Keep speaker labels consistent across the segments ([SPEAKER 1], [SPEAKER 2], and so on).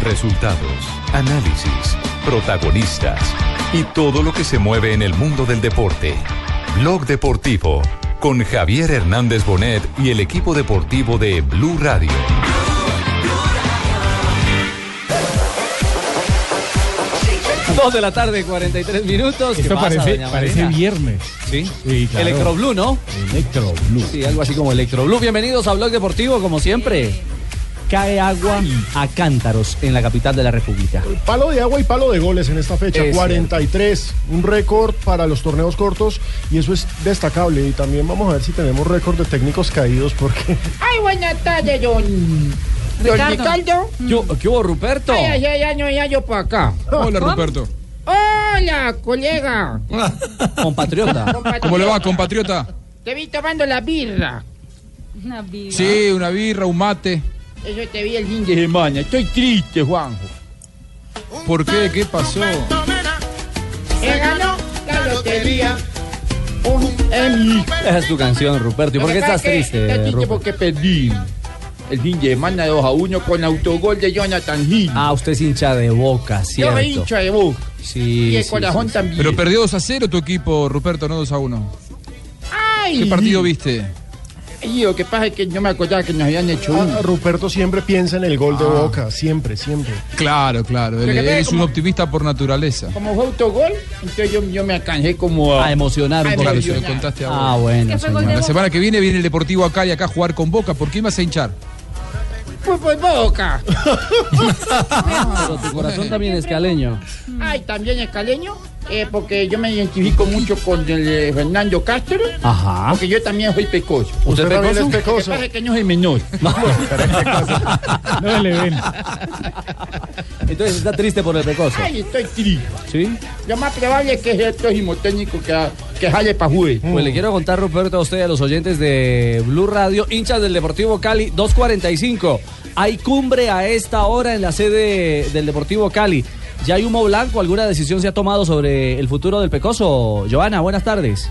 [SPEAKER 1] Resultados, análisis, protagonistas y todo lo que se mueve en el mundo del deporte. Blog Deportivo con Javier Hernández Bonet y el equipo deportivo de Blue Radio.
[SPEAKER 2] Dos de la tarde, 43 minutos. ¿Qué
[SPEAKER 3] Esto
[SPEAKER 2] pasa,
[SPEAKER 3] parece,
[SPEAKER 2] doña
[SPEAKER 3] parece
[SPEAKER 2] Marina?
[SPEAKER 3] viernes.
[SPEAKER 2] Sí.
[SPEAKER 3] Sí, claro.
[SPEAKER 2] Electro Blue, ¿no?
[SPEAKER 3] Electro Blue.
[SPEAKER 2] Sí, algo así como Electro Blue. Bienvenidos a Blog Deportivo, como siempre. Cae agua a cántaros en la capital de la República.
[SPEAKER 4] Palo de agua y palo de goles en esta fecha,
[SPEAKER 2] Es
[SPEAKER 4] 43, un récord para los torneos cortos y eso es destacable. Y también vamos a ver si tenemos récord de técnicos caídos porque
[SPEAKER 5] Ay, buenas tardes, don. Don Ricardo.
[SPEAKER 2] ¿Qué, hu- qué hubo, Ruperto?
[SPEAKER 5] Ay, ay, ay, ay, no, ya yo para acá.
[SPEAKER 6] Hola, Ruperto.
[SPEAKER 5] Hola, colega.
[SPEAKER 2] Compatriota.
[SPEAKER 6] ¿Cómo le va, compatriota?
[SPEAKER 5] Te vi tomando la birra.
[SPEAKER 6] Sí, una birra, un mate.
[SPEAKER 5] Eso te vi el fin de semana. Estoy triste, Juanjo.
[SPEAKER 6] ¿Por qué? ¿Qué pasó?
[SPEAKER 5] He ganó la lotería. Un em, Emmy.
[SPEAKER 2] Esa es tu canción, Ruperto. ¿Y por qué
[SPEAKER 5] Lo que pasa
[SPEAKER 2] estás
[SPEAKER 5] es que Estoy
[SPEAKER 2] triste,
[SPEAKER 5] triste
[SPEAKER 2] Ruperto?
[SPEAKER 5] porque perdí. El fin de semana 2 a 1 con autogol de Jonathan Hill.
[SPEAKER 2] Ah, usted es hincha de boca,
[SPEAKER 5] yo
[SPEAKER 2] cierto.
[SPEAKER 5] me hincha de vos.
[SPEAKER 2] Sí,
[SPEAKER 5] y el
[SPEAKER 2] sí,
[SPEAKER 5] corazón
[SPEAKER 2] sí.
[SPEAKER 5] también.
[SPEAKER 6] Pero perdió 2 a 0 tu equipo, Ruperto, no 2 a 1.
[SPEAKER 5] Ay,
[SPEAKER 6] ¿Qué partido viste?
[SPEAKER 5] Y lo que pasa es que no me acordaba que nos habían hecho
[SPEAKER 4] ah,
[SPEAKER 5] uno.
[SPEAKER 4] Ruperto siempre piensa en el gol de Boca, siempre, siempre.
[SPEAKER 6] Claro, claro. Él,
[SPEAKER 5] Pero que
[SPEAKER 6] él
[SPEAKER 5] ve
[SPEAKER 6] es un
[SPEAKER 5] como-
[SPEAKER 6] optimista por naturaleza.
[SPEAKER 5] Como fue autogol, entonces yo, yo me alcancé como a...
[SPEAKER 2] A emocionar un
[SPEAKER 5] Ay,
[SPEAKER 2] poco.
[SPEAKER 6] Claro,
[SPEAKER 5] me
[SPEAKER 6] se lo
[SPEAKER 5] vio nada.
[SPEAKER 6] contaste a vos.
[SPEAKER 2] Ah, bueno. señor.
[SPEAKER 6] La semana que viene viene el Deportivo acá y acá a jugar con Boca. ¿Por qué ibas a hinchar?
[SPEAKER 5] Pues por boca.
[SPEAKER 2] Pero tu corazón también es caleño.
[SPEAKER 5] Ay, también el caleño, eh, porque yo me identifico mucho con el eh, Fernando Castro,
[SPEAKER 2] Ajá.
[SPEAKER 5] porque yo también soy pecoso.
[SPEAKER 2] ¿Usted
[SPEAKER 4] también
[SPEAKER 2] pecoso?
[SPEAKER 4] es
[SPEAKER 5] Lo que
[SPEAKER 4] pecoso.
[SPEAKER 5] pasa es que no soy menor.
[SPEAKER 3] No le ven.
[SPEAKER 2] Entonces está triste por el pecoso.
[SPEAKER 5] Ay, estoy triste.
[SPEAKER 2] ¿Sí?
[SPEAKER 5] Lo más probable es que sea el próximo técnico que, que jale para jugar.
[SPEAKER 2] Pues le quiero contar, Ruperto, a usted y a los oyentes de Blue Radio, hinchas del Deportivo Cali 245. Hay cumbre a esta hora en la sede del Deportivo Cali. ¿Ya hay humo blanco? ¿Alguna decisión se ha tomado sobre el futuro del Pecoso? Joana, buenas tardes.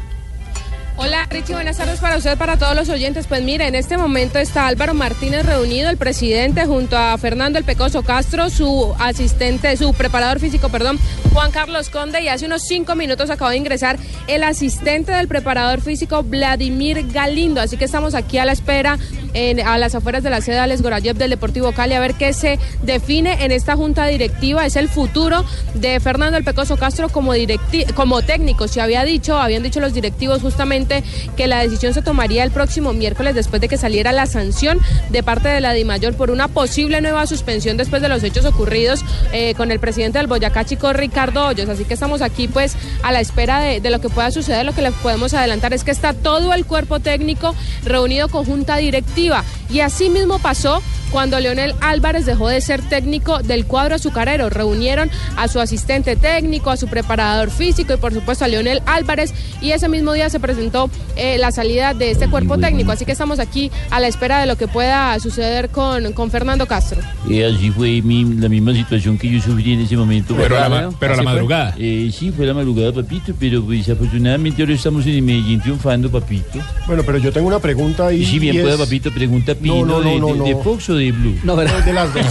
[SPEAKER 7] Hola Richie, buenas tardes para usted, para todos los oyentes. Pues mira, en este momento está Álvaro Martínez reunido, el presidente, junto a Fernando El Pecoso Castro, su asistente, su preparador físico, perdón, Juan Carlos Conde, y hace unos cinco minutos acaba de ingresar el asistente del preparador físico, Vladimir Galindo. Así que estamos aquí a la espera, en- a las afueras de la sede de Alex Gorayev del Deportivo Cali, a ver qué se define en esta junta directiva. Es el futuro de Fernando El Pecoso Castro como, directi- como técnico. Se había dicho, habían dicho los directivos justamente que la decisión se tomaría el próximo miércoles después de que saliera la sanción de parte de la DIMAYOR por una posible nueva suspensión después de los hechos ocurridos eh, con el presidente del Boyacá Chico, Ricardo Hoyos. Así que estamos aquí pues a la espera de, de lo que pueda suceder. Lo que les podemos adelantar es que está todo el cuerpo técnico reunido con junta directiva. Y así mismo pasó cuando Leonel Álvarez dejó de ser técnico del cuadro azucarero. Reunieron a su asistente técnico, a su preparador físico y por supuesto a Leonel Álvarez y ese mismo día se presentó eh, la salida de este cuerpo técnico. Así que estamos aquí a la espera de lo que pueda suceder con, con Fernando Castro.
[SPEAKER 8] Eh, así fue mi- la misma situación que yo sufrí en ese momento.
[SPEAKER 3] Pero a la,
[SPEAKER 2] Claro.
[SPEAKER 3] ma- pero a la
[SPEAKER 2] Así fue.
[SPEAKER 3] madrugada.
[SPEAKER 8] Eh, sí, fue la madrugada, papito, pero pues afortunadamente ahora estamos en Medellín triunfando, papito.
[SPEAKER 4] Bueno, pero yo tengo una pregunta ahí.
[SPEAKER 8] Y si bien
[SPEAKER 4] y
[SPEAKER 8] pueda,
[SPEAKER 4] es
[SPEAKER 8] papito, pregunta Pino
[SPEAKER 4] no, no,
[SPEAKER 8] de,
[SPEAKER 4] no,
[SPEAKER 8] de- de
[SPEAKER 4] no.
[SPEAKER 8] Fox o de Blue.
[SPEAKER 2] No, verá.
[SPEAKER 4] de las dos.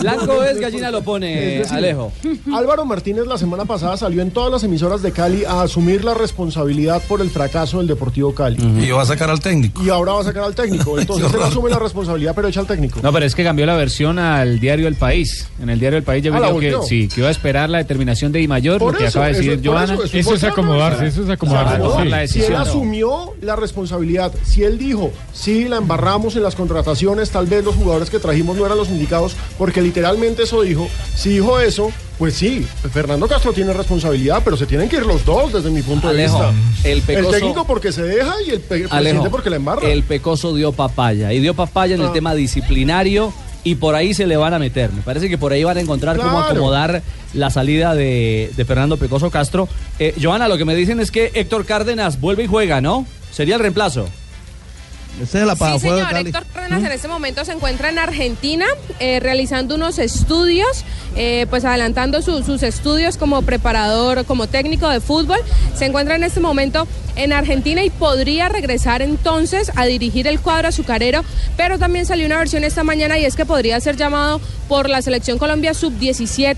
[SPEAKER 2] Blanco es, gallina lo pone,
[SPEAKER 4] Es decir,
[SPEAKER 2] Eh, Alejo.
[SPEAKER 4] Álvaro Martínez la semana pasada salió en todas las emisoras de Cali a asumir la responsabilidad por el fracaso del Deportivo Cali.
[SPEAKER 9] Y va a sacar al técnico.
[SPEAKER 4] Y ahora va a sacar al técnico. Entonces él asume la responsabilidad, pero echa al técnico.
[SPEAKER 10] No, pero es que cambió la versión al diario El País. En el diario El País yo
[SPEAKER 4] Ah, la
[SPEAKER 10] creo que
[SPEAKER 4] volteó.
[SPEAKER 10] sí, que iba a esperar la determinación de Di Mayor, lo
[SPEAKER 4] Por
[SPEAKER 10] que
[SPEAKER 4] eso,
[SPEAKER 10] acaba de decir
[SPEAKER 4] eso- por
[SPEAKER 10] Joana.
[SPEAKER 4] eso,
[SPEAKER 3] Eso es
[SPEAKER 4] voltearlo, o
[SPEAKER 3] acomodarse,
[SPEAKER 4] sea,
[SPEAKER 3] eso es
[SPEAKER 4] Ah,
[SPEAKER 3] acomodarse.
[SPEAKER 4] no,
[SPEAKER 10] Por la
[SPEAKER 3] sí.
[SPEAKER 4] Si él
[SPEAKER 10] decisión.
[SPEAKER 4] asumió la responsabilidad, si él dijo, sí, la embarramos en las contrataciones, tal vez los jugadores que trajimos no eran los indicados, porque literalmente eso dijo, si dijo eso, pues sí, Fernando Castro tiene responsabilidad, pero se tienen que ir los dos desde mi punto
[SPEAKER 2] Alejo,
[SPEAKER 4] de vista.
[SPEAKER 2] el pecoso-
[SPEAKER 4] técnico porque se deja y el pe- presidente
[SPEAKER 2] Alejo,
[SPEAKER 4] porque la embarra.
[SPEAKER 2] el pecoso dio papaya y dio papaya en el tema disciplinario y por ahí se le van a meter. Me parece que por ahí van a encontrar cómo
[SPEAKER 4] Claro.
[SPEAKER 2] acomodar la salida de, de Fernando Pecoso Castro. Eh, Joana, lo que me dicen es que Héctor Cárdenas vuelve y juega, ¿no? Sería el reemplazo.
[SPEAKER 11] Esa es la
[SPEAKER 7] Sí,
[SPEAKER 11] parafuego de
[SPEAKER 7] señor.
[SPEAKER 11] Cali.
[SPEAKER 7] Héctor Cárdenas en este momento se encuentra en Argentina eh, realizando unos estudios, eh, pues adelantando su- sus estudios como preparador, como técnico de fútbol. Se encuentra en este momento en Argentina y podría regresar entonces a dirigir el cuadro azucarero, pero también salió una versión esta mañana y es que podría ser llamado por la Selección Colombia Sub-17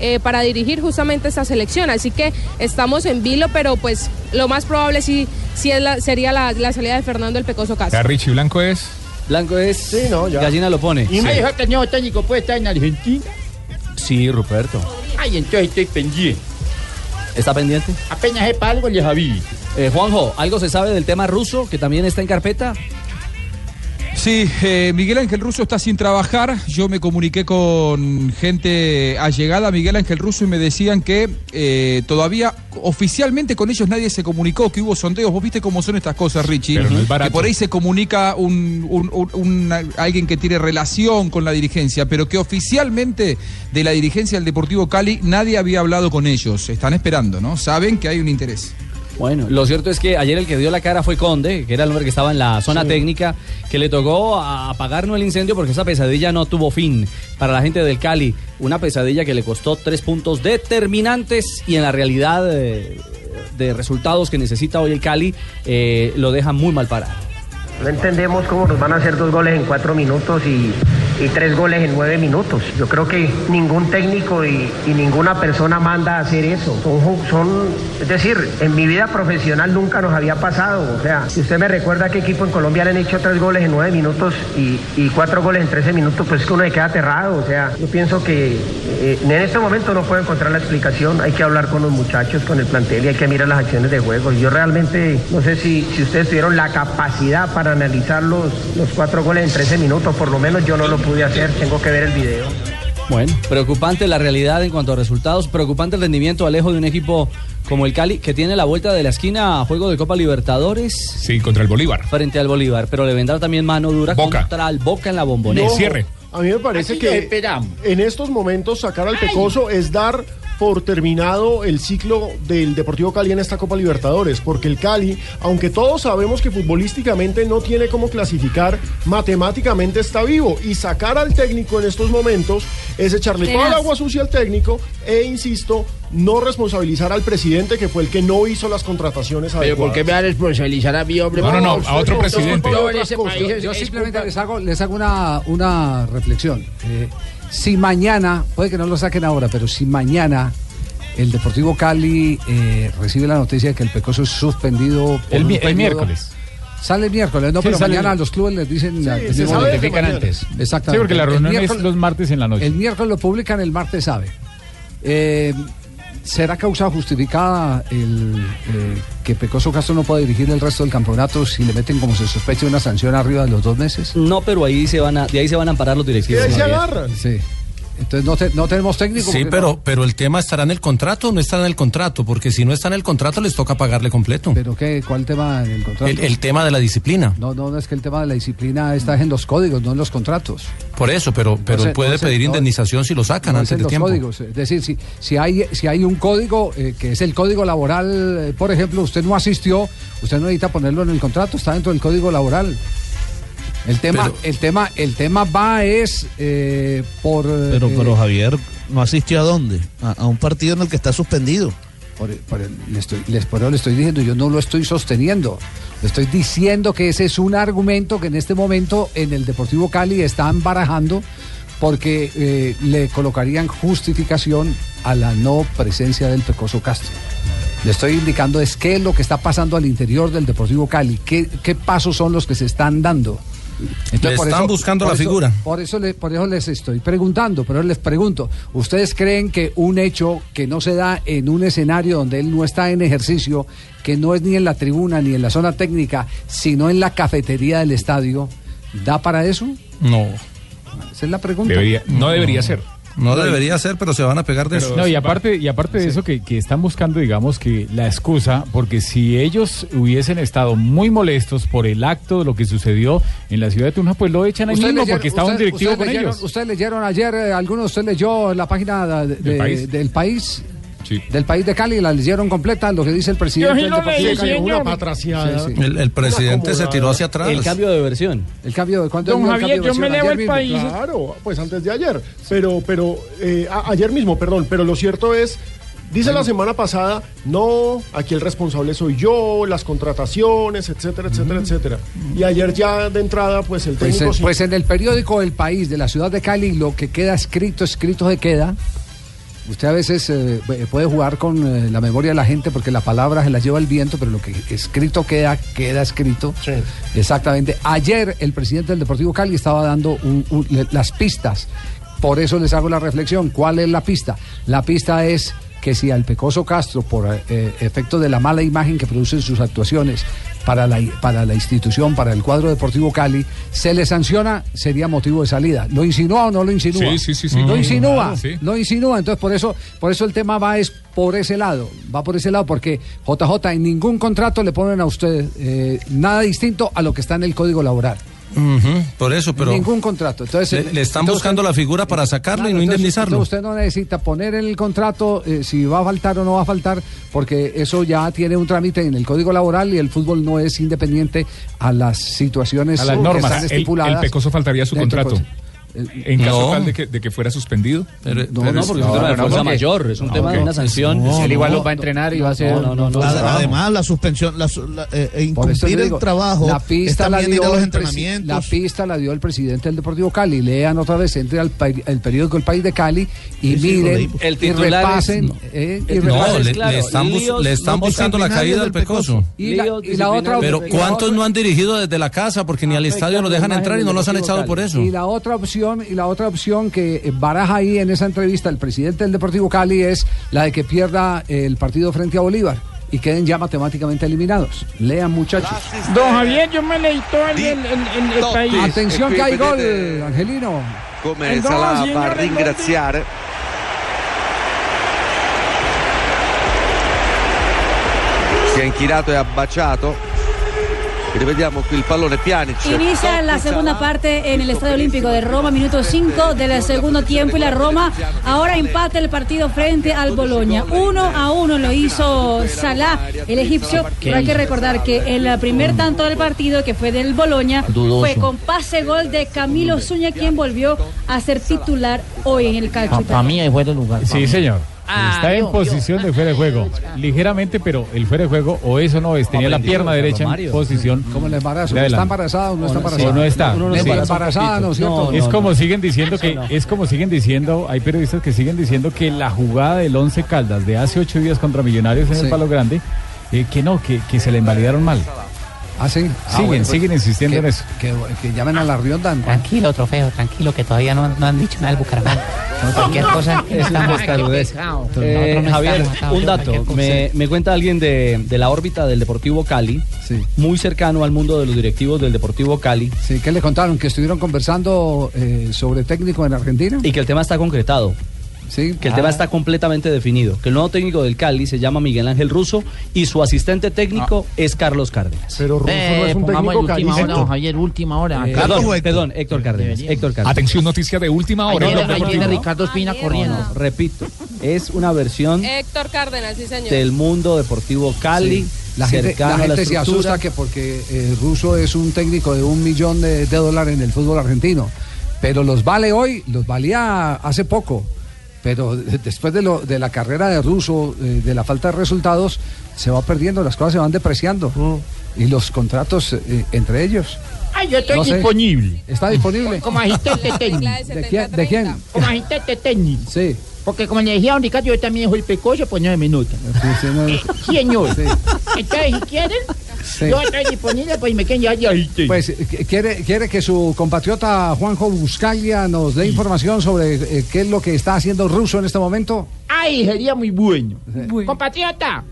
[SPEAKER 7] eh, para dirigir justamente esta selección. Así que estamos en vilo, pero pues lo más probable sí, sí es la- sería la, la salida de Fernando el Pecoso Castro.
[SPEAKER 12] Ya Richie Blanco es.
[SPEAKER 2] Blanco es.
[SPEAKER 12] Sí, no, ya.
[SPEAKER 2] Gallina lo pone.
[SPEAKER 3] Y me dijo que el nuevo técnico puede estar en Argentina.
[SPEAKER 2] Sí, Ruperto.
[SPEAKER 3] Ay, entonces estoy pendiente.
[SPEAKER 2] ¿Está pendiente? Eh,
[SPEAKER 3] Apenas sepa algo, les aviso.
[SPEAKER 2] Juanjo, ¿algo se sabe del tema ruso que también está en carpeta?
[SPEAKER 6] Sí, eh, Miguel Ángel Russo está sin trabajar. Yo me comuniqué con gente allegada a Miguel Ángel Russo y me decían que eh, todavía oficialmente con ellos nadie se comunicó, que hubo sondeos. Vos viste cómo son estas cosas, Richie.
[SPEAKER 12] Pero no es barato.
[SPEAKER 6] Que por ahí se comunica un, un- un- un- alguien que tiene relación con la dirigencia, pero que oficialmente de la dirigencia del Deportivo Cali nadie había hablado con ellos. Están esperando, ¿no? Saben que hay un interés.
[SPEAKER 2] Bueno, lo cierto es que ayer el que dio la cara fue Conde, que era el hombre que estaba en la zona técnica, que le tocó a- apagarnos el incendio porque esa pesadilla no tuvo fin para la gente del Cali. Una pesadilla que le costó tres puntos determinantes y en la realidad eh, de resultados que necesita hoy el Cali eh, lo deja muy mal parado.
[SPEAKER 13] No entendemos cómo nos van a hacer dos goles en cuatro minutos y, y tres goles en nueve minutos. Yo creo que ningún técnico y, y ninguna persona manda a hacer eso. Son, ju- son- es decir, en mi vida profesional nunca nos había pasado. O sea, si usted me recuerda qué equipo en Colombia le han hecho tres goles en nueve minutos y, y cuatro goles en trece minutos, pues es que uno se queda aterrado. O sea, yo pienso que eh, en este momento no puedo encontrar la explicación. Hay que hablar con los muchachos, con el plantel y hay que mirar las acciones de juego. Yo realmente no sé si, si ustedes tuvieron la capacidad para analizar los, los cuatro goles en 13 minutos. Por lo menos yo no lo pude hacer. Tengo que ver el video.
[SPEAKER 2] Bueno, preocupante la realidad en cuanto a resultados, preocupante el rendimiento alejo de un equipo como el Cali, que tiene la vuelta de la esquina a juego de Copa Libertadores.
[SPEAKER 12] Sí, contra el Bolívar.
[SPEAKER 2] Frente al Bolívar, pero le vendrá también mano dura contra el Boca en la bombonera.
[SPEAKER 4] No, A mí me parece
[SPEAKER 2] Así lo
[SPEAKER 4] que en estos momentos sacar al Pecoso es dar por terminado el ciclo del Deportivo Cali en esta Copa Libertadores, porque el Cali, aunque todos sabemos que futbolísticamente no tiene cómo clasificar, matemáticamente está vivo y sacar al técnico en estos momentos es echarle toda el
[SPEAKER 14] Tenaz.
[SPEAKER 4] agua sucia al técnico e insisto, no responsabilizar al presidente que fue el que no hizo las contrataciones
[SPEAKER 3] Pero ¿por
[SPEAKER 4] adecuadas.
[SPEAKER 3] qué me va a responsabilizar a mí, hombre?
[SPEAKER 4] No, no, no, a otro presidente.
[SPEAKER 3] Ese país
[SPEAKER 15] Yo,
[SPEAKER 3] es-
[SPEAKER 15] yo
[SPEAKER 3] es
[SPEAKER 15] simplemente les hago, les hago una, una reflexión. Eh, si mañana, puede que no lo saquen ahora, pero si mañana el Deportivo Cali eh, recibe la noticia de que el Pecoso es suspendido por
[SPEAKER 12] El
[SPEAKER 15] un
[SPEAKER 12] mi- el
[SPEAKER 15] periodo-
[SPEAKER 12] miércoles.
[SPEAKER 15] Sale el miércoles, no,
[SPEAKER 12] Sí,
[SPEAKER 15] pero
[SPEAKER 12] sale
[SPEAKER 15] mañana a
[SPEAKER 12] el-
[SPEAKER 15] los clubes les dicen.
[SPEAKER 12] Sí,
[SPEAKER 15] les
[SPEAKER 12] se
[SPEAKER 15] dicen-
[SPEAKER 12] sabe desde Notifican mañana. antes.
[SPEAKER 15] Exactamente.
[SPEAKER 12] Sí, porque la
[SPEAKER 15] El
[SPEAKER 12] reunión es
[SPEAKER 15] miércoles-
[SPEAKER 12] los martes en la noche.
[SPEAKER 15] El miércoles lo publican, el martes sabe. Eh, ¿Será causa justificada el eh, que Pecoso Castro no pueda dirigir el resto del campeonato si le meten, como se sospecha, una sanción arriba de los dos meses?
[SPEAKER 2] No, pero ahí se van a, de ahí se van a amparar los directivos. Javier.
[SPEAKER 15] Sí. Entonces no, te- no tenemos técnico.
[SPEAKER 9] Sí,
[SPEAKER 15] porque
[SPEAKER 9] pero, pero el tema estará en el contrato o no estará en el contrato, porque si no está en el contrato les toca pagarle completo.
[SPEAKER 15] ¿Pero qué? ¿Cuál tema en el contrato?
[SPEAKER 9] El, el tema de la disciplina.
[SPEAKER 15] No, no, no, es que el tema de la disciplina está en los códigos, no en los contratos.
[SPEAKER 9] Por eso, pero, pero
[SPEAKER 15] No sé,
[SPEAKER 9] él puede
[SPEAKER 15] no sé,
[SPEAKER 9] pedir
[SPEAKER 15] no,
[SPEAKER 9] indemnización si lo sacan
[SPEAKER 15] No
[SPEAKER 9] antes
[SPEAKER 15] es en
[SPEAKER 9] de
[SPEAKER 15] los
[SPEAKER 9] tiempo.
[SPEAKER 15] códigos. eh, Es decir, si, si, hay, si hay un código, eh, que es el código laboral, eh, por ejemplo, usted no asistió, usted no necesita ponerlo en el contrato, está dentro del código laboral. El tema,
[SPEAKER 16] Pero-
[SPEAKER 15] el tema, el tema va es eh, por. eh,
[SPEAKER 16] Pero, pero Javier no asistió a dónde? A, a un partido en el que está suspendido.
[SPEAKER 15] por- por el- le estoy, les, por eso le estoy diciendo, yo no lo estoy sosteniendo. Le estoy diciendo que ese es un argumento que en este momento en el Deportivo Cali están barajando porque eh, le colocarían justificación a la no presencia del Pecoso Castro. Le estoy indicando es qué es lo que está pasando al interior del Deportivo Cali, qué, qué pasos son los que se están dando.
[SPEAKER 9] Le
[SPEAKER 15] por
[SPEAKER 9] están buscando
[SPEAKER 15] por
[SPEAKER 9] la
[SPEAKER 15] eso-
[SPEAKER 9] figura.
[SPEAKER 15] Por eso, le- por eso les estoy preguntando, pero les pregunto, ¿ustedes creen que un hecho que no se da en un escenario donde él no está en ejercicio, que no es ni en la tribuna ni en la zona técnica, sino en la cafetería del estadio, da para eso?
[SPEAKER 9] No.
[SPEAKER 15] Esa es la pregunta.
[SPEAKER 12] Debería- no debería ser.
[SPEAKER 9] No debería ser, pero se van a pegar de eso.
[SPEAKER 12] No, y aparte, y aparte de eso que, que están buscando, digamos que la excusa, porque si ellos hubiesen estado muy molestos por el acto de lo que sucedió en la ciudad de Tunja, pues lo echan ahí
[SPEAKER 15] Ustedes
[SPEAKER 12] mismo
[SPEAKER 15] leyeron-
[SPEAKER 12] porque estaba un
[SPEAKER 15] ustedes-
[SPEAKER 12] directivo
[SPEAKER 15] ustedes
[SPEAKER 12] con
[SPEAKER 15] leyeron-
[SPEAKER 12] ellos.
[SPEAKER 15] Ustedes leyeron ayer, eh, alguno de ustedes leyó la página de- de-
[SPEAKER 12] ¿Del País?
[SPEAKER 15] del país. Del país de Cali, la leyeron completa, lo que dice el
[SPEAKER 4] Yo
[SPEAKER 15] presidente.
[SPEAKER 4] sí lo
[SPEAKER 15] del Partido
[SPEAKER 4] leí,
[SPEAKER 15] de Cali.
[SPEAKER 4] señor. Una patraciada.
[SPEAKER 9] El, el presidente se tiró hacia atrás.
[SPEAKER 16] El cambio de versión.
[SPEAKER 15] El cambio de cuánto
[SPEAKER 4] Don
[SPEAKER 15] duró el
[SPEAKER 4] Javier, yo
[SPEAKER 15] cambio de
[SPEAKER 4] me
[SPEAKER 15] versión?
[SPEAKER 4] leo el
[SPEAKER 15] Ayer mismo.
[SPEAKER 4] país. Claro, pues antes de ayer. Pero, pero, eh, a- ayer mismo, perdón. Pero lo cierto es, dice la semana pasada, no, aquí el responsable soy yo, las contrataciones, etcétera, etcétera, etcétera. Y ayer ya de entrada, Mm. pues el
[SPEAKER 15] Pues,
[SPEAKER 4] técnico.
[SPEAKER 15] eh,
[SPEAKER 4] sí-
[SPEAKER 15] pues en el periódico El País de la ciudad de Cali, lo que queda escrito, escrito se queda. Usted a veces eh, pu- puede jugar con eh, la memoria de la gente porque la palabra se la lleva el viento, pero lo que escrito queda, queda escrito. Exactamente. Ayer el presidente del Deportivo Cali estaba dando un- un- le- las pistas. Por eso les hago la reflexión. ¿Cuál es la pista? La pista es que si al Pecoso Castro, por eh, efecto de la mala imagen que producen sus actuaciones para la, para la institución, para el cuadro deportivo Cali, se le sanciona, sería motivo de salida. ¿Lo insinúa o no lo insinúa?
[SPEAKER 17] Sí, sí, sí, sí.
[SPEAKER 15] Lo
[SPEAKER 17] Mm,
[SPEAKER 15] insinúa,
[SPEAKER 17] claro, sí.
[SPEAKER 15] lo insinúa. Entonces, por eso, por eso el tema va es por ese lado. Va por ese lado, porque JJ, en ningún contrato le ponen a usted eh, nada distinto a lo que está en el código laboral.
[SPEAKER 9] Ujú, por eso, pero.
[SPEAKER 15] ningún contrato. Entonces,
[SPEAKER 9] le, le están
[SPEAKER 15] entonces-
[SPEAKER 9] buscando la figura para sacarlo
[SPEAKER 15] Claro,
[SPEAKER 9] y no
[SPEAKER 15] entonces,
[SPEAKER 9] indemnizarlo.
[SPEAKER 15] entonces usted no necesita poner en el contrato eh, si va a faltar o no va a faltar, porque eso ya tiene un trámite en el Código Laboral y el fútbol no es independiente a las situaciones
[SPEAKER 17] A las
[SPEAKER 15] que
[SPEAKER 17] normas,
[SPEAKER 15] están
[SPEAKER 17] el,
[SPEAKER 15] estipuladas.
[SPEAKER 17] el Pecoso faltaría a su
[SPEAKER 15] dentro del
[SPEAKER 17] contrato.
[SPEAKER 15] contrato.
[SPEAKER 17] En caso
[SPEAKER 15] no.
[SPEAKER 17] tal de que, de que fuera suspendido.
[SPEAKER 15] no, pero- porque es un tema de fuerza mayor, es un tema de una sanción.
[SPEAKER 17] Ah, No,
[SPEAKER 10] Él igual
[SPEAKER 17] no.
[SPEAKER 10] los va a entrenar y va a hacer.
[SPEAKER 5] Ad- Además, la suspensión, la, su- la- eh, eh,
[SPEAKER 15] Por eso
[SPEAKER 5] incumplir
[SPEAKER 15] le
[SPEAKER 5] el
[SPEAKER 15] digo,
[SPEAKER 5] trabajo,
[SPEAKER 15] la pista
[SPEAKER 5] es
[SPEAKER 15] la
[SPEAKER 5] también ir
[SPEAKER 15] dio
[SPEAKER 5] a los
[SPEAKER 15] el presi-
[SPEAKER 5] entrenamientos.
[SPEAKER 15] La pista la dio el presidente del Deportivo Cali. Lean otra vez, entre al peri- el periódico El País de Cali y
[SPEAKER 5] Sí, sí, lo
[SPEAKER 15] miren,
[SPEAKER 5] leí. El
[SPEAKER 15] y
[SPEAKER 5] titular es-
[SPEAKER 15] repasen.
[SPEAKER 5] no.
[SPEAKER 15] eh, y
[SPEAKER 9] No,
[SPEAKER 15] repasen.
[SPEAKER 9] le, le están, bus- le están buscando la caída al pecoso.
[SPEAKER 15] Y la, y la otra
[SPEAKER 9] Pero
[SPEAKER 15] y la
[SPEAKER 9] ¿cuántos
[SPEAKER 15] otra-
[SPEAKER 9] no han dirigido desde la casa? Porque ni al estadio los dejan entrar y no los han echado por eso.
[SPEAKER 15] Y la otra opción, y la otra opción que eh, baraja ahí en esa entrevista el presidente del Deportivo Cali es la de que pierda eh, el partido frente a Bolívar y queden ya matemáticamente eliminados. Lean muchachos.
[SPEAKER 3] Don Javier, yo me leí todo el, el, el- el país.
[SPEAKER 15] Atención que hay gol, Angelino.
[SPEAKER 18] Comienza la
[SPEAKER 15] signore
[SPEAKER 18] par di ringraziare. Si è inchinato e abbaciato. Rivediamo qui il pallone Pjanic.
[SPEAKER 19] Inicia la segunda parte en el Estadio Olímpico de Roma, minuto 5 del segundo tiempo y la Roma ahora empata el partido frente al Boloña. Uno a uno lo hizo Salah, el egipcio, pero hay que recordar que el primer tanto del partido, que fue del Boloña,
[SPEAKER 20] Dudoso.
[SPEAKER 19] fue con pase gol de Camilo Zúñiga, quien volvió a ser titular hoy en el calcio.
[SPEAKER 20] Para mí ahí fue el lugar. pa'
[SPEAKER 12] Sí,
[SPEAKER 20] mí.
[SPEAKER 12] señor.
[SPEAKER 19] Ah,
[SPEAKER 12] Está en
[SPEAKER 19] yo,
[SPEAKER 12] posición de fuera de juego. Ligeramente, pero el fuera de juego, o eso no es, tenía la
[SPEAKER 15] Aprendió,
[SPEAKER 12] pierna
[SPEAKER 15] Carlos
[SPEAKER 12] derecha en
[SPEAKER 15] Mario.
[SPEAKER 12] posición.
[SPEAKER 15] Como el embarazo, ¿está
[SPEAKER 12] de adelante.
[SPEAKER 15] embarazada o no está
[SPEAKER 12] Sí,
[SPEAKER 15] embarazada?
[SPEAKER 12] no está.
[SPEAKER 15] Uno no
[SPEAKER 12] Sí.
[SPEAKER 15] está embarazada, ¿no es cierto?
[SPEAKER 12] es como siguen diciendo que es como siguen diciendo, hay periodistas que siguen diciendo que la jugada del Once Caldas de hace ocho días contra Millonarios en
[SPEAKER 15] Sí.
[SPEAKER 12] el Palo Grande, eh, que no, que, que se la invalidaron mal.
[SPEAKER 15] Ah, sí. Ah,
[SPEAKER 12] siguen,
[SPEAKER 15] bueno, pues,
[SPEAKER 12] siguen insistiendo en eso.
[SPEAKER 15] Que, que llamen a pues. la Rionda.
[SPEAKER 20] Tranquilo, trofeo, tranquilo, que todavía no, no han dicho nada del Bucaramanga. Cualquier cosa
[SPEAKER 16] Es una
[SPEAKER 20] estamos
[SPEAKER 16] descarudez.
[SPEAKER 20] Nosotros no
[SPEAKER 16] Eh,
[SPEAKER 20] estamos
[SPEAKER 16] Javier,
[SPEAKER 20] atados,
[SPEAKER 16] un
[SPEAKER 20] yo cualquier
[SPEAKER 16] dato.
[SPEAKER 20] cosa.
[SPEAKER 16] Me, me cuenta alguien de, de la órbita del Deportivo Cali, muy cercano al mundo de los directivos del Deportivo Cali.
[SPEAKER 15] Sí, ¿qué le contaron? ¿Que estuvieron conversando eh, sobre técnico en Argentina?
[SPEAKER 16] Y que el tema está concretado. Que el
[SPEAKER 15] Ah.
[SPEAKER 16] tema está completamente definido. Que el nuevo técnico del Cali se llama Miguel Ángel Russo y su asistente técnico es Carlos Cárdenas.
[SPEAKER 4] Pero
[SPEAKER 16] Russo
[SPEAKER 20] Eh, pongamos el última hora, don Javier, última hora.
[SPEAKER 3] Eh,
[SPEAKER 16] Perdón, perdón, Héctor Cárdenas. Héctor Cárdenas.
[SPEAKER 17] Atención, noticia de última
[SPEAKER 20] Ahí
[SPEAKER 17] hora.
[SPEAKER 20] viene,
[SPEAKER 17] Blog
[SPEAKER 20] ahí
[SPEAKER 17] Deportivo.
[SPEAKER 20] viene Ricardo Espina corriendo.
[SPEAKER 16] Repito, es una versión
[SPEAKER 7] Héctor Cárdenas, sí, señor.
[SPEAKER 16] del mundo deportivo Cali.
[SPEAKER 15] La gente,
[SPEAKER 16] cercano
[SPEAKER 15] la
[SPEAKER 16] a
[SPEAKER 15] gente se
[SPEAKER 16] estructura.
[SPEAKER 15] asusta que porque eh, Russo es un técnico de un millón de, de dólares en el fútbol argentino. Pero los vale hoy, los valía hace poco. Pero de- después de, lo, de la carrera de Russo, eh, de la falta de resultados, se va perdiendo, las cosas se van depreciando.
[SPEAKER 16] Mm.
[SPEAKER 15] Y los contratos eh, entre ellos.
[SPEAKER 3] Ay, yo estoy
[SPEAKER 15] No sé.
[SPEAKER 3] disponible.
[SPEAKER 15] ¿Está disponible?
[SPEAKER 3] Como asistente técnico.
[SPEAKER 15] ¿De quién? ¿De quién?
[SPEAKER 3] Como asistente técnico.
[SPEAKER 15] Sí.
[SPEAKER 3] Porque como le decía a don Ricardo, yo también soy pecoso por nueve minutos. Eh, señor. Entonces, si quieren,
[SPEAKER 15] Sí.
[SPEAKER 3] yo estoy disponible, pues me quieren llevar ya.
[SPEAKER 15] Pues eh, qu- quiere, quiere que su compatriota Juanjo Buscaglia nos dé información sobre eh, qué es lo que está haciendo Russo en este momento.
[SPEAKER 3] Ay, sería muy bueno. Compatriota.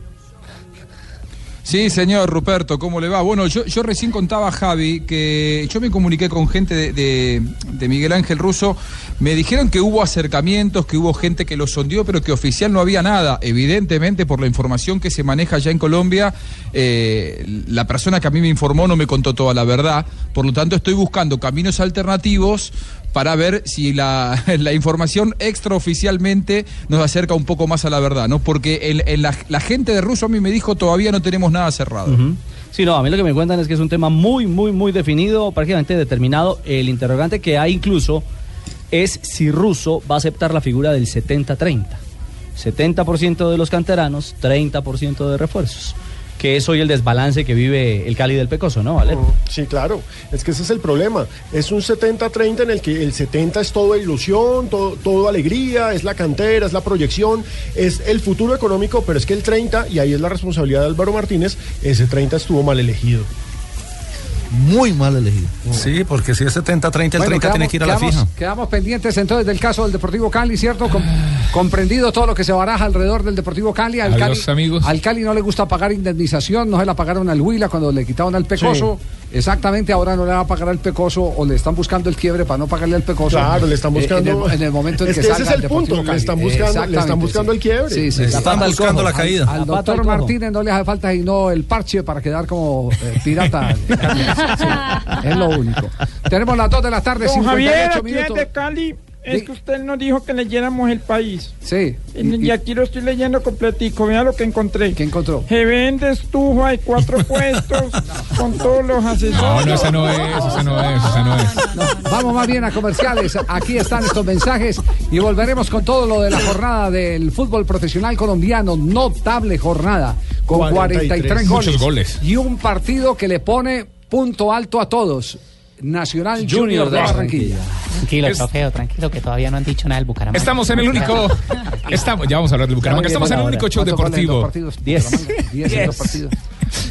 [SPEAKER 6] Sí, señor Ruperto, ¿cómo le va? Bueno, yo, yo recién contaba a Javi que yo me comuniqué con gente de, de- de Miguel Ángel Russo. Me dijeron que hubo acercamientos, que hubo gente que lo sondió, pero que oficial no había nada. Evidentemente, por la información que se maneja ya en Colombia, eh, la persona que a mí me informó no me contó toda la verdad. Por lo tanto, estoy buscando caminos alternativos para ver si la, la información extraoficialmente nos acerca un poco más a la verdad, ¿no? Porque el- el- la, la gente de Russo a mí me dijo todavía no tenemos nada cerrado.
[SPEAKER 16] Sí, no, a mí lo que me cuentan es que es un tema muy, muy, muy definido, prácticamente determinado. El interrogante que hay incluso es si Russo va a aceptar la figura del 70-30. 70% de los canteranos, 30% de refuerzos. Que es hoy el desbalance que vive el Cali del Pecoso, ¿no, Valero?
[SPEAKER 15] Oh.
[SPEAKER 4] Sí, claro. Es que ese es el problema. Es un 70-30 en el que el 70 es toda ilusión, todo, todo alegría, es la cantera, es la proyección, es el futuro económico, pero es que el 30, y ahí es la responsabilidad de Álvaro Martínez, ese 30 estuvo mal elegido.
[SPEAKER 5] Muy mal elegido.
[SPEAKER 9] Sí, porque si es 70-30, el 30
[SPEAKER 15] Bueno,
[SPEAKER 9] tiene
[SPEAKER 15] quedamos-
[SPEAKER 9] que ir a la
[SPEAKER 15] quedamos-
[SPEAKER 9] fija.
[SPEAKER 15] Quedamos pendientes entonces del caso del Deportivo Cali, ¿cierto? Com- comprendido todo lo que se baraja alrededor del Deportivo Cali. Al
[SPEAKER 17] Adiós,
[SPEAKER 15] Cali,
[SPEAKER 17] amigos.
[SPEAKER 15] al Cali no le gusta pagar indemnización, no se la pagaron al Huila cuando le quitaron al Pecoso. Exactamente, ahora no le va a pagar al Pecoso o le están buscando el quiebre para no pagarle al Pecoso.
[SPEAKER 4] Claro, le están
[SPEAKER 15] Eh,
[SPEAKER 4] buscando-
[SPEAKER 15] En el, en el momento en
[SPEAKER 4] Es
[SPEAKER 15] que,
[SPEAKER 4] que ese
[SPEAKER 15] salga
[SPEAKER 4] es el
[SPEAKER 15] Deportivo
[SPEAKER 4] punto, le
[SPEAKER 15] Cali.
[SPEAKER 4] están buscando- le están
[SPEAKER 15] Exactamente,
[SPEAKER 4] buscando
[SPEAKER 15] sí.
[SPEAKER 4] el quiebre.
[SPEAKER 15] Sí, sí,
[SPEAKER 4] Le
[SPEAKER 15] sí.
[SPEAKER 4] están
[SPEAKER 15] Al-
[SPEAKER 4] buscando la
[SPEAKER 15] al-
[SPEAKER 4] caída.
[SPEAKER 15] Al,
[SPEAKER 4] La pata
[SPEAKER 15] doctor
[SPEAKER 4] al cojo.
[SPEAKER 15] Martínez no le hace falta sino el parche para quedar como eh, pirata. Sí, es lo único. Tenemos las 2 de la tarde,
[SPEAKER 21] Don
[SPEAKER 15] 58
[SPEAKER 21] Javier, aquí
[SPEAKER 15] minutos.
[SPEAKER 21] de Cali. Es
[SPEAKER 15] Di-
[SPEAKER 21] que usted nos dijo que leyéramos el país.
[SPEAKER 15] Sí.
[SPEAKER 21] Y,
[SPEAKER 15] y-
[SPEAKER 21] y aquí lo estoy leyendo completico. Vea lo que encontré. ¿Qué
[SPEAKER 15] encontró?
[SPEAKER 21] Se vende estufa hay cuatro puestos con todos los asesores.
[SPEAKER 17] No, no, esa no es, esa no es, esa no es.
[SPEAKER 15] Vamos más bien a comerciales. Aquí están estos mensajes y volveremos con todo lo de la jornada del fútbol profesional colombiano. Notable jornada con 43, goles.
[SPEAKER 17] 43 Muchos goles.
[SPEAKER 15] Y un partido que le pone punto alto a todos. Nacional Junior, de Barranquilla.
[SPEAKER 20] Tranquilo, trofeo, tranquilo, que todavía no han dicho nada del Bucaramanga.
[SPEAKER 17] Estamos en el único. Estamos, ya vamos a hablar del Bucaramanga. Estamos en el único show deportivo.
[SPEAKER 15] Diez. Diez.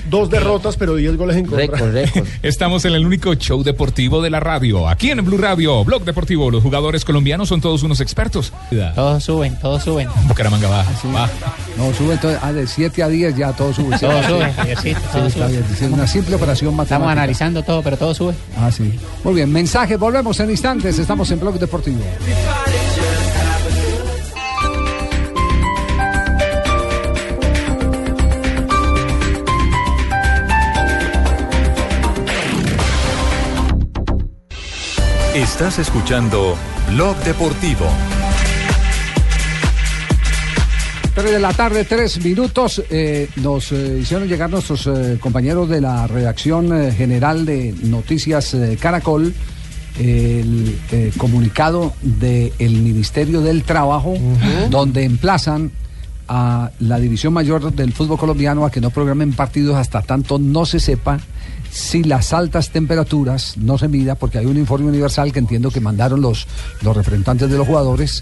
[SPEAKER 4] Dos derrotas, pero 10 goles en contra.
[SPEAKER 17] Estamos en el único show deportivo de la radio. Aquí en Blue Radio, Blog Deportivo. Los jugadores colombianos son todos unos expertos.
[SPEAKER 20] Todos suben, todos suben.
[SPEAKER 17] Bucaramanga va, va.
[SPEAKER 15] No, sube todo, ah, de 7 a 10 ya todo sube.
[SPEAKER 20] Todo
[SPEAKER 15] Sí,
[SPEAKER 20] sube,
[SPEAKER 15] sí,
[SPEAKER 20] Javiercito,
[SPEAKER 15] sí,
[SPEAKER 20] todo
[SPEAKER 15] está
[SPEAKER 20] sube.
[SPEAKER 15] bien, dice, Una simple operación matemática.
[SPEAKER 20] Estamos analizando todo, pero todo sube.
[SPEAKER 15] Ah, sí. Muy bien, mensaje, volvemos en instantes. Estamos en Blog Deportivo.
[SPEAKER 1] Estás escuchando Blog Deportivo.
[SPEAKER 15] 3 de la tarde, 3 minutos. eh, nos eh, hicieron llegar nuestros eh, compañeros de la redacción eh, general de Noticias eh, Caracol el eh, comunicado del Ministerio del Trabajo, donde emplazan a la División Mayor del Fútbol Colombiano a que no programen partidos hasta tanto no se sepa si las altas temperaturas no se mida, porque hay un informe universal que entiendo que mandaron los, los representantes de los jugadores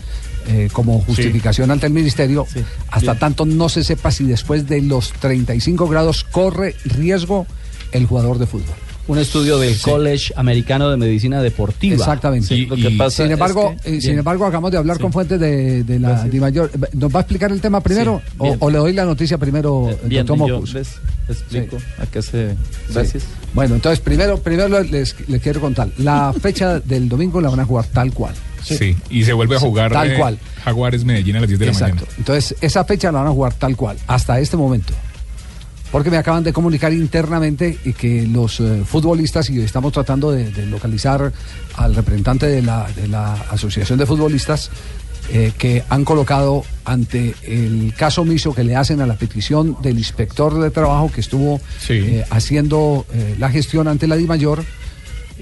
[SPEAKER 15] eh, como justificación ante el ministerio, hasta tanto no se sepa si después de los 35 grados corre riesgo el jugador de fútbol.
[SPEAKER 16] Un estudio del College Americano de Medicina Deportiva.
[SPEAKER 15] Exactamente.
[SPEAKER 16] Sí, lo que pasa
[SPEAKER 15] sin
[SPEAKER 16] es
[SPEAKER 15] embargo,
[SPEAKER 16] que-
[SPEAKER 15] eh, sin
[SPEAKER 16] Bien.
[SPEAKER 15] embargo, acabamos de hablar con fuentes de, de la DIMAYOR. ¿Nos va a explicar el tema primero
[SPEAKER 22] Sí,
[SPEAKER 15] o,
[SPEAKER 22] bien.
[SPEAKER 15] o le doy la noticia
[SPEAKER 16] Eh,
[SPEAKER 15] primero,
[SPEAKER 22] Bien,
[SPEAKER 15] doctor
[SPEAKER 22] yo
[SPEAKER 15] Mocus?
[SPEAKER 22] les explico a qué se...
[SPEAKER 15] Sí.
[SPEAKER 22] Gracias.
[SPEAKER 15] Bueno, entonces primero, primero les, les quiero contar. La fecha del domingo la van a jugar tal cual.
[SPEAKER 17] Sí. Y se vuelve a
[SPEAKER 15] Sí,
[SPEAKER 17] jugar
[SPEAKER 15] tal
[SPEAKER 17] eh,
[SPEAKER 15] cual.
[SPEAKER 17] Jaguares Medellín a las 10 de la
[SPEAKER 15] Exacto.
[SPEAKER 17] mañana.
[SPEAKER 15] Entonces, esa fecha la van a jugar tal cual, hasta este momento. Porque me acaban de comunicar internamente y que los eh, futbolistas, y estamos tratando de, de localizar al representante de la, de la Asociación de Futbolistas, eh, que han colocado ante el caso omiso que le hacen a la petición del inspector de trabajo que estuvo eh, haciendo eh, la gestión ante la DIMAYOR,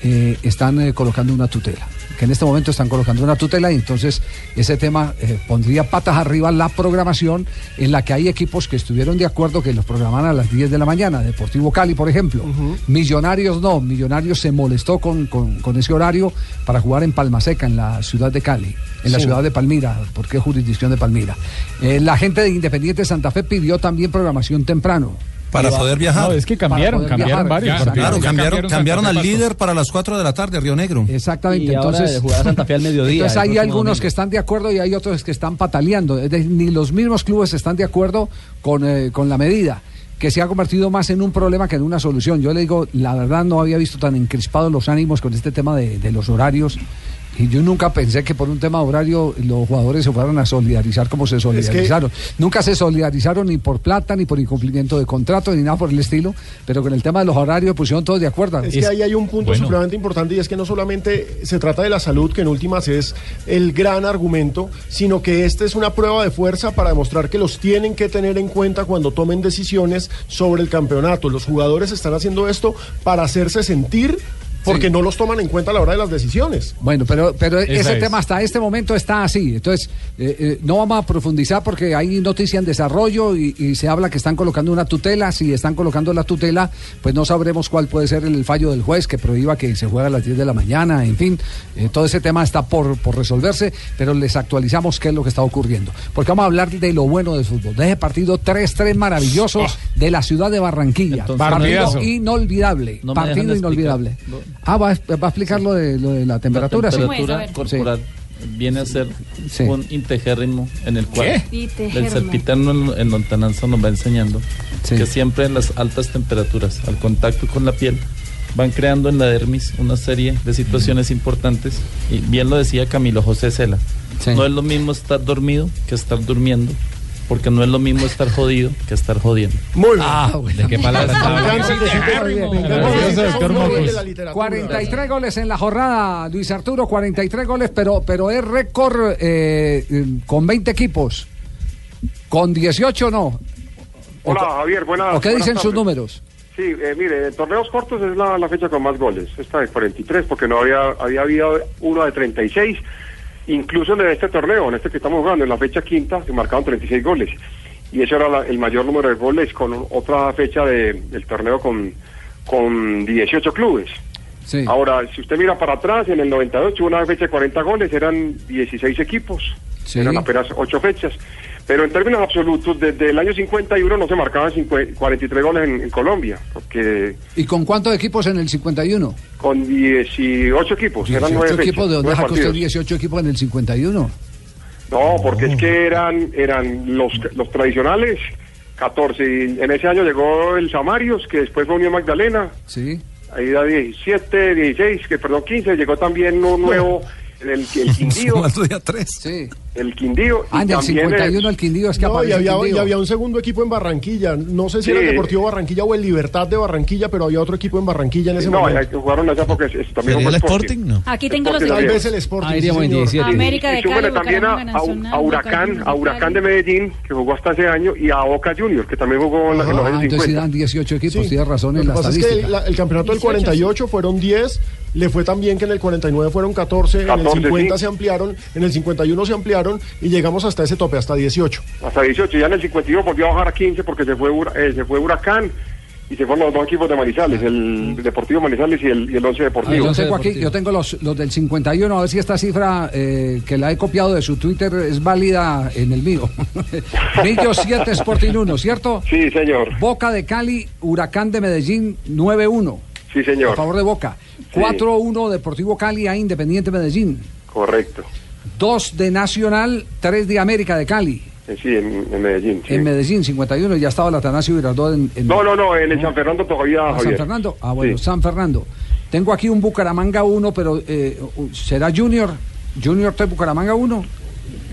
[SPEAKER 15] eh, están eh, colocando una tutela. Que en este momento están colocando una tutela y entonces ese tema eh, pondría patas arriba la programación en la que hay equipos que estuvieron de acuerdo que los programaran a las 10 de la mañana. Deportivo Cali, por ejemplo. Millonarios no. Millonarios se molestó con, con- con ese horario para jugar en Palmaseca, en la ciudad de Cali, en la
[SPEAKER 23] Sí.
[SPEAKER 15] ciudad de Palmira, porque es jurisdicción de Palmira. Eh, la gente de Independiente Santa Fe pidió también programación temprano.
[SPEAKER 9] Para poder viajar.
[SPEAKER 15] No, es que cambiaron, Para poder cambiaron viajar. varios
[SPEAKER 9] Claro,
[SPEAKER 15] partidos.
[SPEAKER 9] Claro, cambiaron,
[SPEAKER 15] Ya cambiaron
[SPEAKER 9] cambiaron
[SPEAKER 15] Santa
[SPEAKER 9] al
[SPEAKER 15] Fe,
[SPEAKER 9] líder para las 4 de la tarde, Río Negro.
[SPEAKER 15] Exactamente,
[SPEAKER 16] Y ahora
[SPEAKER 15] entonces
[SPEAKER 16] de jugar a Santa Fe al mediodía,
[SPEAKER 15] Entonces
[SPEAKER 16] el
[SPEAKER 15] hay
[SPEAKER 16] próximo
[SPEAKER 15] algunos
[SPEAKER 16] domingo.
[SPEAKER 15] que están de acuerdo y hay otros que están pataleando. Es decir, ni los mismos clubes están de acuerdo con, eh, con la medida. que se ha convertido más en un problema que en una solución. Yo le digo, la verdad no había visto tan encrispados los ánimos con este tema de, de los horarios. Y yo nunca pensé que por un tema de horario los jugadores se fueran a solidarizar como se solidarizaron. Nunca se solidarizaron ni por plata, ni por incumplimiento de contrato, ni nada por el estilo, pero con el tema de los horarios pues, pusieron todos de acuerdo.
[SPEAKER 4] Es que ahí hay un punto supremamente importante y es que no solamente se trata de la salud, que en últimas es el gran argumento, sino que esta es una prueba de fuerza para demostrar que los tienen que tener en cuenta cuando tomen decisiones sobre el campeonato. Los jugadores están haciendo esto para hacerse sentir porque no los toman en cuenta a la hora de las decisiones.
[SPEAKER 15] Bueno, pero, pero
[SPEAKER 4] Esa
[SPEAKER 15] ese
[SPEAKER 4] es.
[SPEAKER 15] tema hasta este momento está así. Entonces, eh, eh, no vamos a profundizar porque hay noticia en desarrollo y, y se habla que están colocando una tutela. Si están colocando la tutela, pues no sabremos cuál puede ser el fallo del juez que prohíba que se juegue a las 10 de la mañana. En fin, eh, todo ese tema está por, por resolverse, pero les actualizamos qué es lo que está ocurriendo. Porque vamos a hablar de lo bueno del fútbol, de ese partido 3-3
[SPEAKER 4] Ah.
[SPEAKER 15] maravilloso de la ciudad de Barranquilla.
[SPEAKER 12] Entonces,
[SPEAKER 15] partido
[SPEAKER 12] partidazo.
[SPEAKER 15] inolvidable,
[SPEAKER 12] No me dejan
[SPEAKER 15] partido
[SPEAKER 12] explicar.
[SPEAKER 15] inolvidable.
[SPEAKER 12] No.
[SPEAKER 15] Ah, va, a- va a explicar lo de, lo de la temperatura. sí.
[SPEAKER 22] temperatura corporal viene a ser un intejérrimo en el cual
[SPEAKER 24] Intejérrimo.
[SPEAKER 22] el serpiterno en lontananza nos va enseñando que siempre en las altas temperaturas, al contacto con la piel, van creando en la dermis una serie de situaciones importantes. Y bien lo decía Camilo José Cela, no es lo mismo estar dormido que estar durmiendo. Porque no es lo mismo estar jodido que estar jodiendo. Ah,
[SPEAKER 4] Muy bien.
[SPEAKER 22] ¿De qué palabra estaba?
[SPEAKER 4] literatura.
[SPEAKER 15] 43 goles en la jornada, Luis Arturo, 43 goles, pero, pero es récord eh, eh, con 20 equipos. ¿Con 18 no? ¿O
[SPEAKER 23] Hola,
[SPEAKER 15] qué-
[SPEAKER 23] Javier, buenas.
[SPEAKER 15] ¿O qué
[SPEAKER 23] Ah, buenas
[SPEAKER 15] dicen sus
[SPEAKER 23] tardes.
[SPEAKER 15] números?
[SPEAKER 23] Sí, eh, mire, en torneos cortos es la, la fecha con más goles. Esta de 43, porque no había, había habido uno de 36. Incluso en este torneo, en este que estamos jugando, en la fecha quinta, se marcaron 36 goles. Y ese era la- el mayor número de goles con otra fecha de- del torneo con, con 18 clubes. Ahora, si usted mira para atrás, en el 98 hubo una fecha de 40 goles, eran 16 equipos, eran apenas 8 fechas. Pero en términos absolutos, desde el año 51 no se marcaban 50 43 goles en, en Colombia, porque
[SPEAKER 15] ¿Y con cuántos equipos en el 51?
[SPEAKER 23] con 18 equipos, Pues eran 9 fechas.
[SPEAKER 15] equipos, ¿de dónde
[SPEAKER 23] nueve
[SPEAKER 15] sacó usted
[SPEAKER 23] partidos.
[SPEAKER 15] 18 equipos en el 51?
[SPEAKER 23] No, porque es que eran eran los, los tradicionales 14. Y en ese año llegó el Samarios, que después fue Unión Magdalena.
[SPEAKER 15] Sí.
[SPEAKER 23] Ahí era 17, 16, que perdón, 15. Llegó también un nuevo, el, el, el Quindío.
[SPEAKER 15] Sí.
[SPEAKER 23] El Quindío.
[SPEAKER 15] Ah, en el
[SPEAKER 23] también el-
[SPEAKER 15] 51 el Quindío es que
[SPEAKER 4] No, y
[SPEAKER 15] aparece el
[SPEAKER 4] había, y
[SPEAKER 15] Quindío.
[SPEAKER 4] había un segundo equipo en Barranquilla. No sé si era el
[SPEAKER 23] Sí.
[SPEAKER 4] Deportivo Barranquilla o el Libertad de Barranquilla, pero había otro equipo en Barranquilla en ese
[SPEAKER 23] No,
[SPEAKER 4] momento.
[SPEAKER 23] eh, jugaron allá porque es- es- también
[SPEAKER 4] ¿Sería
[SPEAKER 23] fue
[SPEAKER 4] el Sporting?
[SPEAKER 23] No.
[SPEAKER 19] Aquí tengo los
[SPEAKER 4] Tal
[SPEAKER 19] equipos.
[SPEAKER 4] vez el Sporting.
[SPEAKER 23] Ahí
[SPEAKER 4] sí,
[SPEAKER 23] iríamos en
[SPEAKER 4] señor.
[SPEAKER 23] 17.
[SPEAKER 19] América de
[SPEAKER 23] Y súmele
[SPEAKER 19] Cali,
[SPEAKER 23] también a,
[SPEAKER 19] Bucaramanga,
[SPEAKER 23] a-
[SPEAKER 19] Nacional,
[SPEAKER 23] a Huracán,
[SPEAKER 19] Bucaramanga,
[SPEAKER 23] a Huracán de Medellín, que jugó hasta ese año, y a Boca Juniors, que también jugó en, la- en los
[SPEAKER 15] Ah,
[SPEAKER 23] años
[SPEAKER 15] entonces
[SPEAKER 23] 50.
[SPEAKER 15] eran 18 equipos, tienes razón
[SPEAKER 4] Lo
[SPEAKER 15] en
[SPEAKER 4] que
[SPEAKER 15] la
[SPEAKER 4] pasa es que
[SPEAKER 15] estadística.
[SPEAKER 4] el, la- el campeonato del 48 fueron 10, le fue también que en el 49 fueron 14, en el
[SPEAKER 23] 14,
[SPEAKER 4] 50
[SPEAKER 23] sí.
[SPEAKER 4] se ampliaron, en el 51 se ampliaron y llegamos hasta ese tope, hasta 18.
[SPEAKER 23] Hasta 18, ya en el 52 volvió a bajar a 15 porque se fue, Hura- eh, se fue Huracán y se fueron los dos equipos de Manizales, el Deportivo Manizales y el, y el Once
[SPEAKER 15] Ah,
[SPEAKER 23] Deportivo.
[SPEAKER 15] yo, tengo aquí, yo tengo los, los del 51, a ver si esta cifra eh, que la he copiado de su Twitter es válida en el mío. Millo 7 Sporting 1, ¿cierto?
[SPEAKER 23] Sí, señor.
[SPEAKER 15] Boca de Cali, Huracán de Medellín 9-1.
[SPEAKER 23] Sí,
[SPEAKER 15] A
[SPEAKER 23] señor.
[SPEAKER 15] favor de Boca. 4-1 Deportivo Cali a Independiente Medellín.
[SPEAKER 23] Correcto.
[SPEAKER 15] 2 de Nacional, 3 de América de Cali.
[SPEAKER 23] Eh, Sí, en, en Medellín. sí.
[SPEAKER 15] En Medellín 51, ya estaba el Atanasio Girardot en, en-
[SPEAKER 23] No, no, no, en el San Fernando todavía,
[SPEAKER 15] ¿A San
[SPEAKER 23] Javier.
[SPEAKER 15] Fernando? Ah, bueno, San Fernando. Tengo aquí un Bucaramanga 1, pero eh, ¿será Junior? ¿Junior 3, Bucaramanga 1?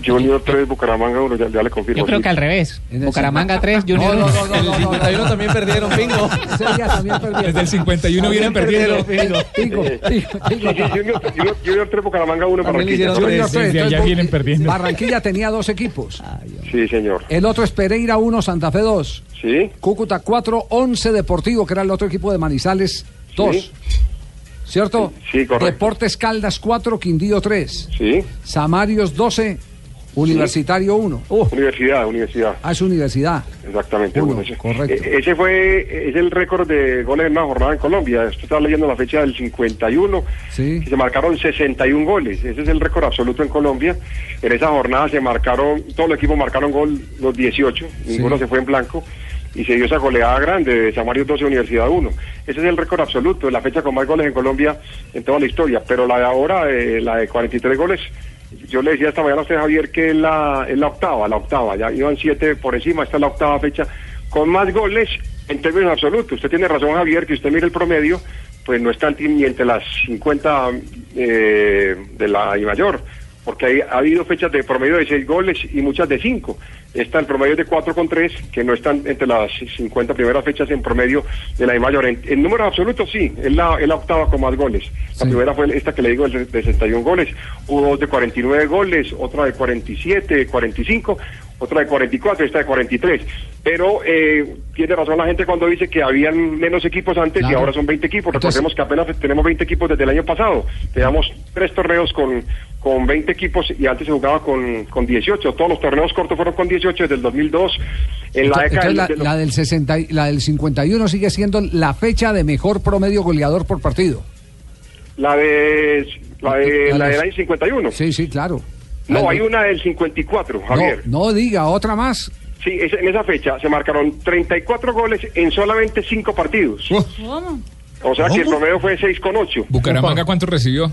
[SPEAKER 23] Junior 3, Bucaramanga 1, ya, ya le confirmo.
[SPEAKER 20] Yo creo
[SPEAKER 23] sí.
[SPEAKER 20] que al revés.
[SPEAKER 15] el
[SPEAKER 20] Bucaramanga 3, Junior
[SPEAKER 15] No, no,
[SPEAKER 20] 1.
[SPEAKER 17] En el 51 también perdieron, pingo. Desde el 51 vienen perdiendo.
[SPEAKER 23] Eh, sí, sí, Junior, Junior, Junior 3, Bucaramanga 1, Barranquilla.
[SPEAKER 15] Junior tres, entonces, Bu- Barranquilla tenía dos equipos.
[SPEAKER 23] Ah, Sí, señor.
[SPEAKER 15] El otro es Pereira 1, Santa Fe 2.
[SPEAKER 23] Sí.
[SPEAKER 15] Cúcuta 4, 11 Deportivo, que era el otro equipo de Manizales 2. ¿Cierto?
[SPEAKER 23] Sí, correcto.
[SPEAKER 15] Deportes Caldas 4, Quindío 3.
[SPEAKER 23] Sí.
[SPEAKER 15] Samarios 12, Universitario 1.
[SPEAKER 23] Universidad, universidad.
[SPEAKER 15] Ah, es universidad.
[SPEAKER 23] Exactamente.
[SPEAKER 15] Uno,
[SPEAKER 23] uno, ese.
[SPEAKER 15] correcto.
[SPEAKER 23] Eh, Ese fue es el récord de goles en una jornada en Colombia. Esto está leyendo la fecha del 51.
[SPEAKER 15] Sí.
[SPEAKER 23] que Se marcaron 61 goles. Ese es el récord absoluto en Colombia. En esa jornada se marcaron, todos los equipos marcaron gol los 18. Ninguno se fue en blanco. Y se dio esa goleada grande de Samarios 12, Universidad 1. Ese es el récord absoluto de la fecha con más goles en Colombia en toda la historia. Pero la de ahora, eh, la de 43 goles, yo le decía esta mañana a usted, Javier, que es la, es la octava, la octava. Ya iban siete por encima, esta es la octava fecha con más goles en términos absolutos. Usted tiene razón, Javier, que usted mire el promedio, pues no está ni entre las 50 eh, de la I mayor, porque hay- ha habido fechas de promedio de 6 goles y muchas de 5. Está el promedio de 4 con 3, que no están entre las 50 primeras fechas en promedio de la I mayor. En, en números absolutos, sí, es la, es la octava con más goles. La primera fue esta que le digo, el de 61 goles. Hubo dos de 49 goles, otra de 47, 45 otra de 44 y esta de 43. Pero eh, tiene razón la gente cuando dice que habían menos equipos antes y
[SPEAKER 15] Claro.
[SPEAKER 23] ahora son 20 equipos. Recordemos que apenas tenemos 20 equipos desde el año pasado. Teníamos tres torneos con, con 20 equipos y antes se jugaba con, con 18. Todos los torneos cortos fueron con 18 desde el 2002. En la
[SPEAKER 15] Entonces,
[SPEAKER 23] década
[SPEAKER 15] entonces
[SPEAKER 23] del-
[SPEAKER 15] la,
[SPEAKER 23] de los-
[SPEAKER 15] la del 60, y- la del 51 sigue siendo la fecha de mejor promedio goleador por partido.
[SPEAKER 23] la de la, de,
[SPEAKER 15] La
[SPEAKER 23] la
[SPEAKER 15] de-
[SPEAKER 23] del año 51.
[SPEAKER 15] Sí, sí, claro.
[SPEAKER 23] No, hay una del 54, Javier.
[SPEAKER 15] No, no diga, otra más.
[SPEAKER 23] Sí, es- en esa fecha se marcaron 34 goles en solamente 5 partidos.
[SPEAKER 19] ¿Cómo?
[SPEAKER 23] O sea que el promedio fue 6 con 8.
[SPEAKER 17] Bucaramanga, ¿cuánto recibió?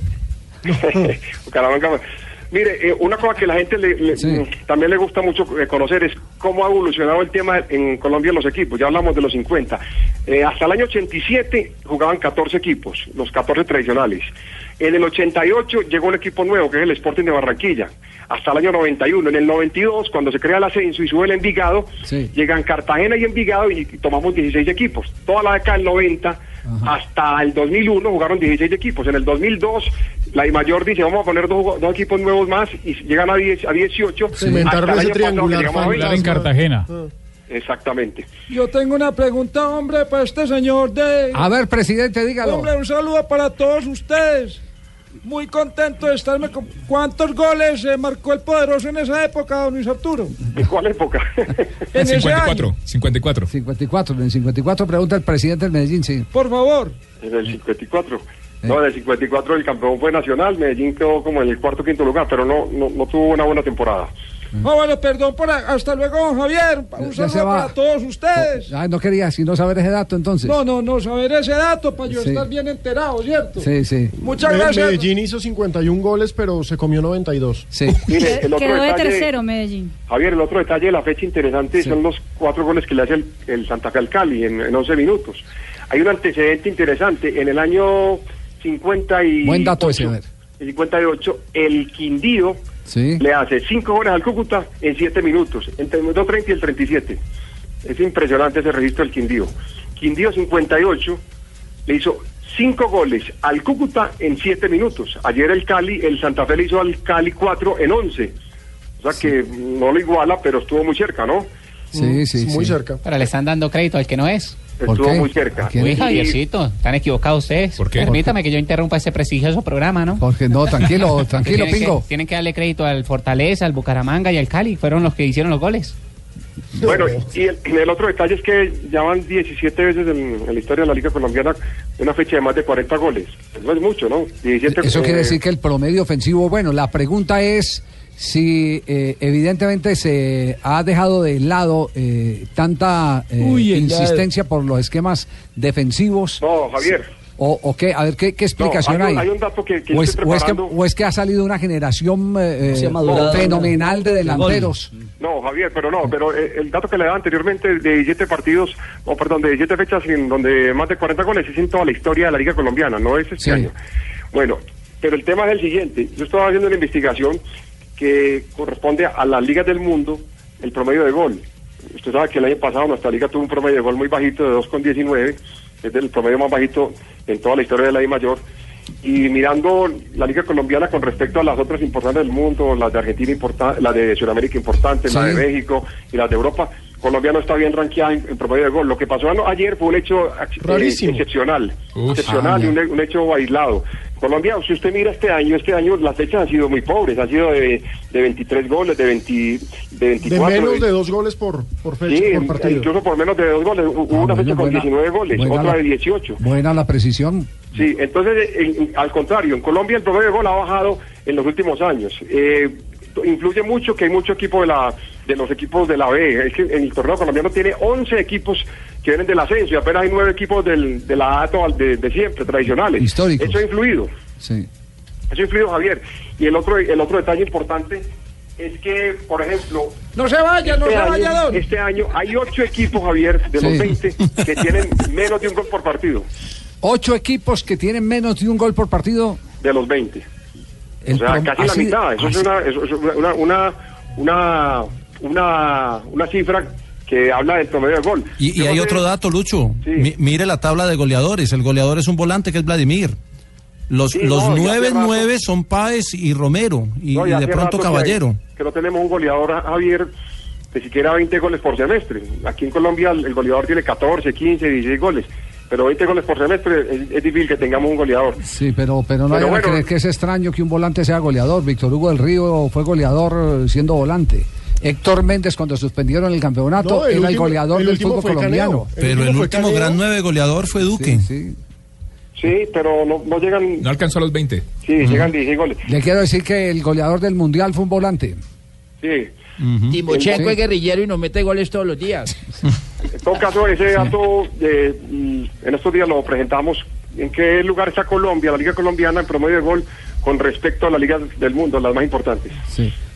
[SPEAKER 23] Bucaramanga. Mire, eh, una cosa que la gente le- le- mm, también le gusta mucho eh, conocer es cómo ha evolucionado el tema en Colombia en los equipos. Ya hablamos de los 50. Eh, hasta el año 87 jugaban 14 equipos, los 14 tradicionales. En el 88 llegó un equipo nuevo, que es el Sporting de Barranquilla, hasta el año 91. En el 92, cuando se crea el ascenso y sube el Envigado, llegan Cartagena y Envigado y tomamos 16 equipos. Toda la década del 90 hasta el 2001 jugaron 16 equipos. En el 2002 la I mayor dice, vamos a poner dos, dos equipos nuevos más y llegan a, 10, a 18.
[SPEAKER 4] Se inventaron
[SPEAKER 23] Hasta el
[SPEAKER 4] ese
[SPEAKER 23] año pasado que
[SPEAKER 4] triangular
[SPEAKER 23] llegamos a
[SPEAKER 4] fantasma.
[SPEAKER 23] 20.
[SPEAKER 12] en Cartagena.
[SPEAKER 23] Exactamente.
[SPEAKER 21] Yo tengo una pregunta, hombre, para este señor de...
[SPEAKER 15] A ver, presidente, dígalo.
[SPEAKER 21] Hombre, un saludo para todos ustedes. Muy contento de estarme con... ¿Cuántos goles eh, marcó el poderoso en esa época, don Luis Arturo?
[SPEAKER 23] ¿En cuál época?
[SPEAKER 3] Ah,
[SPEAKER 21] En ese año.
[SPEAKER 17] 54.
[SPEAKER 15] 54, en el 54 pregunta el presidente del Medellín, sí.
[SPEAKER 21] Por favor.
[SPEAKER 23] En
[SPEAKER 4] Eh.
[SPEAKER 23] el 54. No, en el 54 el campeón fue Nacional, Medellín quedó como en el cuarto quinto lugar, pero no, no, no tuvo una buena temporada.
[SPEAKER 21] Ah, bueno, perdón por... a- Hasta luego, don Javier. Un
[SPEAKER 15] Ya se
[SPEAKER 21] saludo
[SPEAKER 15] va.
[SPEAKER 21] para todos ustedes.
[SPEAKER 15] Ah, no quería sino saber ese dato entonces.
[SPEAKER 21] No, no, no, saber ese dato para yo
[SPEAKER 15] Sí.
[SPEAKER 21] estar bien enterado, ¿cierto?
[SPEAKER 15] Sí, sí.
[SPEAKER 21] Muchas
[SPEAKER 4] Me-
[SPEAKER 21] gracias.
[SPEAKER 4] Medellín hizo 51 goles, pero se comió 92.
[SPEAKER 15] Sí.
[SPEAKER 23] Mire, el otro
[SPEAKER 19] Quedó de
[SPEAKER 23] detalle-
[SPEAKER 19] tercero Medellín.
[SPEAKER 23] Javier, el otro detalle de la fecha interesante son los cuatro goles que le hace el, el Santa Fe al Cali en, en 11 minutos. Hay un antecedente interesante. En el año 50 y
[SPEAKER 15] Buen dato ese, a ver.
[SPEAKER 23] el 58, el Quindío
[SPEAKER 15] Sí.
[SPEAKER 23] le hace cinco goles al Cúcuta en 7 minutos, entre el 2.30 y el 37. Es impresionante ese registro del Quindío. Quindío 58 le hizo cinco goles al Cúcuta en 7 minutos. Ayer el Cali, el Santa Fe le hizo al Cali 4 en 11. O sea que no lo iguala, pero estuvo muy cerca, ¿no?
[SPEAKER 20] Mm,
[SPEAKER 15] Sí, sí, sí.
[SPEAKER 4] cerca.
[SPEAKER 20] Pero le están dando crédito al que no es.
[SPEAKER 23] Estuvo muy cerca.
[SPEAKER 20] Uy, Javiercito, están equivocados ustedes. Permítame que yo interrumpa ese prestigioso programa, ¿no?
[SPEAKER 15] Porque no, tranquilo, tranquilo,
[SPEAKER 20] Tienen que-
[SPEAKER 15] Pingo.
[SPEAKER 20] tienen que darle crédito al Fortaleza, al Bucaramanga y al Cali. Fueron los que hicieron los goles.
[SPEAKER 23] Bueno, y el, el otro detalle es que ya van 17 veces en, en la historia de la Liga Colombiana una fecha de más de 40 goles. No es mucho, ¿no? 17,
[SPEAKER 15] Eso quiere
[SPEAKER 23] eh,
[SPEAKER 15] decir que el promedio ofensivo, bueno, la pregunta es si eh, evidentemente se ha dejado de lado eh, tanta eh,
[SPEAKER 23] Uy, el-
[SPEAKER 15] insistencia por los esquemas defensivos.
[SPEAKER 23] No, Javier.
[SPEAKER 15] O, o qué, a ver, ¿qué, qué explicación
[SPEAKER 23] No, hay,
[SPEAKER 15] hay?
[SPEAKER 23] un- hay un dato que, que yo
[SPEAKER 15] o, es,
[SPEAKER 23] estoy
[SPEAKER 15] o es que,
[SPEAKER 23] preparando.
[SPEAKER 15] o es que ha salido una generación eh,
[SPEAKER 23] Se ha
[SPEAKER 15] eh,
[SPEAKER 23] madurado.
[SPEAKER 15] fenomenal de delanteros.
[SPEAKER 23] No, Javier, pero no, pero eh, el dato que le daba anteriormente de 17 partidos, o perdón, de 17 fechas en donde más de 40 goles es en toda la historia de la Liga Colombiana, no es este año. Bueno, pero el tema es el siguiente. Yo estaba haciendo una investigación que corresponde a las ligas del mundo, el promedio de gol. Usted sabe que el año pasado nuestra liga tuvo un promedio de gol muy bajito de 2,19, es el promedio más bajito en toda la historia de la I mayor. Y mirando la liga colombiana con respecto a las otras importantes del mundo, las de Argentina importante, la de Sudamérica importante, la de México y las de Europa, Colombia no está bien rankeada en, en promedio de gol. Lo que pasó ano- ayer fue un hecho ac- eh,
[SPEAKER 4] Rarísimo.
[SPEAKER 23] excepcional,
[SPEAKER 4] Uf.
[SPEAKER 23] excepcional
[SPEAKER 4] Ah,
[SPEAKER 23] y un, he- un hecho aislado. Colombia, si usted mira este año, este año las fechas han sido muy pobres, han sido de, de 23 goles, de 20, de
[SPEAKER 4] De
[SPEAKER 23] 24.
[SPEAKER 4] menos
[SPEAKER 23] de-
[SPEAKER 4] de dos goles por, por fecha,
[SPEAKER 23] Sí,
[SPEAKER 4] por partido. Ah,
[SPEAKER 23] incluso por menos de dos goles. Hubo una fecha con
[SPEAKER 15] buena-
[SPEAKER 23] 19 goles,
[SPEAKER 15] buena
[SPEAKER 23] otra
[SPEAKER 15] la-
[SPEAKER 23] de 18.
[SPEAKER 15] Buena la precisión.
[SPEAKER 23] Sí, entonces, en- en- al contrario, en Colombia el promedio de gol ha bajado en los últimos años. Eh, influye mucho que hay mucho equipo de la de los equipos de la B. Es que en el torneo colombiano tiene 11 equipos que vienen del ascenso y apenas hay 9 equipos del, de la A to- de, de siempre, tradicionales.
[SPEAKER 15] Históricos.
[SPEAKER 23] Eso ha influido.
[SPEAKER 15] Sí.
[SPEAKER 23] Eso ha influido Javier. Y el otro, el otro detalle importante es que, por ejemplo...
[SPEAKER 21] No se vaya, no se
[SPEAKER 23] año-
[SPEAKER 21] vaya, don.
[SPEAKER 23] Este año hay ocho equipos, Javier, de los 20, que tienen menos de un gol por partido,
[SPEAKER 15] Ocho equipos que tienen menos de un gol por partido.
[SPEAKER 23] de los 20.
[SPEAKER 15] El
[SPEAKER 23] o sea,
[SPEAKER 15] prom-
[SPEAKER 23] casi la
[SPEAKER 15] así-
[SPEAKER 23] mitad. Eso es
[SPEAKER 15] así-
[SPEAKER 23] una, eso es una, una, una, una, una cifra que habla del promedio de gol.
[SPEAKER 9] Y, y
[SPEAKER 23] Yo
[SPEAKER 9] hay
[SPEAKER 23] no sé-
[SPEAKER 9] otro dato, Lucho. Mi- mire la tabla de goleadores. El goleador es un volante que es Vladimir. Los,
[SPEAKER 23] Sí,
[SPEAKER 9] los
[SPEAKER 23] no, y hace
[SPEAKER 9] nueve,
[SPEAKER 23] rato-
[SPEAKER 9] nueve son Páez y Romero. Y,
[SPEAKER 23] No,
[SPEAKER 9] y
[SPEAKER 23] hace
[SPEAKER 9] de pronto
[SPEAKER 23] rato que-
[SPEAKER 9] Caballero.
[SPEAKER 23] Que, no tenemos un goleador, Javier, de siquiera 20 goles por semestre. Aquí en Colombia el, el goleador tiene 14, 15, 16 goles. Pero 20 goles por semestre es, es difícil que tengamos un goleador.
[SPEAKER 15] Sí, pero, pero no
[SPEAKER 23] Pero
[SPEAKER 15] hay que
[SPEAKER 23] bueno.
[SPEAKER 15] creer que es extraño que un volante sea goleador. Víctor Hugo del Río fue goleador eh, siendo volante. Héctor Méndez, cuando suspendieron el campeonato,
[SPEAKER 23] No, el
[SPEAKER 15] era el
[SPEAKER 23] último-
[SPEAKER 15] goleador
[SPEAKER 23] el
[SPEAKER 15] del
[SPEAKER 23] último
[SPEAKER 15] fútbol
[SPEAKER 23] fue Caneo.
[SPEAKER 15] colombiano.
[SPEAKER 23] El
[SPEAKER 9] Pero el
[SPEAKER 23] último fue
[SPEAKER 9] último
[SPEAKER 23] Caneo.
[SPEAKER 9] gran nueve goleador fue Duque.
[SPEAKER 23] Sí, pero no, no llegan.
[SPEAKER 17] No alcanzó a los 20.
[SPEAKER 23] Sí, llegan 16 goles.
[SPEAKER 15] Le quiero decir que el goleador del Mundial fue un volante.
[SPEAKER 23] Sí.
[SPEAKER 3] Timochenko
[SPEAKER 15] Sí.
[SPEAKER 3] es guerrillero y nos mete goles todos los días.
[SPEAKER 23] En todo caso, ese dato eh, mm, en estos días lo presentamos. ¿En qué lugar está Colombia, la Liga Colombiana, en promedio de gol con respecto a las ligas del mundo, las más importantes?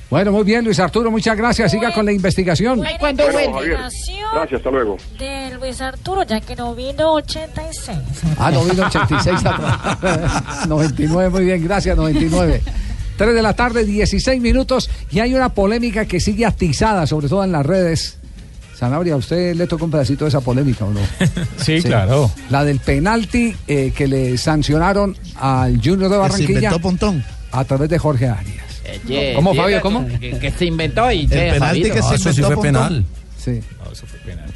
[SPEAKER 15] Bueno, muy bien, Luis Arturo, muchas gracias. Siga con la investigación.
[SPEAKER 23] cuando Bueno, vuelve. Javier. Gracias, hasta luego.
[SPEAKER 24] De Luis Arturo, ya que no vino 86.
[SPEAKER 15] Ah, no vino 86 atrás. 99, muy bien, gracias, 99. 3 de la tarde, 16 minutos, y hay una polémica que sigue atizada, sobre todo en las redes. Sanabria, ¿a usted le tocó un pedacito de esa polémica o no?
[SPEAKER 12] Sí, claro.
[SPEAKER 15] La del penalti eh, que le sancionaron al Junior de
[SPEAKER 5] se
[SPEAKER 15] Barranquilla.
[SPEAKER 5] inventó
[SPEAKER 15] a través de Jorge Arias.
[SPEAKER 3] Yeah,
[SPEAKER 15] ¿Cómo,
[SPEAKER 3] sí,
[SPEAKER 15] Fabio,
[SPEAKER 3] era
[SPEAKER 15] cómo?
[SPEAKER 3] Que, que se inventó y che, Fabito.
[SPEAKER 15] Sí.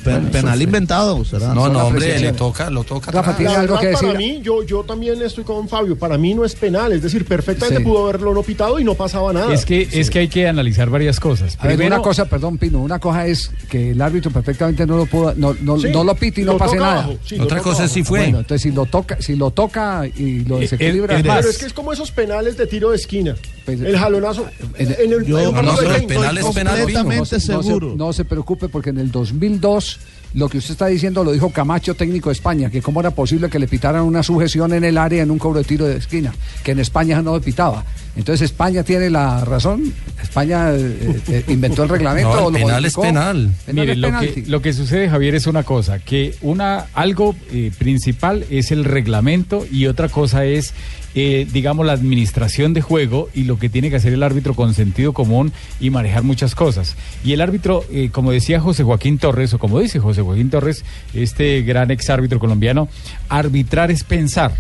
[SPEAKER 5] Pe- penal inventado, será.
[SPEAKER 9] No, no, hombre, le
[SPEAKER 5] apreciaciones.
[SPEAKER 9] toca, lo toca. atrás.
[SPEAKER 4] La verdad, para mí, yo, yo también estoy con Fabio. Para mí no es penal, es decir, perfectamente
[SPEAKER 12] Sí.
[SPEAKER 4] pudo haberlo no pitado y no pasaba
[SPEAKER 15] Ah,
[SPEAKER 4] nada.
[SPEAKER 12] Es que, es que hay que analizar varias cosas.
[SPEAKER 15] A ver, una cosa, perdón, Pino, una cosa es que el árbitro perfectamente no lo pudo, no, no,
[SPEAKER 12] Sí,
[SPEAKER 15] no lo pite y no
[SPEAKER 12] lo
[SPEAKER 15] pase
[SPEAKER 12] toca
[SPEAKER 15] nada.
[SPEAKER 12] abajo, sí, lo Otra toca cosa es si abajo. fue.
[SPEAKER 15] Bueno, entonces si lo toca, si lo toca y lo
[SPEAKER 4] Eh,
[SPEAKER 15] desequilibra.
[SPEAKER 4] pero es que es como esos penales de tiro de esquina. el jalonazo. En el,
[SPEAKER 15] Yo-
[SPEAKER 4] hay un
[SPEAKER 15] no,
[SPEAKER 4] partido
[SPEAKER 15] pero
[SPEAKER 4] de
[SPEAKER 15] el
[SPEAKER 4] veinte,
[SPEAKER 15] penal
[SPEAKER 4] estoy
[SPEAKER 15] es penal,
[SPEAKER 4] completamente
[SPEAKER 15] Pino, no se- no se- No se, preocupe porque en el 2002 lo que usted está diciendo lo dijo Camacho, técnico de España, que cómo era posible que le pitaran una sujeción en el área en un cobro de tiro de esquina, que en España no le pitaba. Entonces España tiene la razón, España eh, eh, inventó el reglamento.
[SPEAKER 9] No, el
[SPEAKER 15] o lo
[SPEAKER 9] penal es
[SPEAKER 15] modificó.
[SPEAKER 9] penal.
[SPEAKER 15] Penal
[SPEAKER 12] Mire,
[SPEAKER 15] es
[SPEAKER 12] lo
[SPEAKER 15] penalti.
[SPEAKER 12] que, lo que sucede, Javier, es una cosa, que una algo eh, principal es el reglamento y otra cosa es, eh, digamos, la administración de juego y lo que tiene que hacer el árbitro con sentido común y manejar muchas cosas. Y el árbitro, eh, como decía José Joaquín Torres, o como dice José Joaquín Torres, este gran ex árbitro colombiano, arbitrar es pensar.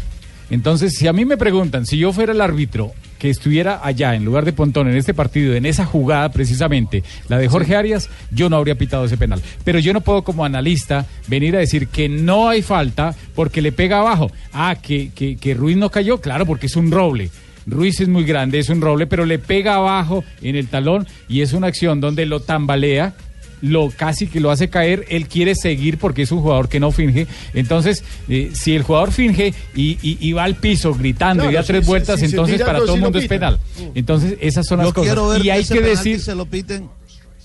[SPEAKER 12] Entonces, si a mí me preguntan, si yo fuera el árbitro que estuviera allá en lugar de Pontón en este partido, en esa jugada precisamente, la de Jorge Arias, yo no habría pitado ese penal. Pero yo no puedo como analista venir a decir que no hay falta porque le pega abajo. Ah, que, que, que Ruiz no cayó, claro, porque es un roble. Ruiz es muy grande, es un roble, pero le pega abajo en el talón y es una acción donde lo tambalea lo casi que lo hace caer, él quiere seguir porque es un jugador que no finge. Entonces, eh, si el jugador finge y, y- y va al piso gritando y
[SPEAKER 5] Claro,
[SPEAKER 12] da
[SPEAKER 5] si-
[SPEAKER 12] tres
[SPEAKER 5] si-
[SPEAKER 12] vueltas,
[SPEAKER 5] si se
[SPEAKER 12] entonces
[SPEAKER 5] tira,
[SPEAKER 12] para
[SPEAKER 5] no,
[SPEAKER 12] todo el
[SPEAKER 5] si lo Mm.
[SPEAKER 12] mundo es
[SPEAKER 5] pitan.
[SPEAKER 12] penal. Entonces, esas son
[SPEAKER 5] Yo
[SPEAKER 12] las cosas.
[SPEAKER 5] quiero ver
[SPEAKER 12] Y hay
[SPEAKER 5] ese
[SPEAKER 12] que
[SPEAKER 5] penalti
[SPEAKER 12] decir...
[SPEAKER 5] Se lo piten.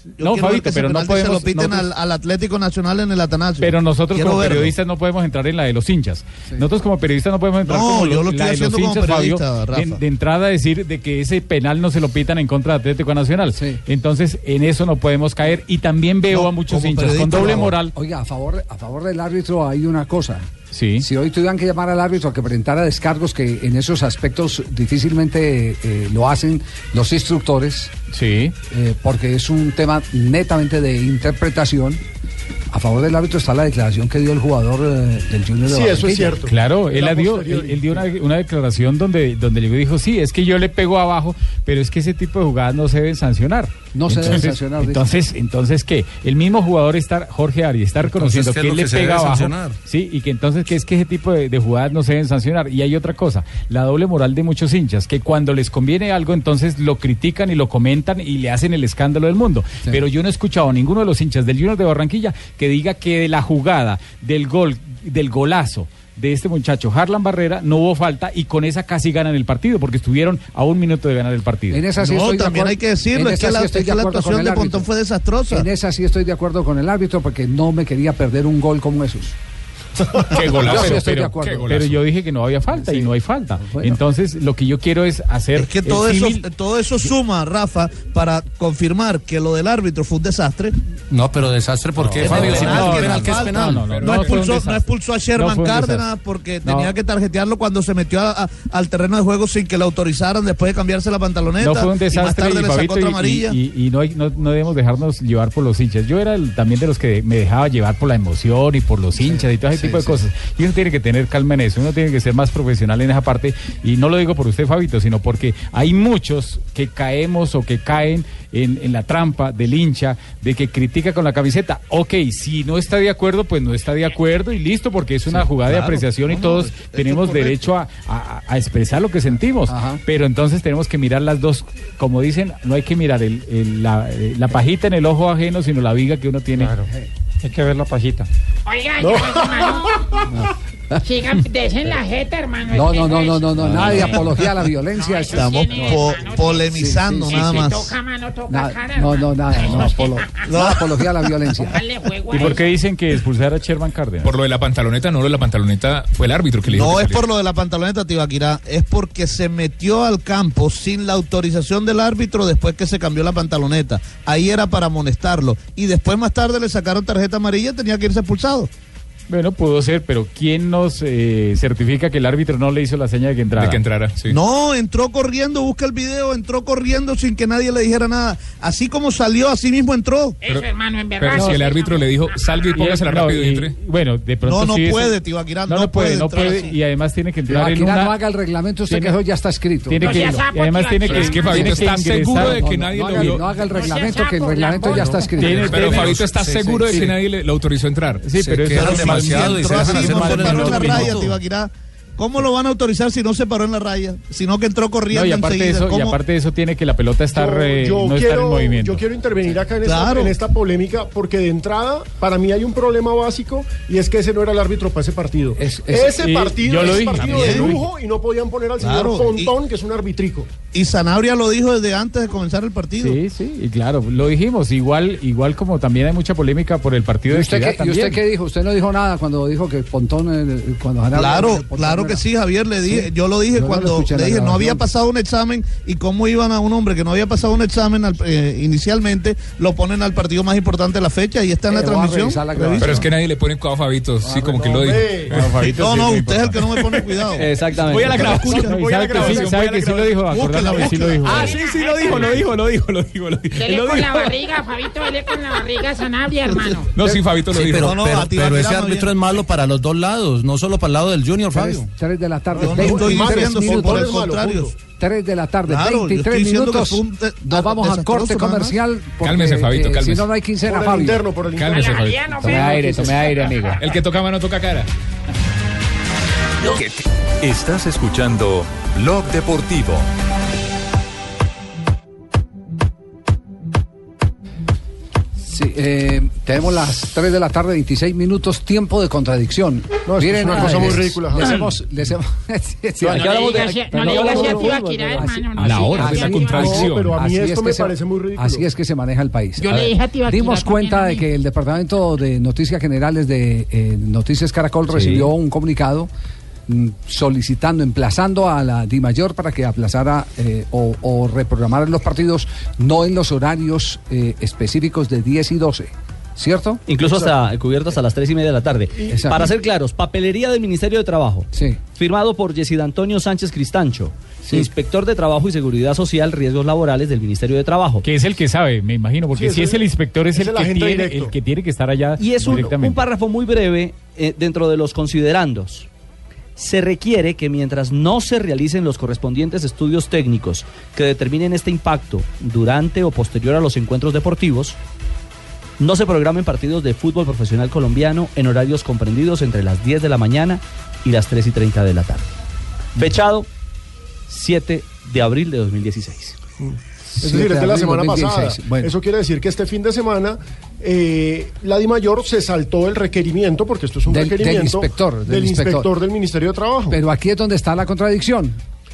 [SPEAKER 5] Yo
[SPEAKER 12] No,
[SPEAKER 5] quiero ver
[SPEAKER 12] Fabito,
[SPEAKER 5] que ese
[SPEAKER 12] pero no
[SPEAKER 5] penalti Se
[SPEAKER 12] podemos-
[SPEAKER 5] lo piten
[SPEAKER 12] nosotros-
[SPEAKER 5] al, al Atlético Nacional en el Atanasio.
[SPEAKER 12] Pero nosotros
[SPEAKER 5] Quiero
[SPEAKER 12] como
[SPEAKER 5] verlo.
[SPEAKER 12] periodistas no podemos entrar en la de los hinchas. Nosotros como periodistas no podemos entrar
[SPEAKER 5] No,
[SPEAKER 12] como
[SPEAKER 5] yo lo
[SPEAKER 12] la
[SPEAKER 5] estoy
[SPEAKER 12] de los
[SPEAKER 5] haciendo como
[SPEAKER 12] hinchas, Fabio,
[SPEAKER 5] periodista, Rafa.
[SPEAKER 12] de, de entrada a decir de que ese penal no se lo pitan en contra de Atlético Nacional. Entonces, en eso no podemos caer. Y también veo a muchos hinchas con doble moral.
[SPEAKER 15] Oiga, a favor, a favor del árbitro hay una cosa.
[SPEAKER 12] Sí.
[SPEAKER 15] Si hoy tuvieran que llamar al árbitro a que presentara descargos que en esos aspectos difícilmente eh, lo hacen los instructores. eh,
[SPEAKER 12] Sí.
[SPEAKER 15] porque es un tema netamente de interpretación. A favor del árbitro está la declaración que dio el jugador eh, del Junior de Barranquilla.
[SPEAKER 12] Claro, él,
[SPEAKER 15] La
[SPEAKER 12] la dio,
[SPEAKER 15] posteriori.
[SPEAKER 12] él, él dio una, una declaración donde, donde llegó y dijo, sí, es que yo le pego abajo, pero es que ese tipo de jugadas no se deben sancionar.
[SPEAKER 15] No se deben sancionar, dice.
[SPEAKER 12] Entonces, entonces ¿qué? El mismo jugador estar, Jorge Ari, estar
[SPEAKER 9] Entonces,
[SPEAKER 12] reconociendo
[SPEAKER 9] ¿qué es
[SPEAKER 12] que él
[SPEAKER 9] lo
[SPEAKER 12] le
[SPEAKER 9] que se
[SPEAKER 12] pega
[SPEAKER 9] debe
[SPEAKER 12] abajo.
[SPEAKER 9] sancionar?
[SPEAKER 12] Sí, y que entonces que es que ese tipo de, de jugadas no se deben sancionar. Y hay otra cosa, la doble moral de muchos hinchas, que cuando les conviene algo, entonces lo critican y lo comentan y le hacen el escándalo del mundo. Pero yo no he escuchado a ninguno de los hinchas del Junior de Barranquilla que diga que de la jugada, del gol, del golazo de este muchacho Harlan Barrera no hubo falta y con esa casi ganan el partido porque estuvieron a un minuto de ganar el partido.
[SPEAKER 15] En esa sí
[SPEAKER 5] no,
[SPEAKER 15] estoy de
[SPEAKER 5] también
[SPEAKER 15] acuerdo-
[SPEAKER 5] hay que
[SPEAKER 15] en
[SPEAKER 5] decirlo, es
[SPEAKER 15] esa
[SPEAKER 5] que la,
[SPEAKER 15] sí
[SPEAKER 5] es
[SPEAKER 15] estoy
[SPEAKER 5] que la
[SPEAKER 15] acuerdo con
[SPEAKER 5] actuación
[SPEAKER 15] el
[SPEAKER 5] de
[SPEAKER 15] árbitro.
[SPEAKER 5] Pontón fue desastrosa.
[SPEAKER 15] En esa sí estoy de acuerdo con el árbitro porque no me quería perder un gol como esos.
[SPEAKER 17] Qué
[SPEAKER 12] Yo
[SPEAKER 17] golazo,
[SPEAKER 12] sí
[SPEAKER 17] pero,
[SPEAKER 12] estoy de
[SPEAKER 17] pero,
[SPEAKER 12] acuerdo.
[SPEAKER 17] qué golazo.
[SPEAKER 12] Pero yo dije que no había falta y no hay falta. Entonces, lo que yo quiero es hacer.
[SPEAKER 16] Que todo eso, todo eso suma, Rafa, para confirmar que lo del árbitro fue un desastre.
[SPEAKER 9] No, pero desastre, ¿por qué,
[SPEAKER 16] Es
[SPEAKER 9] Fabio?
[SPEAKER 16] penal,
[SPEAKER 9] Si no,
[SPEAKER 16] que
[SPEAKER 9] es penal,
[SPEAKER 16] era
[SPEAKER 9] que es
[SPEAKER 16] falta.
[SPEAKER 9] penal.
[SPEAKER 16] No,
[SPEAKER 9] Pero no fue un
[SPEAKER 16] expulsó,
[SPEAKER 9] desastre.
[SPEAKER 16] no expulsó a
[SPEAKER 9] No
[SPEAKER 16] Sherman
[SPEAKER 9] fue un
[SPEAKER 16] Cárdenas
[SPEAKER 9] desastre.
[SPEAKER 16] porque
[SPEAKER 9] No.
[SPEAKER 16] tenía que tarjetearlo cuando se metió a- a- al terreno de juego sin que le autorizaran después de cambiarse la pantaloneta.
[SPEAKER 12] No fue un
[SPEAKER 16] y más
[SPEAKER 12] desastre
[SPEAKER 16] tarde le
[SPEAKER 12] y,
[SPEAKER 16] sacó
[SPEAKER 12] Fabito,
[SPEAKER 16] otra
[SPEAKER 12] y-
[SPEAKER 16] amarilla.
[SPEAKER 12] y- y- y no, hay- no, no debemos dejarnos llevar por los hinchas. Yo era el- también de los que me dejaba llevar por la emoción y por los hinchas y todo ese tipo de cosas. Y uno tiene que tener calma en eso, uno tiene que ser más profesional en esa parte. Y no lo digo por usted, Fabito, sino porque hay muchos que caemos o que caen en, en la trampa del hincha, de que critica con la camiseta. Ok, si no está de acuerdo, pues no está de acuerdo y listo, porque es una jugada de
[SPEAKER 25] claro.
[SPEAKER 12] apreciación y
[SPEAKER 25] No, no,
[SPEAKER 12] todos
[SPEAKER 25] esto es
[SPEAKER 12] tenemos
[SPEAKER 25] correcto.
[SPEAKER 12] derecho a, a- a expresar lo que sentimos. Pero entonces tenemos que mirar las dos, como dicen, no hay que mirar el- el- la, eh, la pajita en el ojo ajeno, sino la viga que uno tiene. Hay que ver la pajita.
[SPEAKER 5] Oiga,
[SPEAKER 12] No.
[SPEAKER 5] yo hermano. Sigan, desen la jeta, hermano.
[SPEAKER 15] No,
[SPEAKER 5] es que
[SPEAKER 15] no, no,
[SPEAKER 5] eso
[SPEAKER 15] no,
[SPEAKER 5] es-
[SPEAKER 15] no, no, nada de apología a la violencia.
[SPEAKER 16] Ah. Estamos po- polemizando nada más.
[SPEAKER 15] Nada- no, no, nada, no, apolo- nada de apología a la violencia.
[SPEAKER 12] ¿Y por qué dicen que expulsar a Sherman Cárdenas?
[SPEAKER 17] Por lo de la pantaloneta, no lo de la pantaloneta fue el árbitro que le dijo.
[SPEAKER 16] No es
[SPEAKER 17] que saliera.
[SPEAKER 16] por lo de la pantaloneta, Tibaquirá, es porque se metió al campo sin la autorización del árbitro después que se cambió la pantaloneta. Ahí era para amonestarlo. Y después más tarde le sacaron tarjeta amarilla y tenía que irse expulsado.
[SPEAKER 12] Bueno, pudo ser, pero ¿quién nos eh, certifica que el árbitro no le hizo la seña de que entrara?
[SPEAKER 17] De que entrara, sí.
[SPEAKER 16] No, entró corriendo, busca el video, entró corriendo sin que nadie le dijera nada. Así como salió, así mismo entró.
[SPEAKER 15] Eh,
[SPEAKER 17] Pero-
[SPEAKER 5] hermano, en
[SPEAKER 17] Pero si el árbitro le dijo, salga y póngasela
[SPEAKER 12] No,
[SPEAKER 17] rápido y
[SPEAKER 12] y-
[SPEAKER 17] entre.
[SPEAKER 12] Bueno, de pronto
[SPEAKER 16] No, no
[SPEAKER 12] sí es-
[SPEAKER 16] puede, Tibaquirá,
[SPEAKER 12] No,
[SPEAKER 16] no
[SPEAKER 12] no puede,
[SPEAKER 16] puede
[SPEAKER 12] no
[SPEAKER 16] entrar
[SPEAKER 12] puede.
[SPEAKER 16] así.
[SPEAKER 12] Y además tiene que entrar en
[SPEAKER 15] Tibaquirá,
[SPEAKER 12] una...
[SPEAKER 15] no haga el reglamento, usted
[SPEAKER 12] tiene-
[SPEAKER 15] que eso ya está escrito.
[SPEAKER 12] Tiene que, y además tiene que,
[SPEAKER 17] Es que Fabito
[SPEAKER 12] tiene
[SPEAKER 17] está
[SPEAKER 12] ingresar-
[SPEAKER 17] seguro de que
[SPEAKER 12] no,
[SPEAKER 17] nadie
[SPEAKER 12] no,
[SPEAKER 17] lo
[SPEAKER 12] haga-
[SPEAKER 17] vio.
[SPEAKER 12] no haga el
[SPEAKER 15] reglamento, que el reglamento ya está escrito.
[SPEAKER 12] Tiene-
[SPEAKER 17] Pero
[SPEAKER 12] tiene-
[SPEAKER 17] Fabito está
[SPEAKER 12] sí, sí,
[SPEAKER 17] seguro de
[SPEAKER 12] sí.
[SPEAKER 17] que nadie le, le autorizó a entrar.
[SPEAKER 12] Sí,
[SPEAKER 17] Se
[SPEAKER 12] pero eso
[SPEAKER 17] quejaron
[SPEAKER 12] es
[SPEAKER 17] demasiado y se
[SPEAKER 16] Entró así,
[SPEAKER 17] dejaron
[SPEAKER 16] no
[SPEAKER 17] hacer mal
[SPEAKER 16] se
[SPEAKER 17] en
[SPEAKER 16] paró en
[SPEAKER 17] el
[SPEAKER 16] la
[SPEAKER 17] minuto.
[SPEAKER 16] raya, Tibaquirá. ¿Cómo lo van a autorizar si no se paró en la raya? Sino que entró corriendo
[SPEAKER 12] No, y aparte de
[SPEAKER 16] enseguida.
[SPEAKER 12] eso, y
[SPEAKER 16] ¿Cómo?
[SPEAKER 12] aparte de eso tiene que la pelota estar, eh,
[SPEAKER 4] yo
[SPEAKER 12] no estar en
[SPEAKER 4] quiero,
[SPEAKER 12] movimiento.
[SPEAKER 4] yo quiero intervenir acá en,
[SPEAKER 12] Claro.
[SPEAKER 4] esta, en esta polémica porque de entrada para mí hay un problema básico y es que ese no era el árbitro para ese partido.
[SPEAKER 16] es-
[SPEAKER 4] ese
[SPEAKER 16] y
[SPEAKER 4] partido
[SPEAKER 16] yo lo
[SPEAKER 4] es
[SPEAKER 16] dije.
[SPEAKER 4] partido de
[SPEAKER 16] También.
[SPEAKER 4] lujo y no podían poner al
[SPEAKER 16] Claro,
[SPEAKER 4] señor Fontón, que es un arbitrico.
[SPEAKER 16] Y Sanabria lo dijo desde antes de comenzar el partido.
[SPEAKER 12] Sí, sí, y claro, lo dijimos. Igual, igual como también hay mucha polémica por el
[SPEAKER 15] ¿Y
[SPEAKER 12] partido de
[SPEAKER 15] usted,
[SPEAKER 12] Equidad
[SPEAKER 15] qué, y usted
[SPEAKER 12] también.
[SPEAKER 15] qué dijo? Usted no dijo nada cuando dijo que Pontón, eh, cuando Jara-
[SPEAKER 16] Claro,
[SPEAKER 15] Pontón
[SPEAKER 16] claro
[SPEAKER 15] era-
[SPEAKER 16] que sí, Javier, le dije,
[SPEAKER 15] Sí.
[SPEAKER 16] yo lo dije
[SPEAKER 15] Yo no lo
[SPEAKER 16] cuando
[SPEAKER 15] escuché en
[SPEAKER 16] le
[SPEAKER 15] la
[SPEAKER 16] dije, no había
[SPEAKER 15] grabación.
[SPEAKER 16] pasado un examen y cómo iban a un hombre que no había pasado un examen al- eh, inicialmente, lo ponen al partido más importante de la fecha y está en la
[SPEAKER 15] Eh, voy a
[SPEAKER 16] transmisión.
[SPEAKER 15] revisar la
[SPEAKER 16] Revisa.
[SPEAKER 17] Pero es que nadie le pone cuidado a Fabito, sí, como que lo dijo.
[SPEAKER 16] hombre. No, no, usted es el que no me pone cuidado.
[SPEAKER 17] Exactamente. Voy a la grabación,
[SPEAKER 12] No, y
[SPEAKER 17] voy a la
[SPEAKER 12] sabe que sí,
[SPEAKER 17] grabación,
[SPEAKER 12] sabe
[SPEAKER 17] voy a la
[SPEAKER 12] que sí lo dijo,
[SPEAKER 17] grabación.
[SPEAKER 12] acordando que sí lo dijo.
[SPEAKER 17] Ah, sí, sí, lo dijo, lo dijo, lo dijo, lo dijo. Lo dijo. Él
[SPEAKER 5] Dele
[SPEAKER 17] lo
[SPEAKER 5] con la
[SPEAKER 17] dijo.
[SPEAKER 5] barriga, Fabito, dele con la barriga a Sanabria, hermano.
[SPEAKER 17] No, sí, Fabito lo
[SPEAKER 9] Sí,
[SPEAKER 17] dijo.
[SPEAKER 9] pero,
[SPEAKER 17] No, no, Pues,
[SPEAKER 9] pero-
[SPEAKER 17] a ti,
[SPEAKER 9] pero
[SPEAKER 17] Vaquerano,
[SPEAKER 9] ese árbitro es malo para los dos lados, no solo para el lado del Junior, Fabio.
[SPEAKER 15] 3 de la tarde.
[SPEAKER 9] No, no
[SPEAKER 15] 23
[SPEAKER 9] estoy diciendo,
[SPEAKER 15] minutos.
[SPEAKER 9] por el contrario.
[SPEAKER 15] 3 de la tarde,
[SPEAKER 9] Claro, yo estoy
[SPEAKER 15] 23
[SPEAKER 9] diciendo que
[SPEAKER 15] minutos.
[SPEAKER 9] fue un de-
[SPEAKER 15] Nos vamos a
[SPEAKER 9] desastroso
[SPEAKER 15] corte
[SPEAKER 9] nada más.
[SPEAKER 15] comercial. porque,
[SPEAKER 17] Cálmese, Fabito,
[SPEAKER 15] eh,
[SPEAKER 17] cálmese.
[SPEAKER 15] Si no, no hay quincena,
[SPEAKER 17] Por el
[SPEAKER 15] Fabio.
[SPEAKER 17] interno, por el interno. Cálmese, Fabito. Tome aire, tome aire,
[SPEAKER 26] amigo.
[SPEAKER 17] El que toca mano toca cara.
[SPEAKER 1] Estás escuchando Blog Deportivo.
[SPEAKER 15] Sí, eh, tenemos las 3 de la tarde, 26 minutos, tiempo de contradicción.
[SPEAKER 4] No, es que es una cosa muy
[SPEAKER 15] les-
[SPEAKER 4] ridícula,
[SPEAKER 15] Les
[SPEAKER 4] Javier.
[SPEAKER 15] hemos. Les hemos sí,
[SPEAKER 4] No, no
[SPEAKER 15] aquí
[SPEAKER 4] le
[SPEAKER 15] hablamos de-
[SPEAKER 4] digas así- no le
[SPEAKER 15] no,
[SPEAKER 4] digas
[SPEAKER 15] no,
[SPEAKER 4] así a
[SPEAKER 15] no,
[SPEAKER 4] ti,
[SPEAKER 15] no,
[SPEAKER 4] Baquirá,
[SPEAKER 15] no, no,
[SPEAKER 4] hermano,
[SPEAKER 15] así-
[SPEAKER 4] no, A la Ah, sí, hora de la
[SPEAKER 15] así-
[SPEAKER 4] contradicción.
[SPEAKER 15] no,
[SPEAKER 4] pero a mí
[SPEAKER 15] así
[SPEAKER 4] esto
[SPEAKER 15] es que
[SPEAKER 4] me
[SPEAKER 15] se-
[SPEAKER 4] parece muy ridículo.
[SPEAKER 15] Así es que se maneja el país.
[SPEAKER 4] Yo
[SPEAKER 15] A
[SPEAKER 4] le
[SPEAKER 15] ver,
[SPEAKER 4] dije a ti, Baquirá,
[SPEAKER 15] Dimos
[SPEAKER 4] también
[SPEAKER 15] cuenta de que el Departamento de Noticias Generales de eh, Noticias Caracol recibió un comunicado mm, solicitando, emplazando a la DIMAYOR para que aplazara eh, o, o reprogramara los partidos no en los horarios eh, específicos de 10 y 12, ¿cierto?
[SPEAKER 2] Incluso hasta cubierto hasta las 3 y media de la tarde.
[SPEAKER 15] Exacto.
[SPEAKER 2] Para ser claros, papelería del Ministerio de Trabajo. Firmado por Yesid Antonio Sánchez Cristancho, inspector de Trabajo y Seguridad Social, Riesgos Laborales del Ministerio de Trabajo.
[SPEAKER 12] Que es el que sabe, me imagino, porque
[SPEAKER 2] Sí,
[SPEAKER 12] si
[SPEAKER 2] es
[SPEAKER 12] es el inspector es,
[SPEAKER 2] es
[SPEAKER 12] el,
[SPEAKER 2] el
[SPEAKER 12] que
[SPEAKER 2] agente
[SPEAKER 12] tiene,
[SPEAKER 2] directo.
[SPEAKER 12] el que tiene que estar allá
[SPEAKER 2] Y es un, un
[SPEAKER 12] directamente.
[SPEAKER 2] párrafo muy breve eh, dentro de los considerandos. Se requiere que mientras no se realicen los correspondientes estudios técnicos que determinen este impacto durante o posterior a los encuentros deportivos, no se programen partidos de fútbol profesional colombiano en horarios comprendidos entre las 10 de la mañana y las 3 y 30 de la tarde. Fechado 7 de abril de 2016.
[SPEAKER 4] Es decir, es de la semana pasada. Eso quiere decir que este fin de semana eh, la DIMAYOR se saltó el requerimiento, porque esto es un
[SPEAKER 15] Del, del
[SPEAKER 4] requerimiento
[SPEAKER 15] inspector.
[SPEAKER 4] del inspector del Ministerio de Trabajo.
[SPEAKER 15] Pero aquí es donde está la contradicción.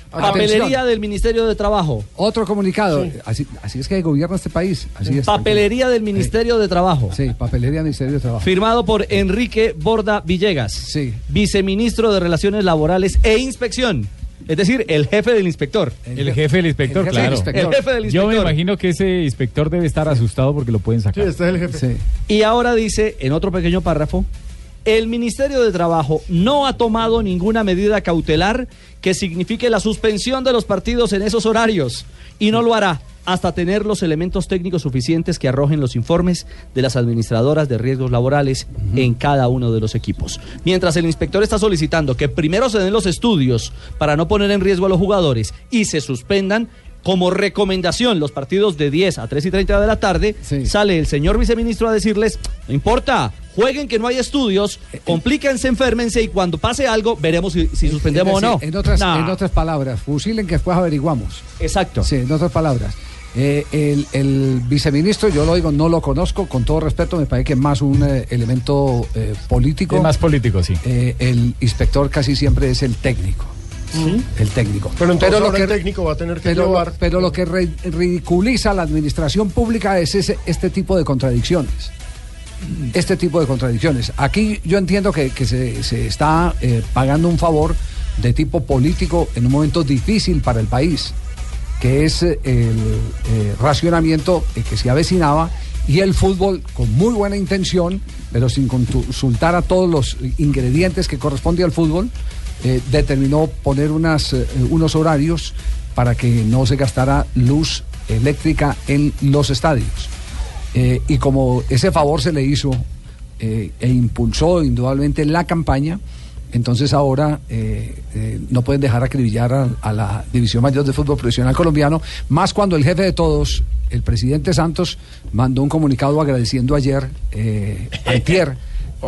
[SPEAKER 2] Papelería del Ministerio de Trabajo.
[SPEAKER 15] Otro comunicado. Así, así es que gobierna este país. Así es.
[SPEAKER 2] Papelería del Ministerio de Trabajo.
[SPEAKER 15] Sí, papelería del Ministerio de Trabajo.
[SPEAKER 2] Firmado por Enrique Borda Villegas, viceministro de Relaciones Laborales e Inspección. Es decir, el jefe del inspector.
[SPEAKER 12] El jefe del inspector,
[SPEAKER 2] El jefe del
[SPEAKER 12] claro.
[SPEAKER 2] inspector. El jefe del
[SPEAKER 12] Yo me
[SPEAKER 2] inspector.
[SPEAKER 12] imagino que ese inspector debe estar asustado porque lo pueden sacar.
[SPEAKER 2] este es el jefe. Y ahora dice, en otro pequeño párrafo, el Ministerio de Trabajo no ha tomado ninguna medida cautelar que signifique la suspensión de los partidos en esos horarios y no lo hará hasta tener los elementos técnicos suficientes que arrojen los informes de las administradoras de riesgos laborales en cada uno de los equipos. Mientras el inspector está solicitando que primero se den los estudios para no poner en riesgo a los jugadores y se suspendan, como recomendación, los partidos de 10 a 3 y 30 de la tarde, sale el señor viceministro a decirles, no importa, jueguen que no hay estudios, complíquense, enférmense y cuando pase algo veremos si, si suspendemos
[SPEAKER 15] Es decir,
[SPEAKER 2] o no.
[SPEAKER 15] En otras,
[SPEAKER 2] Nah.
[SPEAKER 15] en otras palabras, fusilen que después averiguamos.
[SPEAKER 2] Exacto.
[SPEAKER 15] Sí, en otras palabras. eh, el, el viceministro, yo lo digo, no lo conozco, con todo respeto, me parece que es más un eh, elemento eh, político.
[SPEAKER 12] Es más político, sí.
[SPEAKER 15] Eh, el inspector casi siempre es el técnico. El técnico.
[SPEAKER 4] Pero entonces
[SPEAKER 15] lo
[SPEAKER 4] ahora
[SPEAKER 15] que-
[SPEAKER 4] el técnico va a tener que
[SPEAKER 15] pero,
[SPEAKER 4] llevar.
[SPEAKER 15] lo- pero lo que re- ridiculiza a la administración pública es ese- este tipo de contradicciones. Este tipo de contradicciones. Aquí yo entiendo que, que se, se está eh, pagando un favor de tipo político en un momento difícil para el país, que es eh, el eh, racionamiento eh, que se avecinaba y el fútbol con muy buena intención, pero sin consultar a todos los ingredientes que corresponde al fútbol, eh, determinó poner unas, eh, unos horarios para que no se gastara luz eléctrica en los estadios. Eh, y como ese favor se le hizo eh, e impulsó indudablemente la campaña, entonces ahora eh, eh, no pueden dejar acribillar a, a la División Mayor de Fútbol Profesional Colombiano, más cuando el jefe de todos, el presidente Santos, mandó un comunicado agradeciendo ayer, eh, antier,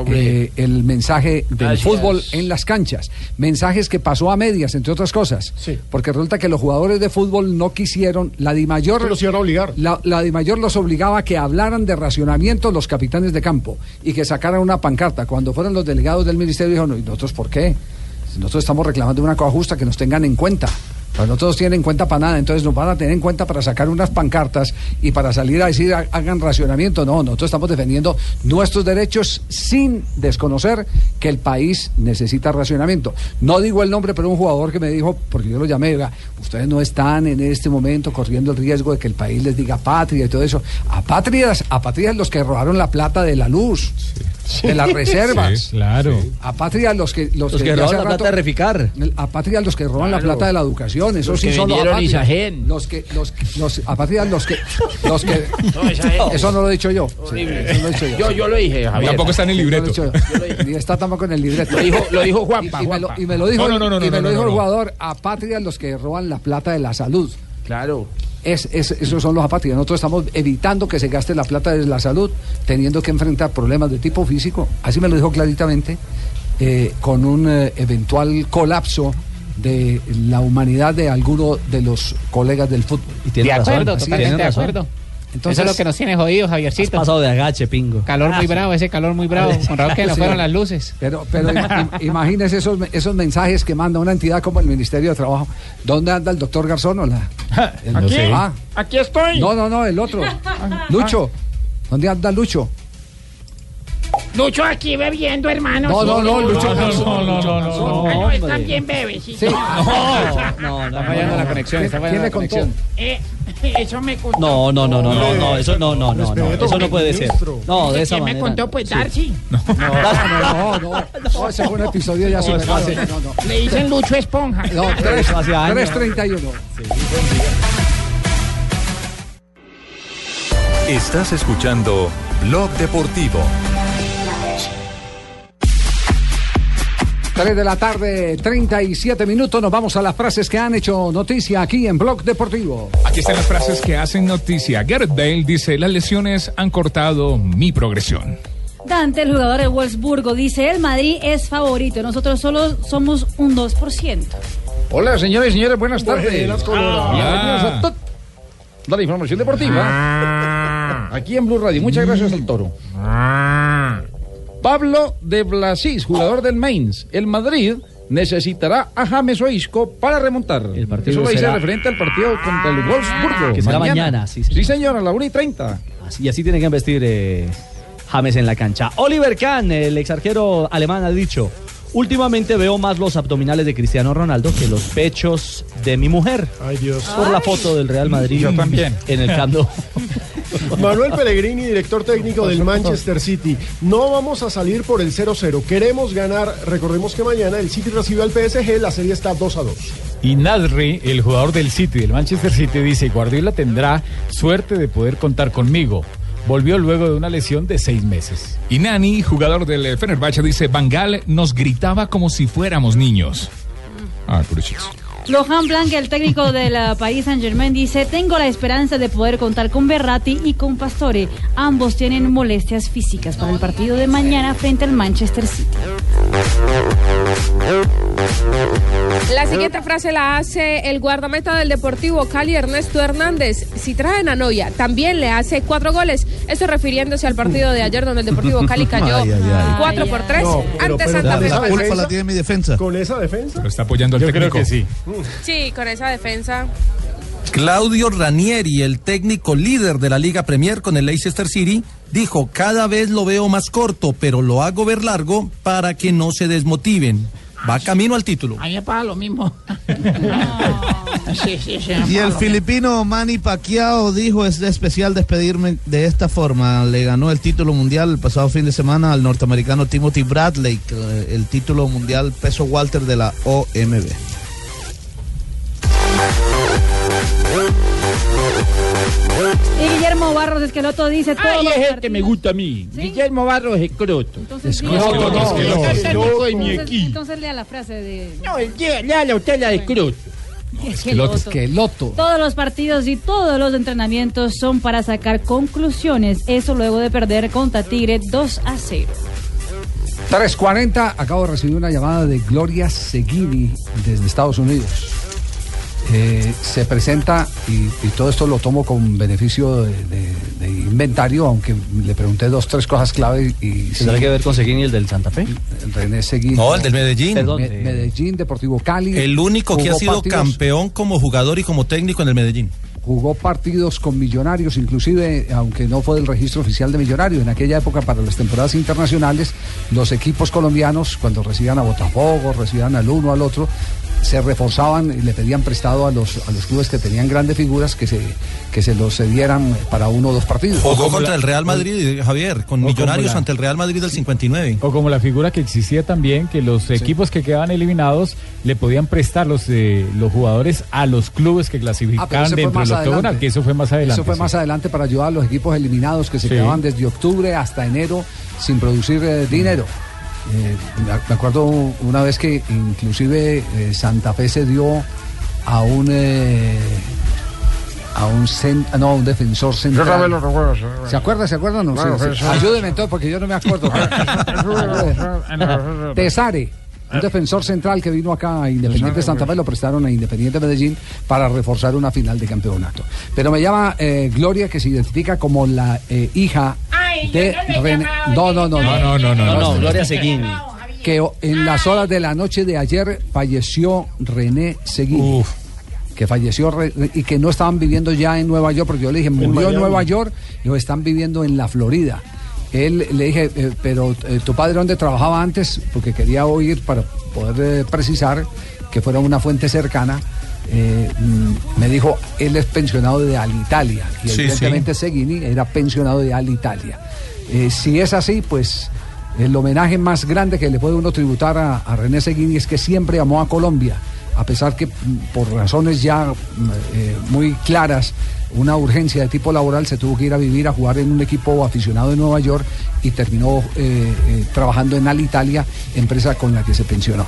[SPEAKER 15] eh, el mensaje del
[SPEAKER 27] Gracias.
[SPEAKER 15] fútbol en las canchas. Mensajes que pasó a medias, entre otras cosas. Porque resulta que los jugadores de fútbol no quisieron, la Di Mayor... Los
[SPEAKER 4] obligar.
[SPEAKER 15] La, la Di Mayor los obligaba a que hablaran de racionamiento los capitanes de campo y que sacaran una pancarta. Cuando fueron los delegados del ministerio dijeron, "No, ¿y nosotros por qué? Nosotros estamos reclamando una cosa justa que nos tengan en cuenta. Pero no todos tienen en cuenta para nada, entonces nos van a tener en cuenta para sacar unas pancartas y para salir a decir "Ha- hagan racionamiento. No, nosotros estamos defendiendo nuestros derechos sin desconocer que el país necesita racionamiento. No digo el nombre, pero un jugador que me dijo, porque yo lo llamé, oiga, ustedes no están en este momento corriendo el riesgo de que el país les diga patria y todo eso. Apátridas, apátridas los que robaron la plata de la luz, de las reservas.
[SPEAKER 12] Sí, claro.
[SPEAKER 15] Apátridas los que los,
[SPEAKER 2] Los que
[SPEAKER 15] ya
[SPEAKER 2] roban
[SPEAKER 15] hace
[SPEAKER 2] la plata de reficar.
[SPEAKER 15] el- Apátridas los que roban la
[SPEAKER 2] Claro.
[SPEAKER 15] plata de la educación, esos
[SPEAKER 2] Los
[SPEAKER 15] sí
[SPEAKER 2] que
[SPEAKER 15] son los
[SPEAKER 2] vendieron
[SPEAKER 15] apátridas.
[SPEAKER 2] Isagen.
[SPEAKER 15] Los que los que- los apátridas los que los que
[SPEAKER 2] No, Isagen.
[SPEAKER 15] eso no lo he dicho yo.
[SPEAKER 2] Horrible.
[SPEAKER 15] eso no lo he dicho yo.
[SPEAKER 2] Yo- yo lo dije, Eh, Javier. Tampoco está en el
[SPEAKER 15] Sí, no lo he
[SPEAKER 2] libreto.
[SPEAKER 15] dicho yo. Ni está tampoco en el libreto.
[SPEAKER 2] Lo dijo- lo dijo
[SPEAKER 15] Juanpa. Y, me lo- y me lo dijo
[SPEAKER 2] No, no, no, no,
[SPEAKER 15] y me
[SPEAKER 2] no,
[SPEAKER 15] lo
[SPEAKER 2] no,
[SPEAKER 15] dijo
[SPEAKER 2] no.
[SPEAKER 15] el jugador, apátridas los que roban la plata de la salud. Claro. Es, es- esos son los apátridas. Nosotros estamos evitando que se gaste la plata de la salud, teniendo que enfrentar problemas de tipo físico. Así me lo dijo claritamente eh, con un eh, eventual colapso de la humanidad de alguno de los colegas del fútbol.
[SPEAKER 20] de acuerdo, totalmente de acuerdo.
[SPEAKER 15] Entonces-
[SPEAKER 20] Eso es lo que nos tiene jodidos, Javiercito.
[SPEAKER 15] Has pasado
[SPEAKER 2] de agache, pingo.
[SPEAKER 20] Calor muy bravo, ese calor muy bravo. Con razón que no
[SPEAKER 15] Sí.
[SPEAKER 20] fueron las luces.
[SPEAKER 15] Pero, pero im- im- imagínese esos, me- esos mensajes que manda una entidad como el Ministerio de Trabajo. ¿Dónde anda el doctor Garzónola? El-
[SPEAKER 21] Aquí,
[SPEAKER 15] Ah,
[SPEAKER 21] aquí estoy.
[SPEAKER 15] no, no, no, el otro. Lucho. ¿Dónde anda Lucho?
[SPEAKER 8] Lucho aquí bebiendo, hermano.
[SPEAKER 15] No,
[SPEAKER 8] sí.
[SPEAKER 15] no, no, Lucho.
[SPEAKER 8] Ah, no, él también bebe, sí.
[SPEAKER 2] No, no,
[SPEAKER 20] fallando la conexión, está fallando la conexión.
[SPEAKER 8] Eh, eso me contó.
[SPEAKER 2] No, no, no, no, no, no, eso no, no, no, no, eso no puede ser. No, de esa
[SPEAKER 8] ¿Quién me
[SPEAKER 2] manera.
[SPEAKER 8] contó? Pues Darcy.
[SPEAKER 15] No, no, no, ese fue un episodio ya superado. No, no.
[SPEAKER 8] Le dicen Lucho Esponja.
[SPEAKER 15] No, tres- 331.
[SPEAKER 1] Estás escuchando Blog Deportivo.
[SPEAKER 15] 3 de la tarde, 37 minutos. Nos vamos a las frases que han hecho noticia aquí en Blog Deportivo.
[SPEAKER 17] Aquí están las frases que hacen noticia. Gareth Bale dice, las lesiones han cortado mi progresión.
[SPEAKER 19] Dante, el jugador de Wolfsburgo, dice, el Madrid es favorito, nosotros solo somos un 2%.
[SPEAKER 18] Hola, señores y señores, buenas tardes. Ah.
[SPEAKER 19] Buenas, Colorado.
[SPEAKER 18] Bienvenidos a to- la información deportiva. Aquí en Blue Radio. Muchas gracias al toro. Ah. Pablo de Blasis, jugador del Mainz. El Madrid necesitará a James Oisco para remontar. El partido Eso lo dice
[SPEAKER 2] será-
[SPEAKER 18] referente al partido contra el Wolfsburgo.
[SPEAKER 2] Que será mañana, sí,
[SPEAKER 18] sí señora, a la 1 y 30.
[SPEAKER 2] Así- Y así tiene que vestir eh, James en la cancha. Oliver Kahn, el ex arquero alemán, ha dicho: Últimamente veo más los abdominales de Cristiano Ronaldo que los pechos de mi mujer.
[SPEAKER 4] Ay, Dios.
[SPEAKER 2] Por la foto del Real Madrid.
[SPEAKER 4] Yo también.
[SPEAKER 2] En el Camp Nou.
[SPEAKER 4] Manuel Pellegrini, director técnico del Manchester City. No vamos a salir por el 0-0. Queremos ganar. Recordemos que mañana el City recibe al PSG. La serie está 2-2.
[SPEAKER 12] Y Nasri, el jugador del City, del Manchester City, dice, Guardiola tendrá suerte de poder contar conmigo. Volvió luego de una lesión de seis meses.
[SPEAKER 17] Y Nani, jugador del eh, Fenerbahce, dice, Bangal nos gritaba como si fuéramos niños. Ah, crucis.
[SPEAKER 19] Lohan Blanc, el técnico del eh, país Saint Germain, dice: Tengo la esperanza de poder contar con Berratti y con Pastore. Ambos tienen molestias físicas para el partido de mañana frente al Manchester City.
[SPEAKER 7] La siguiente frase la hace el guardameta del Deportivo Cali, Ernesto Hernández. Si traen a Noya, también le hace cuatro goles. Esto refiriéndose al partido de ayer donde el Deportivo Cali cayó
[SPEAKER 5] Ay, ay, ay.
[SPEAKER 7] cuatro por tres
[SPEAKER 5] No, pero-
[SPEAKER 7] ante
[SPEAKER 5] pero
[SPEAKER 7] Santa
[SPEAKER 5] con
[SPEAKER 7] Fe.
[SPEAKER 5] esa
[SPEAKER 7] Por
[SPEAKER 5] culpa la
[SPEAKER 7] eso-
[SPEAKER 5] tiene mi defensa.
[SPEAKER 4] ¿Con esa defensa?
[SPEAKER 17] Lo está apoyando el técnico.
[SPEAKER 7] Sí, con esa defensa.
[SPEAKER 9] Claudio Ranieri, el técnico líder de la Liga Premier con el Leicester City, dijo, cada vez lo veo más corto, pero lo hago ver largo para que no se desmotiven. Va camino al título.
[SPEAKER 8] A mí me pasa lo mismo. Sí, sí, sí. me
[SPEAKER 5] Y el
[SPEAKER 8] pasa lo mismo.
[SPEAKER 5] filipino Manny Pacquiao dijo es especial despedirme de esta forma. Le ganó el título mundial el pasado fin de semana al norteamericano Timothy Bradley, que- eh, el título mundial peso Walter de la OMB.
[SPEAKER 19] Y Guillermo Barros Esqueloto dice: Todos
[SPEAKER 8] Ay,
[SPEAKER 19] los
[SPEAKER 8] es el
[SPEAKER 19] partidos-
[SPEAKER 8] que me gusta a mí. Guillermo Barros es croto.
[SPEAKER 19] Entonces,
[SPEAKER 8] no, no, no,
[SPEAKER 19] entonces-
[SPEAKER 8] no, es el técnico de mi
[SPEAKER 19] entonces-
[SPEAKER 8] equipo.
[SPEAKER 19] entonces lea la frase de.
[SPEAKER 8] No, le- léale usted la de croto.
[SPEAKER 19] Esqueloto. Todos los partidos y todos los entrenamientos son para sacar conclusiones. Eso luego de perder contra Tigre 2 a 0.
[SPEAKER 15] 3.40, acabo de recibir una llamada de Gloria Seguini desde Estados Unidos. Eh, se presenta, y, y todo esto lo tomo con beneficio de, de- de inventario, aunque le pregunté dos, tres cosas clave y... y
[SPEAKER 2] ¿Tendrá
[SPEAKER 15] sí,
[SPEAKER 2] que ver con Seguín y el del Santa Fe?
[SPEAKER 15] René Seguín.
[SPEAKER 9] No, el del Medellín.
[SPEAKER 15] Perdón, Me- Medellín, Deportivo Cali.
[SPEAKER 9] El único que ha
[SPEAKER 15] Jugó
[SPEAKER 9] sido
[SPEAKER 15] partidos-
[SPEAKER 9] campeón como jugador y como técnico en el Medellín.
[SPEAKER 15] Jugó partidos con Millonarios, inclusive, aunque no fue del registro oficial de Millonarios. En aquella época, para las temporadas internacionales, los equipos colombianos, cuando recibían a Botafogo, recibían al uno, al otro, se reforzaban y le pedían prestado a los, a los clubes que tenían grandes figuras que se, que se los cedieran para uno o dos partidos.
[SPEAKER 9] Jugó contra el Real Madrid, eh, Javier, con
[SPEAKER 15] como
[SPEAKER 9] Millonarios
[SPEAKER 15] la-
[SPEAKER 9] ante el Real Madrid del 59.
[SPEAKER 12] O como la figura que existía también, que los equipos que quedaban eliminados le podían prestar los, eh, los jugadores a los clubes que
[SPEAKER 15] Ah, pero
[SPEAKER 12] clasificaban
[SPEAKER 15] ese fue
[SPEAKER 12] dentro
[SPEAKER 15] más
[SPEAKER 12] del octogonal,
[SPEAKER 15] adelante.
[SPEAKER 12] que eso fue más adelante.
[SPEAKER 15] Eso fue
[SPEAKER 12] sí.
[SPEAKER 15] más adelante para ayudar a los equipos eliminados que se
[SPEAKER 12] Sí.
[SPEAKER 15] quedaban desde octubre hasta enero sin producir eh, dinero. Eh, me ac- me acuerdo una vez que inclusive eh, Santa Fe se dio a un eh, a un cen- no, a un defensor
[SPEAKER 27] Yo también lo
[SPEAKER 15] central.
[SPEAKER 27] recuerdo.
[SPEAKER 15] ¿Se acuerda? ¿Se acuerda? o No, Sí, Ah,
[SPEAKER 27] Bueno,
[SPEAKER 15] sí.
[SPEAKER 27] defensor.
[SPEAKER 15] Ayúdeme entonces porque yo no me acuerdo. Tesare, un defensor central que vino acá a Independiente Santa Fe, lo prestaron a Independiente Medellín para reforzar una final de campeonato. Pero me llama eh, Gloria, que se identifica como la eh, hija de René. No, no, no,
[SPEAKER 2] No, no, no, no, no, no, Gloria Seguín.
[SPEAKER 15] Que o- en las horas de la noche de ayer falleció René Seguín. Que falleció re- y que no estaban viviendo ya en Nueva York, porque yo le dije, murió en
[SPEAKER 4] Miami.
[SPEAKER 15] Nueva York, lo están viviendo en la Florida. Él le dije, eh, pero eh, tu padre dónde trabajaba antes, porque quería oír para poder eh, precisar que fuera una fuente cercana. Eh, mm, me dijo, él es pensionado de Alitalia. Y
[SPEAKER 9] Sí, sí.
[SPEAKER 15] evidentemente Seguini era pensionado de Alitalia. Eh, si es así, pues el homenaje más grande que le puede uno tributar a, a René Seguini es que siempre amó a Colombia, a pesar que mm, por razones ya mm, eh, muy claras, una urgencia de tipo laboral, se tuvo que ir a vivir a jugar en un equipo aficionado de Nueva York y terminó eh, eh, trabajando en Alitalia, empresa con la que se pensionó.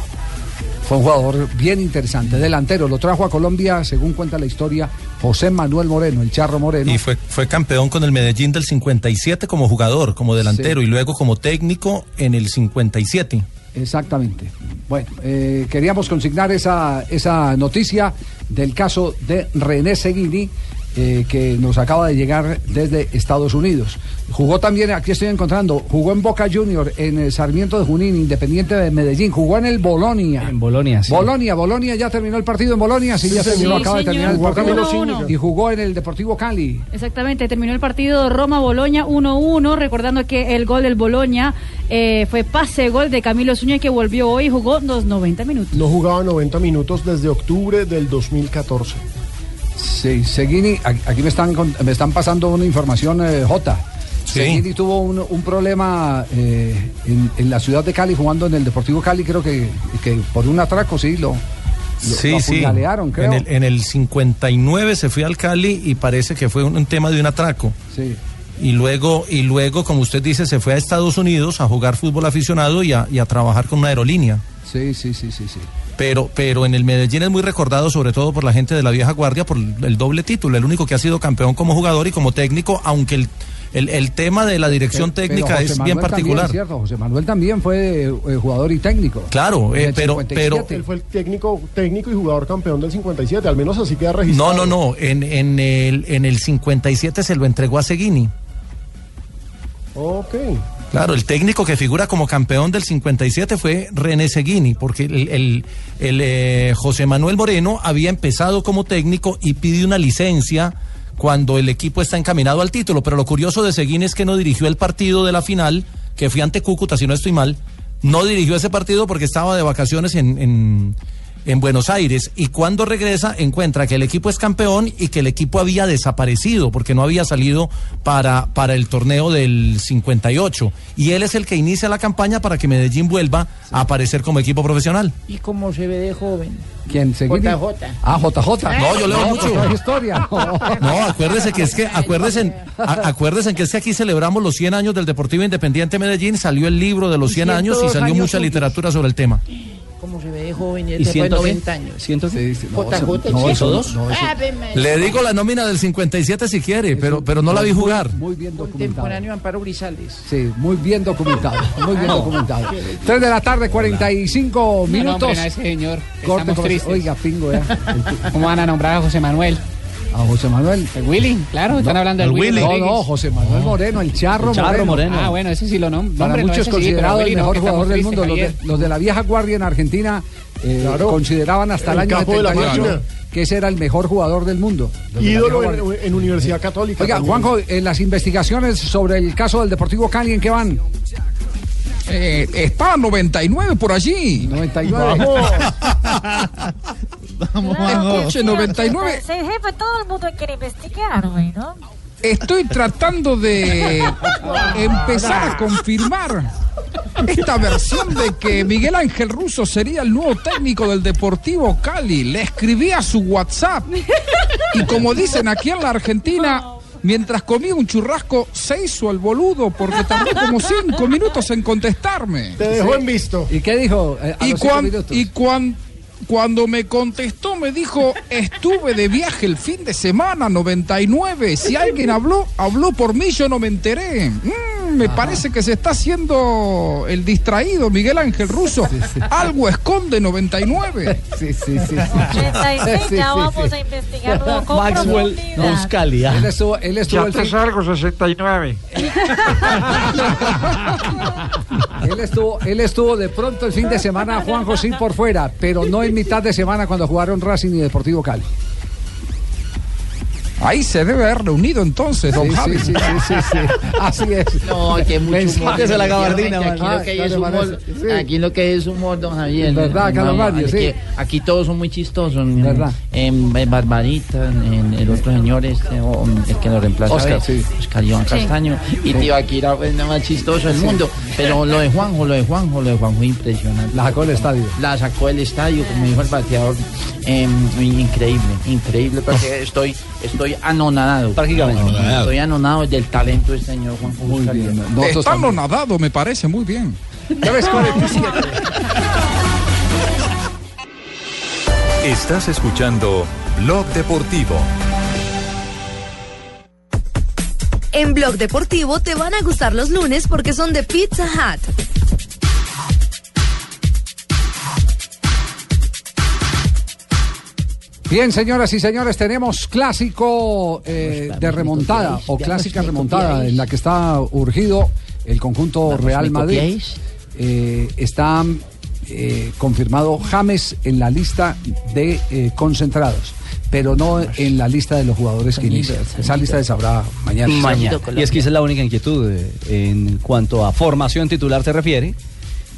[SPEAKER 15] Fue un jugador bien interesante, delantero. Lo trajo a Colombia, según cuenta la historia, José Manuel Moreno, el Charro Moreno.
[SPEAKER 9] Y fue, fue campeón con el Medellín del 57 como jugador, como delantero y luego como técnico en el 57.
[SPEAKER 15] Exactamente. Bueno, eh, queríamos consignar esa, esa noticia del caso de René Seguini, eh, que nos acaba de llegar desde Estados Unidos. Jugó también, aquí estoy encontrando, jugó en Boca Junior, en el Sarmiento de Junín, Independiente de Medellín, jugó en el Bolonia. En
[SPEAKER 2] Bolonia, sí.
[SPEAKER 15] Bolonia, Bolonia, ya terminó el partido en Bolonia, sí,
[SPEAKER 19] Sí,
[SPEAKER 15] ya terminó,
[SPEAKER 19] señor.
[SPEAKER 15] acaba de
[SPEAKER 19] Sí,
[SPEAKER 15] terminar el
[SPEAKER 19] señor,
[SPEAKER 15] partido.
[SPEAKER 19] jugó uno a uno.
[SPEAKER 15] Y jugó en el Deportivo Cali.
[SPEAKER 19] Exactamente, terminó el partido Roma-Boloña 1-1, recordando que el gol del Boloña eh, fue pase-gol de Camilo Zúñez que volvió hoy y jugó los 90 minutos.
[SPEAKER 4] No jugaba 90 minutos desde octubre del 2014.
[SPEAKER 15] Sí, Seguini, a- aquí me están, con- me están pasando una información, eh, J.
[SPEAKER 9] Sí.
[SPEAKER 15] Seguini tuvo un, un problema eh, en, en la ciudad de Cali jugando en el Deportivo Cali, creo que, que por un atraco, sí, lo, lo, lo apuñalearon, creo.
[SPEAKER 9] En el, en el 59 se fue al Cali y parece que fue un, un tema de un atraco.
[SPEAKER 15] Sí.
[SPEAKER 9] Y luego, y luego, como usted dice, se fue a Estados Unidos a jugar fútbol aficionado y a, y a trabajar con una aerolínea.
[SPEAKER 15] Sí, sí, sí, sí, sí.
[SPEAKER 9] Pero, pero en el Medellín es muy recordado, sobre todo por la gente de la vieja guardia, por el doble título, el único que ha sido campeón como jugador y como técnico, aunque el, el- el tema de la dirección
[SPEAKER 15] Pero- pero
[SPEAKER 9] técnica
[SPEAKER 15] José
[SPEAKER 9] es
[SPEAKER 15] Manuel
[SPEAKER 9] bien particular.
[SPEAKER 15] También, cierto, José Manuel también fue eh, jugador y técnico.
[SPEAKER 9] Claro, eh,
[SPEAKER 15] En el
[SPEAKER 9] pero- pero-
[SPEAKER 15] 57.
[SPEAKER 4] Él fue el técnico, técnico y jugador campeón del 57, al menos así queda registrado.
[SPEAKER 9] No, no, no. En, en, el, en el 57 se lo entregó a Seguini.
[SPEAKER 4] Ok.
[SPEAKER 9] Claro, el técnico que figura como campeón del 57 fue René Seguini, porque el, el- el, eh, José Manuel Moreno había empezado como técnico y pide una licencia cuando el equipo está encaminado al título. Pero lo curioso de Seguini es que no dirigió el partido de la final, que fue ante Cúcuta, si no estoy mal. No dirigió ese partido porque estaba de vacaciones en- en, en Buenos Aires y cuando regresa encuentra que el equipo es campeón y que el equipo había desaparecido porque no había salido para, para el torneo del 58 y él es el que inicia la campaña para que Medellín vuelva a aparecer como equipo profesional.
[SPEAKER 3] ¿Y cómo se ve de joven? Eh,
[SPEAKER 15] ¿Quién? Seguini?
[SPEAKER 3] JJ.
[SPEAKER 15] Ah, JJ.
[SPEAKER 9] No, yo leo mucho.
[SPEAKER 15] pero es historia.
[SPEAKER 9] No, acuérdese que es que acuérdense, a- acuérdese que es que aquí celebramos los 100 años del Deportivo Independiente Medellín, salió el libro de los 100 años y
[SPEAKER 3] 102
[SPEAKER 9] salió
[SPEAKER 3] años
[SPEAKER 9] mucha
[SPEAKER 3] suyos.
[SPEAKER 9] literatura sobre el tema.
[SPEAKER 3] ¿Cómo se ve de joven y después de 90 años? JJ,
[SPEAKER 9] eh? no,
[SPEAKER 3] ¿sí?
[SPEAKER 9] eso dos.
[SPEAKER 3] Ah, Ave María.
[SPEAKER 9] Le digo la nómina del 57 si quiere, pero, pero no la vi jugar.
[SPEAKER 15] Muy bien documentado.
[SPEAKER 3] Contemporáneo Amparo Grisales.
[SPEAKER 15] Sí, muy bien documentado. Muy bien
[SPEAKER 3] No.
[SPEAKER 15] documentado. 3 de la tarde, 45
[SPEAKER 20] No, no,
[SPEAKER 15] minutos.
[SPEAKER 20] hombre, no, ese señor.
[SPEAKER 15] Corte
[SPEAKER 20] Estamos
[SPEAKER 15] comercial.
[SPEAKER 20] tristes.
[SPEAKER 15] Oiga, pingo, ya.
[SPEAKER 20] ¿Cómo van a nombrar a José Manuel?
[SPEAKER 15] A José Manuel.
[SPEAKER 20] El Willy, claro, están hablando del Willy.
[SPEAKER 15] No, no,
[SPEAKER 20] Rodríguez.
[SPEAKER 15] José Manuel Moreno, el charro, Moreno.
[SPEAKER 20] Ah, bueno, ese sí lo nom- nombren, no
[SPEAKER 15] Para muchos
[SPEAKER 20] ese sí, pero
[SPEAKER 15] considerado
[SPEAKER 20] Willy
[SPEAKER 15] el
[SPEAKER 20] no,
[SPEAKER 15] mejor
[SPEAKER 20] que
[SPEAKER 15] jugador del
[SPEAKER 20] estamos
[SPEAKER 15] mundo. Los de,
[SPEAKER 20] tristes,
[SPEAKER 15] los de la vieja guardia en Argentina eh,
[SPEAKER 4] Claro.
[SPEAKER 15] consideraban hasta el,
[SPEAKER 4] El
[SPEAKER 15] año
[SPEAKER 4] capo de la
[SPEAKER 15] 78
[SPEAKER 4] máquina.
[SPEAKER 15] que ese era el mejor jugador del mundo. Los de la
[SPEAKER 4] Ídolo
[SPEAKER 15] vieja
[SPEAKER 4] en,
[SPEAKER 15] guardia.
[SPEAKER 4] en Universidad Católica.
[SPEAKER 15] Oiga,
[SPEAKER 4] también.
[SPEAKER 15] Juanjo, eh, las investigaciones sobre el caso del Deportivo Cali, ¿en qué van?
[SPEAKER 6] Eh, está 99 por allí.
[SPEAKER 15] 99.
[SPEAKER 6] Escuche, 99.
[SPEAKER 24] Sí, jefe, todo el mundo quiere investigar hoy, ¿no?
[SPEAKER 6] Estoy tratando de empezar a confirmar esta versión de que Miguel Ángel Russo sería el nuevo técnico del Deportivo Cali. Le escribí a su WhatsApp y como dicen aquí en la Argentina, mientras comía un churrasco se hizo el boludo porque tardó como cinco minutos en contestarme.
[SPEAKER 4] Te dejó en visto.
[SPEAKER 15] ¿Y qué dijo? eh, a
[SPEAKER 6] Y,
[SPEAKER 15] los cinco
[SPEAKER 6] cuan-
[SPEAKER 15] minutos?
[SPEAKER 6] y cuan- cuando me contestó me dijo, estuve de viaje el fin de semana 99, si alguien habló, habló por mí, yo no me enteré. Mm, me parece que se está haciendo el distraído Miguel Ángel Russo. Algo esconde 99.
[SPEAKER 15] Sí, sí, sí.
[SPEAKER 24] 86,
[SPEAKER 15] Sí,
[SPEAKER 24] ya
[SPEAKER 15] sí,
[SPEAKER 24] vamos
[SPEAKER 15] sí.
[SPEAKER 24] a investigarlo con profundidad.
[SPEAKER 15] Él estuvo, él estuvo el fin-
[SPEAKER 21] algo, 69.
[SPEAKER 15] Él estuvo, él estuvo de pronto el fin de semana Juan Josín por fuera, pero no en mitad de semana cuando jugaron Racing y Deportivo Cali.
[SPEAKER 6] Ahí se debe haber reunido entonces, don
[SPEAKER 15] Sí,
[SPEAKER 6] Javi.
[SPEAKER 15] sí, sí, sí, sí, sí. Así es.
[SPEAKER 3] No, que mucho humor.
[SPEAKER 15] Mensajes a la gabardina, man.
[SPEAKER 3] Aquí lo que hay es
[SPEAKER 15] Ah, claro,
[SPEAKER 3] humor.
[SPEAKER 15] parece. Sí.
[SPEAKER 3] Aquí lo que es humor, don Javier.
[SPEAKER 15] Es verdad, Carlos
[SPEAKER 3] No,
[SPEAKER 15] Mario,
[SPEAKER 3] aquí-
[SPEAKER 15] sí.
[SPEAKER 3] Aquí todos son muy chistosos. En,
[SPEAKER 15] Verdad.
[SPEAKER 3] En, en Barbarita, en, el otro señor, este, o, mm, el que lo reemplaza.
[SPEAKER 15] Oscar,
[SPEAKER 3] ¿ves?
[SPEAKER 15] sí.
[SPEAKER 3] Oscar Iván
[SPEAKER 15] Sí.
[SPEAKER 3] Castaño. Y tío Akira fue el más chistoso del mundo. Pero lo de Juanjo, lo de Juanjo, lo de Juanjo, impresionante.
[SPEAKER 15] La sacó del estadio.
[SPEAKER 3] La sacó del estadio, como dijo el bateador. em, increíble, increíble, porque estoy, estoy anonadado. Prácticamente.
[SPEAKER 6] Anonadado.
[SPEAKER 3] Estoy anonadado del talento del señor Juanjo. Oscar Iván.
[SPEAKER 6] Está nadado, me parece, muy bien.
[SPEAKER 15] 3.47.
[SPEAKER 1] Estás escuchando Blog Deportivo.
[SPEAKER 16] En Blog Deportivo te van a gustar los lunes porque son de Pizza Hut.
[SPEAKER 15] Bien, señoras y señores, tenemos clásico eh, de remontada o clásica remontada en la que está urgido el conjunto
[SPEAKER 3] Vamos,
[SPEAKER 15] Real
[SPEAKER 3] ¿me
[SPEAKER 15] Madrid.
[SPEAKER 3] copiáis?
[SPEAKER 15] Eh, está eh, confirmado James en la lista de eh, concentrados, pero no en la lista de los jugadores que inician. Esa lista se sabrá mañana.
[SPEAKER 2] Mañana. Y es que esa es la única inquietud eh, en cuanto a formación titular se refiere.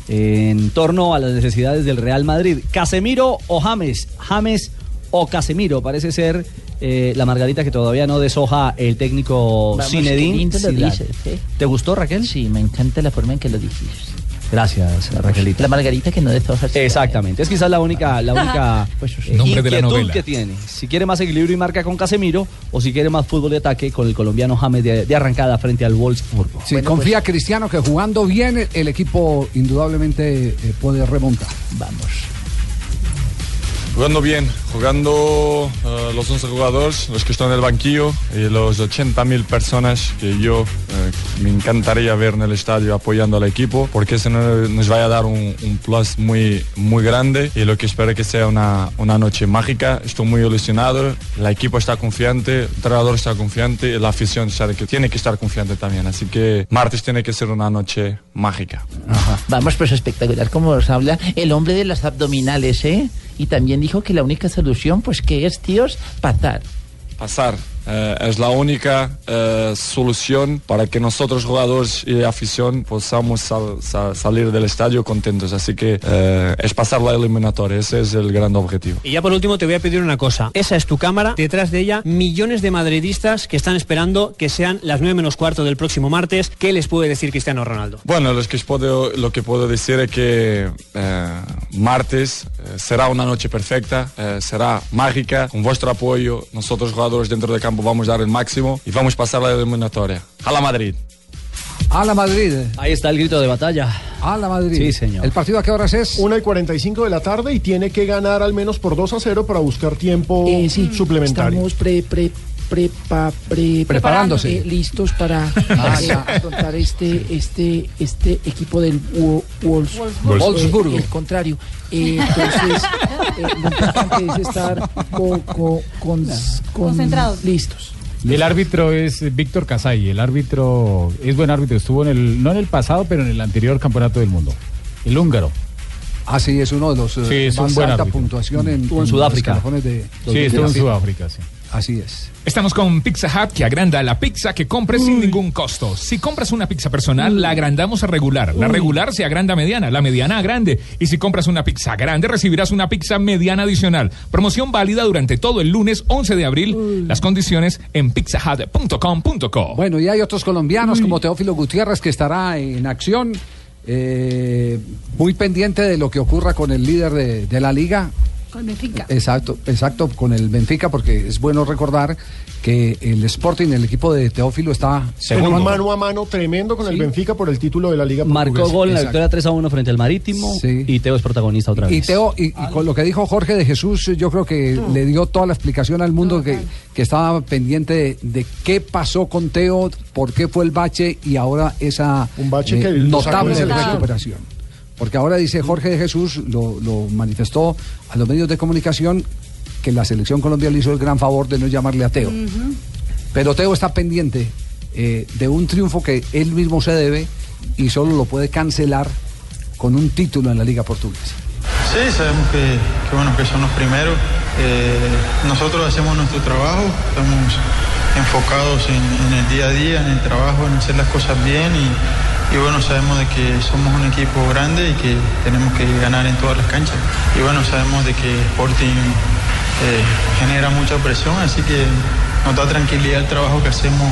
[SPEAKER 2] En torno a las necesidades del Real Madrid, Casemiro o James, James o Casemiro, parece ser eh, la margarita que todavía no deshoja el técnico
[SPEAKER 20] Vamos, qué
[SPEAKER 2] Zinedine
[SPEAKER 20] lindo lo
[SPEAKER 2] Zidane.
[SPEAKER 20] dices, ¿eh?
[SPEAKER 2] ¿Te gustó Raquel?
[SPEAKER 20] Sí, me encanta la forma en que lo dijiste.
[SPEAKER 2] Gracias, Raquelita.
[SPEAKER 20] La margarita que no deshoja.
[SPEAKER 2] Exactamente, es quizás la única, la única
[SPEAKER 20] Pues,
[SPEAKER 2] eh,
[SPEAKER 20] nombre de la
[SPEAKER 2] inquietud
[SPEAKER 20] novela.
[SPEAKER 2] que tiene. Si quiere más equilibrio y marca con Casemiro, o si quiere más fútbol de ataque con el colombiano James de, de arrancada frente al Wolfsburgo.
[SPEAKER 15] Sí, confía Cristiano que jugando bien el- el equipo indudablemente eh, puede remontar.
[SPEAKER 2] Vamos.
[SPEAKER 27] Jugando bien, jugando eh, los 11 jugadores, los que están en el banquillo y los 80.000 personas que yo eh, me encantaría ver en el estadio apoyando al equipo, porque eso no- nos va a dar un, un plus muy, muy grande y lo que espero que sea una, una noche mágica. Estoy muy ilusionado, el equipo está confiante, el entrenador está confiante y la afición sabe que tiene que estar confiante también. Así que martes tiene que ser una noche mágica.
[SPEAKER 20] Vamos, pues espectacular como os habla el hombre de las abdominales, ¿eh? Y también dijo que la única solución, pues que es, tíos, pasar.
[SPEAKER 27] pasar. Eh, es la única eh, solución para que nosotros jugadores y afición podamos sal- sal- salir del estadio contentos. Así que eh, es pasar la eliminatoria, ese es el gran objetivo.
[SPEAKER 22] Y ya por último te voy a pedir una cosa. Esa es tu cámara, detrás de ella millones de madridistas que están esperando que sean las 9 menos cuarto del próximo martes. ¿Qué les puede decir Cristiano Ronaldo?
[SPEAKER 27] Bueno, los que puedo- lo que puedo decir es que eh, martes eh, será una noche perfecta, eh, será mágica. Con vuestro apoyo, nosotros jugadores dentro del campo vamos a dar el máximo y vamos a pasar la eliminatoria. A la Madrid.
[SPEAKER 15] A la Madrid.
[SPEAKER 2] Ahí está el grito de batalla.
[SPEAKER 15] A la Madrid.
[SPEAKER 2] Sí, señor.
[SPEAKER 15] ¿El partido a qué horas es?
[SPEAKER 4] 1 y 45 de la tarde y tiene que ganar al menos por 2 a 0 para buscar tiempo suplementario.
[SPEAKER 13] Estamos pre, pre, prepa- pre-
[SPEAKER 4] Preparándose.
[SPEAKER 13] eh, listos para eh, afrontar este, este, este equipo del Wo- Wolfs-
[SPEAKER 4] Wolfsburgo.
[SPEAKER 13] Eh, el contrario. Eh, entonces, eh, lo importante es estar co- co- con- con-
[SPEAKER 19] Concentrados.
[SPEAKER 13] listos.
[SPEAKER 12] El árbitro es eh, Víctor Casay, el árbitro es buen árbitro, estuvo en el, no en el pasado, pero en el anterior campeonato del mundo, el húngaro.
[SPEAKER 15] Ah, sí, es uno de los eh,
[SPEAKER 12] Sí, es un
[SPEAKER 15] más
[SPEAKER 12] buen
[SPEAKER 15] alta
[SPEAKER 12] árbitro.
[SPEAKER 15] puntuación en,
[SPEAKER 12] Estuvo en
[SPEAKER 15] los
[SPEAKER 12] Sudáfrica.
[SPEAKER 15] escalafones de-
[SPEAKER 12] Sí, estuvo en
[SPEAKER 15] de la
[SPEAKER 12] Sudáfrica, sí.
[SPEAKER 15] Así es.
[SPEAKER 17] Estamos con Pizza Hut que agranda la pizza que compres sin ningún costo. Si compras una pizza personal, la agrandamos a regular. La
[SPEAKER 28] Uy.
[SPEAKER 17] regular se agranda a mediana, la mediana a grande. Y si compras una pizza grande, recibirás una pizza mediana adicional. Promoción válida durante todo el lunes 11 de abril. Las condiciones en pizzahut.com.co.
[SPEAKER 15] Bueno, y hay otros colombianos como Teófilo Gutiérrez que estará en acción, eh, muy pendiente de lo que ocurra con el líder de, de la liga.
[SPEAKER 19] Con Benfica.
[SPEAKER 15] Exacto, exacto, con el Benfica, porque es bueno recordar que el Sporting, el equipo de Teófilo, está
[SPEAKER 4] Pero un mano a mano tremendo con el Benfica por el título de la Liga
[SPEAKER 2] Marcó
[SPEAKER 4] Portuguesa.
[SPEAKER 2] gol en la
[SPEAKER 4] Exacto.
[SPEAKER 2] victoria 3 a 1 frente al Marítimo y Teo es protagonista otra vez.
[SPEAKER 15] Y Teo, y, y con lo que dijo Jorge de Jesús, yo creo que le dio toda la explicación al mundo que, que estaba pendiente de, de qué pasó con Teo, por qué fue el bache y ahora esa
[SPEAKER 4] bache que lo sacó
[SPEAKER 15] eh, notable
[SPEAKER 4] de selección.
[SPEAKER 15] recuperación. Porque ahora dice Jorge de Jesús, lo, lo manifestó a los medios de comunicación, que la selección Colombia le hizo el gran favor de no llamarle a Teo.
[SPEAKER 19] Mm.
[SPEAKER 15] Pero Teo está pendiente eh, de un triunfo que él mismo se debe y solo lo puede cancelar con un título en la Liga Portuguesa.
[SPEAKER 14] Sí, sabemos que, que, bueno, que son los primeros. Eh, nosotros hacemos nuestro trabajo, estamos enfocados en, en el día a día, en el trabajo, en hacer las cosas bien y, y bueno, sabemos de que somos un equipo grande y que tenemos que ganar en todas las canchas. Y bueno, sabemos de que Sporting eh, genera mucha presión, así que nos da tranquilidad el trabajo que hacemos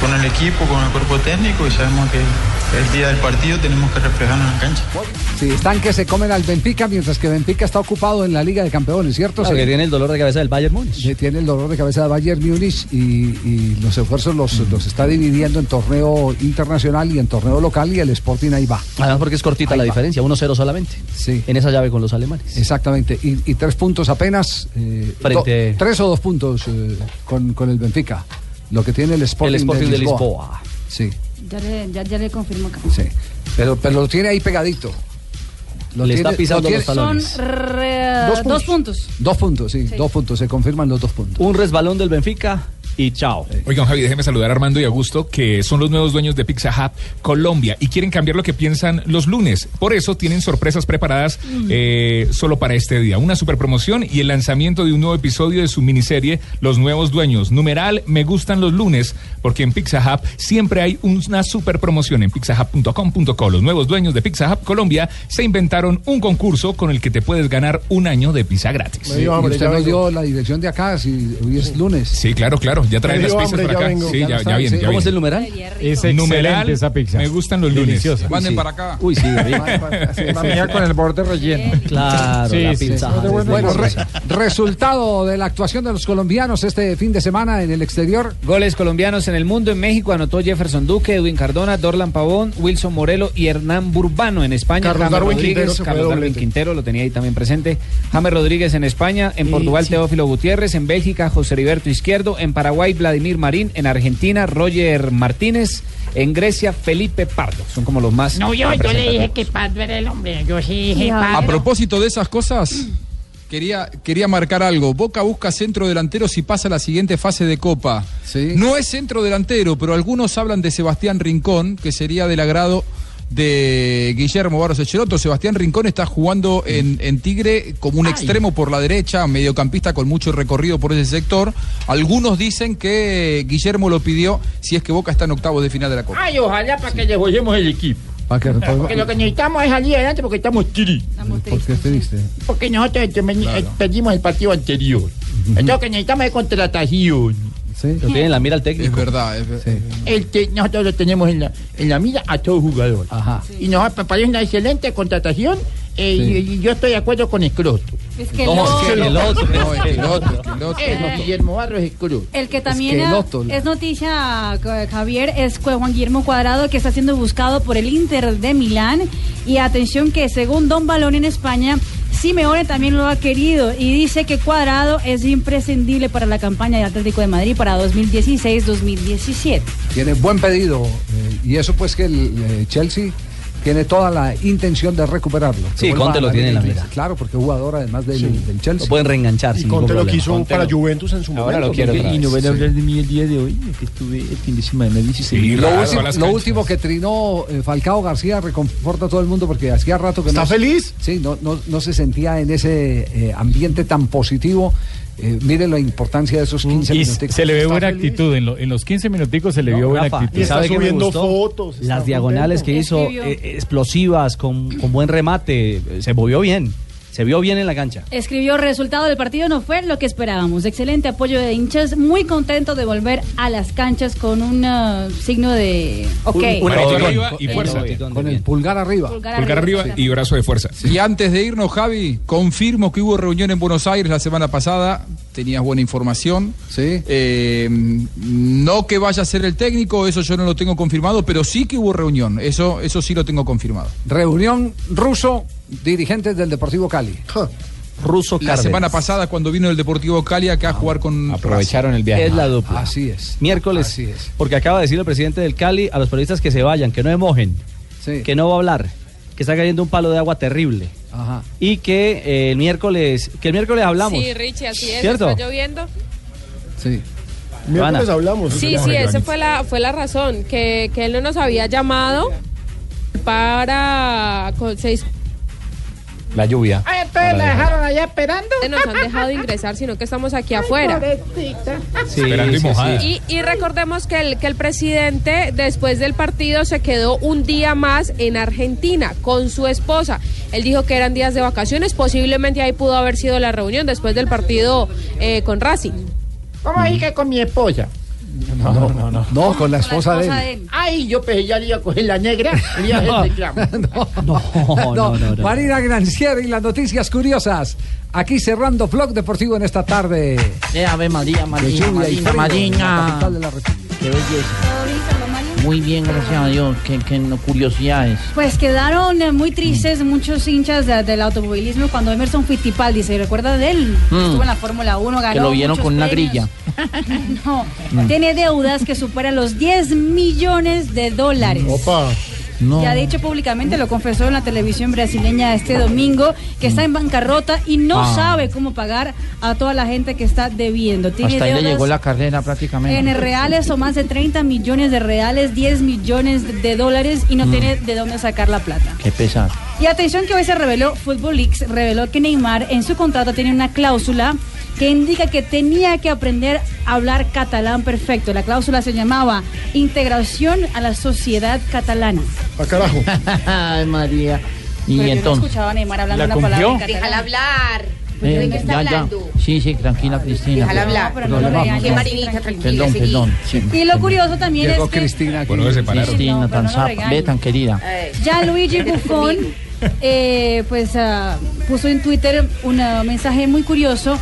[SPEAKER 14] con el equipo, con el cuerpo técnico y sabemos que el día del partido tenemos que reflejarnos en la cancha.
[SPEAKER 15] Sí, están que se comen al Benfica, mientras que Benfica está ocupado en la Liga de Campeones, ¿cierto?
[SPEAKER 2] Claro,
[SPEAKER 15] Se-
[SPEAKER 2] que tiene el dolor de cabeza del Bayern Múnich.
[SPEAKER 15] se tiene el dolor de cabeza de Bayern Múnich y, y los esfuerzos los, los está dividiendo en torneo internacional y en torneo local y el Sporting ahí va.
[SPEAKER 2] Además porque es cortita la diferencia, 1-0 solamente.
[SPEAKER 15] Sí.
[SPEAKER 2] En esa llave con los alemanes.
[SPEAKER 15] Exactamente, y, y tres puntos apenas. eh,
[SPEAKER 2] Frente-
[SPEAKER 15] do- tres o dos puntos eh, con, con el Benfica, lo que tiene el Sporting,
[SPEAKER 2] El Sporting de Lisboa.
[SPEAKER 15] Sí,
[SPEAKER 19] Ya le, ya, ya le confirmo acá.
[SPEAKER 15] sí, pero, pero lo tiene ahí pegadito. Lo
[SPEAKER 2] le está
[SPEAKER 15] tiene-
[SPEAKER 2] pisando
[SPEAKER 15] lo tiene-
[SPEAKER 2] los talones.
[SPEAKER 19] Re-
[SPEAKER 15] Dos puntos.
[SPEAKER 19] dos puntos.
[SPEAKER 15] Dos puntos, sí, dos puntos. Se confirman los dos puntos.
[SPEAKER 2] Un resbalón del Benfica y chao.
[SPEAKER 17] Oigan, Javi, déjeme saludar a Armando y Augusto, que son los nuevos dueños de Pizza Hut Colombia y quieren cambiar lo que piensan los lunes. Por eso tienen sorpresas preparadas eh, solo para este día. Una super promoción y el lanzamiento de un nuevo episodio de su miniserie Los Nuevos Dueños. Numeral Me Gustan los Lunes, porque en Pizza Hut siempre hay una super promoción en pizzahub.com.co. Los nuevos dueños de Pizza Hut Colombia se inventaron un concurso con el que te puedes ganar un año de pizza gratis.
[SPEAKER 15] Sí, y usted nos dio la dirección de acá, si hoy es lunes.
[SPEAKER 17] Sí, claro, claro. Ya traen
[SPEAKER 15] Me
[SPEAKER 17] las
[SPEAKER 15] dio
[SPEAKER 17] pizzas
[SPEAKER 15] hambre,
[SPEAKER 17] para
[SPEAKER 15] ya
[SPEAKER 17] acá.
[SPEAKER 15] vengo.
[SPEAKER 17] Sí,
[SPEAKER 15] Ya
[SPEAKER 17] ya,
[SPEAKER 15] lo
[SPEAKER 17] ya
[SPEAKER 15] saben,
[SPEAKER 17] viene,
[SPEAKER 15] sí.
[SPEAKER 17] ya
[SPEAKER 15] ¿Cómo es
[SPEAKER 17] viene.
[SPEAKER 15] el numeral?
[SPEAKER 12] Es excelente
[SPEAKER 17] Numeral,
[SPEAKER 12] esa pizza.
[SPEAKER 17] Me gustan los lunes.
[SPEAKER 12] Deliciosa. Uy,
[SPEAKER 17] Manden
[SPEAKER 12] sí.
[SPEAKER 17] para acá.
[SPEAKER 12] Uy, sí,
[SPEAKER 17] La mía con
[SPEAKER 12] el borde relleno.
[SPEAKER 2] Claro,
[SPEAKER 12] Sí,
[SPEAKER 2] la
[SPEAKER 12] sí.
[SPEAKER 2] pizza. Hut es
[SPEAKER 15] ah, Bueno, re-
[SPEAKER 2] deliciosa.
[SPEAKER 15] resultado de la actuación de los colombianos este fin de semana en el exterior.
[SPEAKER 10] Goles colombianos en el mundo. En México anotó Jefferson Duque, Edwin Cardona, Dorlan Pavón, Wilson Morelo y Hernán Burbano. En España,
[SPEAKER 29] Carlos
[SPEAKER 10] James
[SPEAKER 29] Darwin
[SPEAKER 10] Rodríguez,
[SPEAKER 29] Quintero se fue
[SPEAKER 10] Carlos Darwin
[SPEAKER 29] doblete.
[SPEAKER 10] Quintero, lo tenía ahí también presente. James Rodríguez en España. En
[SPEAKER 29] Eh,
[SPEAKER 10] Portugal,
[SPEAKER 29] sí.
[SPEAKER 10] Teófilo Gutiérrez. En Bélgica, José Heriberto Izquierdo. En Paraguay, Vladimir Marín. En Argentina, Roger Martínez. En Grecia, Felipe Pardo. Son como los más.
[SPEAKER 3] No, yo, yo le
[SPEAKER 10] representativos.
[SPEAKER 3] dije que Pardo era el hombre. Yo sí dije
[SPEAKER 6] A
[SPEAKER 3] Pardo.
[SPEAKER 6] propósito de esas cosas, quería, quería marcar algo. Boca busca centro delantero si pasa a la siguiente fase de Copa. No es centro delantero, pero algunos hablan de Sebastián Rincón, que sería del agrado de Guillermo Barros Echeroto. Sebastián Rincón está jugando en, en Tigre como un extremo por la derecha, mediocampista con mucho recorrido por ese sector. Algunos dicen que Guillermo lo pidió si es que Boca está en octavos de final de la Copa.
[SPEAKER 3] Ay, ojalá para que le voyemos el equipo. Porque lo que necesitamos es salir adelante porque estamos tristes.
[SPEAKER 15] ¿Por qué triste?
[SPEAKER 3] Porque nosotros eh, temen- eh, perdimos el partido anterior. Entonces lo que necesitamos es contratación.
[SPEAKER 2] Lo tiene en la mira el técnico. Es
[SPEAKER 6] verdad, es verdad.
[SPEAKER 3] El te- nosotros lo tenemos en la, en la mira a todo jugador. Y nos parece una excelente contratación eh,
[SPEAKER 2] Sí.
[SPEAKER 3] y, y yo estoy de acuerdo con Escroto.
[SPEAKER 19] Es que el
[SPEAKER 3] No,
[SPEAKER 19] otro-
[SPEAKER 3] es que el otro, no, es que el otro, es que el
[SPEAKER 19] otro.
[SPEAKER 3] Eh, Guillermo Barros Escroto.
[SPEAKER 19] El que también ah,
[SPEAKER 3] Esqueloto.
[SPEAKER 19] es noticia, c- Javier, es cu- Juan Guillermo Cuadrado, que está siendo buscado por el Inter de Milán. Y atención que según Don Balón en España, Simeone también lo ha querido y dice que Cuadrado es imprescindible para la campaña del Atlético de Madrid para 2016-2017.
[SPEAKER 15] Tiene buen pedido eh, y eso pues que el eh, Chelsea tiene toda la intención de recuperarlo. Que
[SPEAKER 2] Sí,
[SPEAKER 15] vuelva
[SPEAKER 2] Conte
[SPEAKER 15] a
[SPEAKER 2] lo tiene en la
[SPEAKER 15] liga
[SPEAKER 2] mira.
[SPEAKER 15] inglesa. Claro, porque jugador además del,
[SPEAKER 2] Sí.
[SPEAKER 15] del Chelsea.
[SPEAKER 2] Lo pueden reenganchar sin ningún problema. Conte lo- Ahora lo quiero otra
[SPEAKER 8] Y no
[SPEAKER 2] vez.
[SPEAKER 8] van a
[SPEAKER 2] Sí.
[SPEAKER 8] hablar de mí el día de hoy, que estuve el fin de semana 16
[SPEAKER 15] Y lo, último, lo último que trinó eh, Falcao García reconforta a todo el mundo porque hacía rato que
[SPEAKER 29] ¿Está
[SPEAKER 15] no se-
[SPEAKER 29] feliz?
[SPEAKER 15] Sí, no, no, no se sentía en ese eh, ambiente tan positivo. Eh, mire la importancia de esos 15
[SPEAKER 12] Mm. Y
[SPEAKER 15] minutos.
[SPEAKER 12] se le ve buena actitud. En, lo- en los 15 minuticos se le vio buena
[SPEAKER 2] Rafa,
[SPEAKER 12] actitud.
[SPEAKER 2] ¿sabe qué me gustó?
[SPEAKER 29] fotos,
[SPEAKER 2] Las diagonales que hizo,
[SPEAKER 19] Escribió.
[SPEAKER 2] eh, eh, explosivas, con, con buen remate. eh, Se movió bien. Se vio bien en la cancha.
[SPEAKER 19] Escribió, resultado del partido no fue lo que esperábamos. Excelente apoyo de hinchas, muy contento de volver a las canchas con un ah, signo de... Ok.
[SPEAKER 6] un
[SPEAKER 17] Manito
[SPEAKER 6] autogol.
[SPEAKER 17] arriba y
[SPEAKER 6] Con-
[SPEAKER 17] fuerza.
[SPEAKER 15] Con el pulgar arriba.
[SPEAKER 17] Pulgar arriba y brazo de fuerza.
[SPEAKER 6] Y antes de irnos, Javi, confirmo que hubo reunión en Buenos Aires la semana pasada. Tenías buena información. Eh,
[SPEAKER 15] Sí.
[SPEAKER 6] no que vaya a ser el técnico, eso yo no lo tengo confirmado, pero sí que hubo reunión. Eso, eso sí lo tengo confirmado.
[SPEAKER 15] Reunión ruso, dirigentes del Deportivo Cali.
[SPEAKER 2] Ruso
[SPEAKER 6] La
[SPEAKER 2] Cárdenas.
[SPEAKER 6] semana pasada, cuando vino el Deportivo Cali acá a jugar con.
[SPEAKER 2] Aprovecharon el viaje. Es la dupla.
[SPEAKER 15] Ah, Así es.
[SPEAKER 2] Miércoles. Porque acaba de decir el presidente del Cali a los periodistas que se vayan, que no mojen, que no va a hablar, que está cayendo un palo de agua terrible.
[SPEAKER 15] Ajá.
[SPEAKER 2] Y que eh, el miércoles, que el miércoles hablamos.
[SPEAKER 7] Sí, Richie, así es.
[SPEAKER 2] ¿Cierto?
[SPEAKER 7] Está lloviendo.
[SPEAKER 15] Sí.
[SPEAKER 2] Ana.
[SPEAKER 29] Miércoles hablamos.
[SPEAKER 7] Sí, sí, esa fue la, fue la razón, que, que él no nos había llamado para... Con seis,
[SPEAKER 2] La lluvia.
[SPEAKER 7] Ay,
[SPEAKER 2] entonces la dejaron
[SPEAKER 7] allá esperando. Nos han dejado ingresar, sino que estamos aquí afuera.
[SPEAKER 2] Sí, Esperando y sí, mojada. sí.
[SPEAKER 7] Y, y recordemos que el, que el presidente después del partido se quedó un día más en Argentina con su esposa. Él dijo que eran días de vacaciones, posiblemente ahí pudo haber sido la reunión después del partido eh, con Racing.
[SPEAKER 3] ¿Cómo ahí que con mi esposa?
[SPEAKER 15] No, no, no. No, con la esposa de él.
[SPEAKER 3] Ay, yo pensé ya le iba a coger la negra, le iba a hacer
[SPEAKER 15] No.
[SPEAKER 3] reclamo.
[SPEAKER 15] No, Marina Granciera y las noticias curiosas. Aquí cerrando Blog Deportivo en esta tarde.
[SPEAKER 30] Eh, Ave María,
[SPEAKER 15] De
[SPEAKER 30] Marina,
[SPEAKER 15] lluvia
[SPEAKER 30] Marina,
[SPEAKER 15] y frío en la
[SPEAKER 30] Marina.
[SPEAKER 15] capital de la
[SPEAKER 30] Qué belleza. Muy bien, gracias a Dios. Qué, qué no- curiosidades.
[SPEAKER 19] Pues quedaron eh, muy tristes muchos hinchas de- del automovilismo cuando Emerson Fittipaldi, ¿se recuerda de él?
[SPEAKER 30] Mm.
[SPEAKER 19] Estuvo en la Fórmula 1, ganó
[SPEAKER 30] que lo vieron
[SPEAKER 19] muchos
[SPEAKER 30] con una
[SPEAKER 19] premios.
[SPEAKER 30] grilla.
[SPEAKER 19] No,
[SPEAKER 30] Mm.
[SPEAKER 19] tiene deudas que superan los 10 millones de dólares.
[SPEAKER 12] No.
[SPEAKER 19] Ya ha dicho públicamente, lo confesó en la televisión brasileña este domingo, que está en bancarrota y no
[SPEAKER 20] Ah.
[SPEAKER 19] sabe cómo pagar a toda la gente que está debiendo. Tiene
[SPEAKER 20] Hasta ahí le
[SPEAKER 19] deudas
[SPEAKER 20] llegó la carrera prácticamente.
[SPEAKER 19] En reales o más de 30 millones de reales, 10 millones de dólares y no
[SPEAKER 20] Mm.
[SPEAKER 19] tiene de dónde sacar la plata.
[SPEAKER 20] Qué pesar.
[SPEAKER 19] Y atención que hoy se reveló, Football Leaks reveló que Neymar en su contrato tiene una cláusula que indica que tenía que aprender a hablar catalán perfecto. La cláusula se llamaba Integración a la Sociedad Catalana.
[SPEAKER 4] A carajo.
[SPEAKER 20] Ay, María. Y
[SPEAKER 19] Pero yo no
[SPEAKER 20] entonces.
[SPEAKER 19] escuchaba a Neymar hablando
[SPEAKER 20] ¿La
[SPEAKER 19] una palabra en
[SPEAKER 20] cumplió?
[SPEAKER 19] catalán. Pues
[SPEAKER 24] Déjala hablar.
[SPEAKER 20] Eh,
[SPEAKER 24] ¿De qué está
[SPEAKER 20] ya, ya.
[SPEAKER 24] hablando?
[SPEAKER 20] Sí, sí, tranquila, Cristina.
[SPEAKER 24] Déjala hablar.
[SPEAKER 20] Pero no,
[SPEAKER 24] Qué
[SPEAKER 20] vamos, no.
[SPEAKER 24] marinita, tranquila,
[SPEAKER 20] Perdón,
[SPEAKER 24] seguí.
[SPEAKER 20] perdón.
[SPEAKER 19] Y lo curioso también es que
[SPEAKER 20] Cristina.
[SPEAKER 17] Bueno, se separaron.
[SPEAKER 20] Cristina,
[SPEAKER 19] No, pero
[SPEAKER 20] tan
[SPEAKER 19] no lo
[SPEAKER 20] zapa.
[SPEAKER 19] regañen.
[SPEAKER 20] Ve, tan querida.
[SPEAKER 19] ya Luigi Buffon eh, pues ah, puso en Twitter un ah, mensaje muy curioso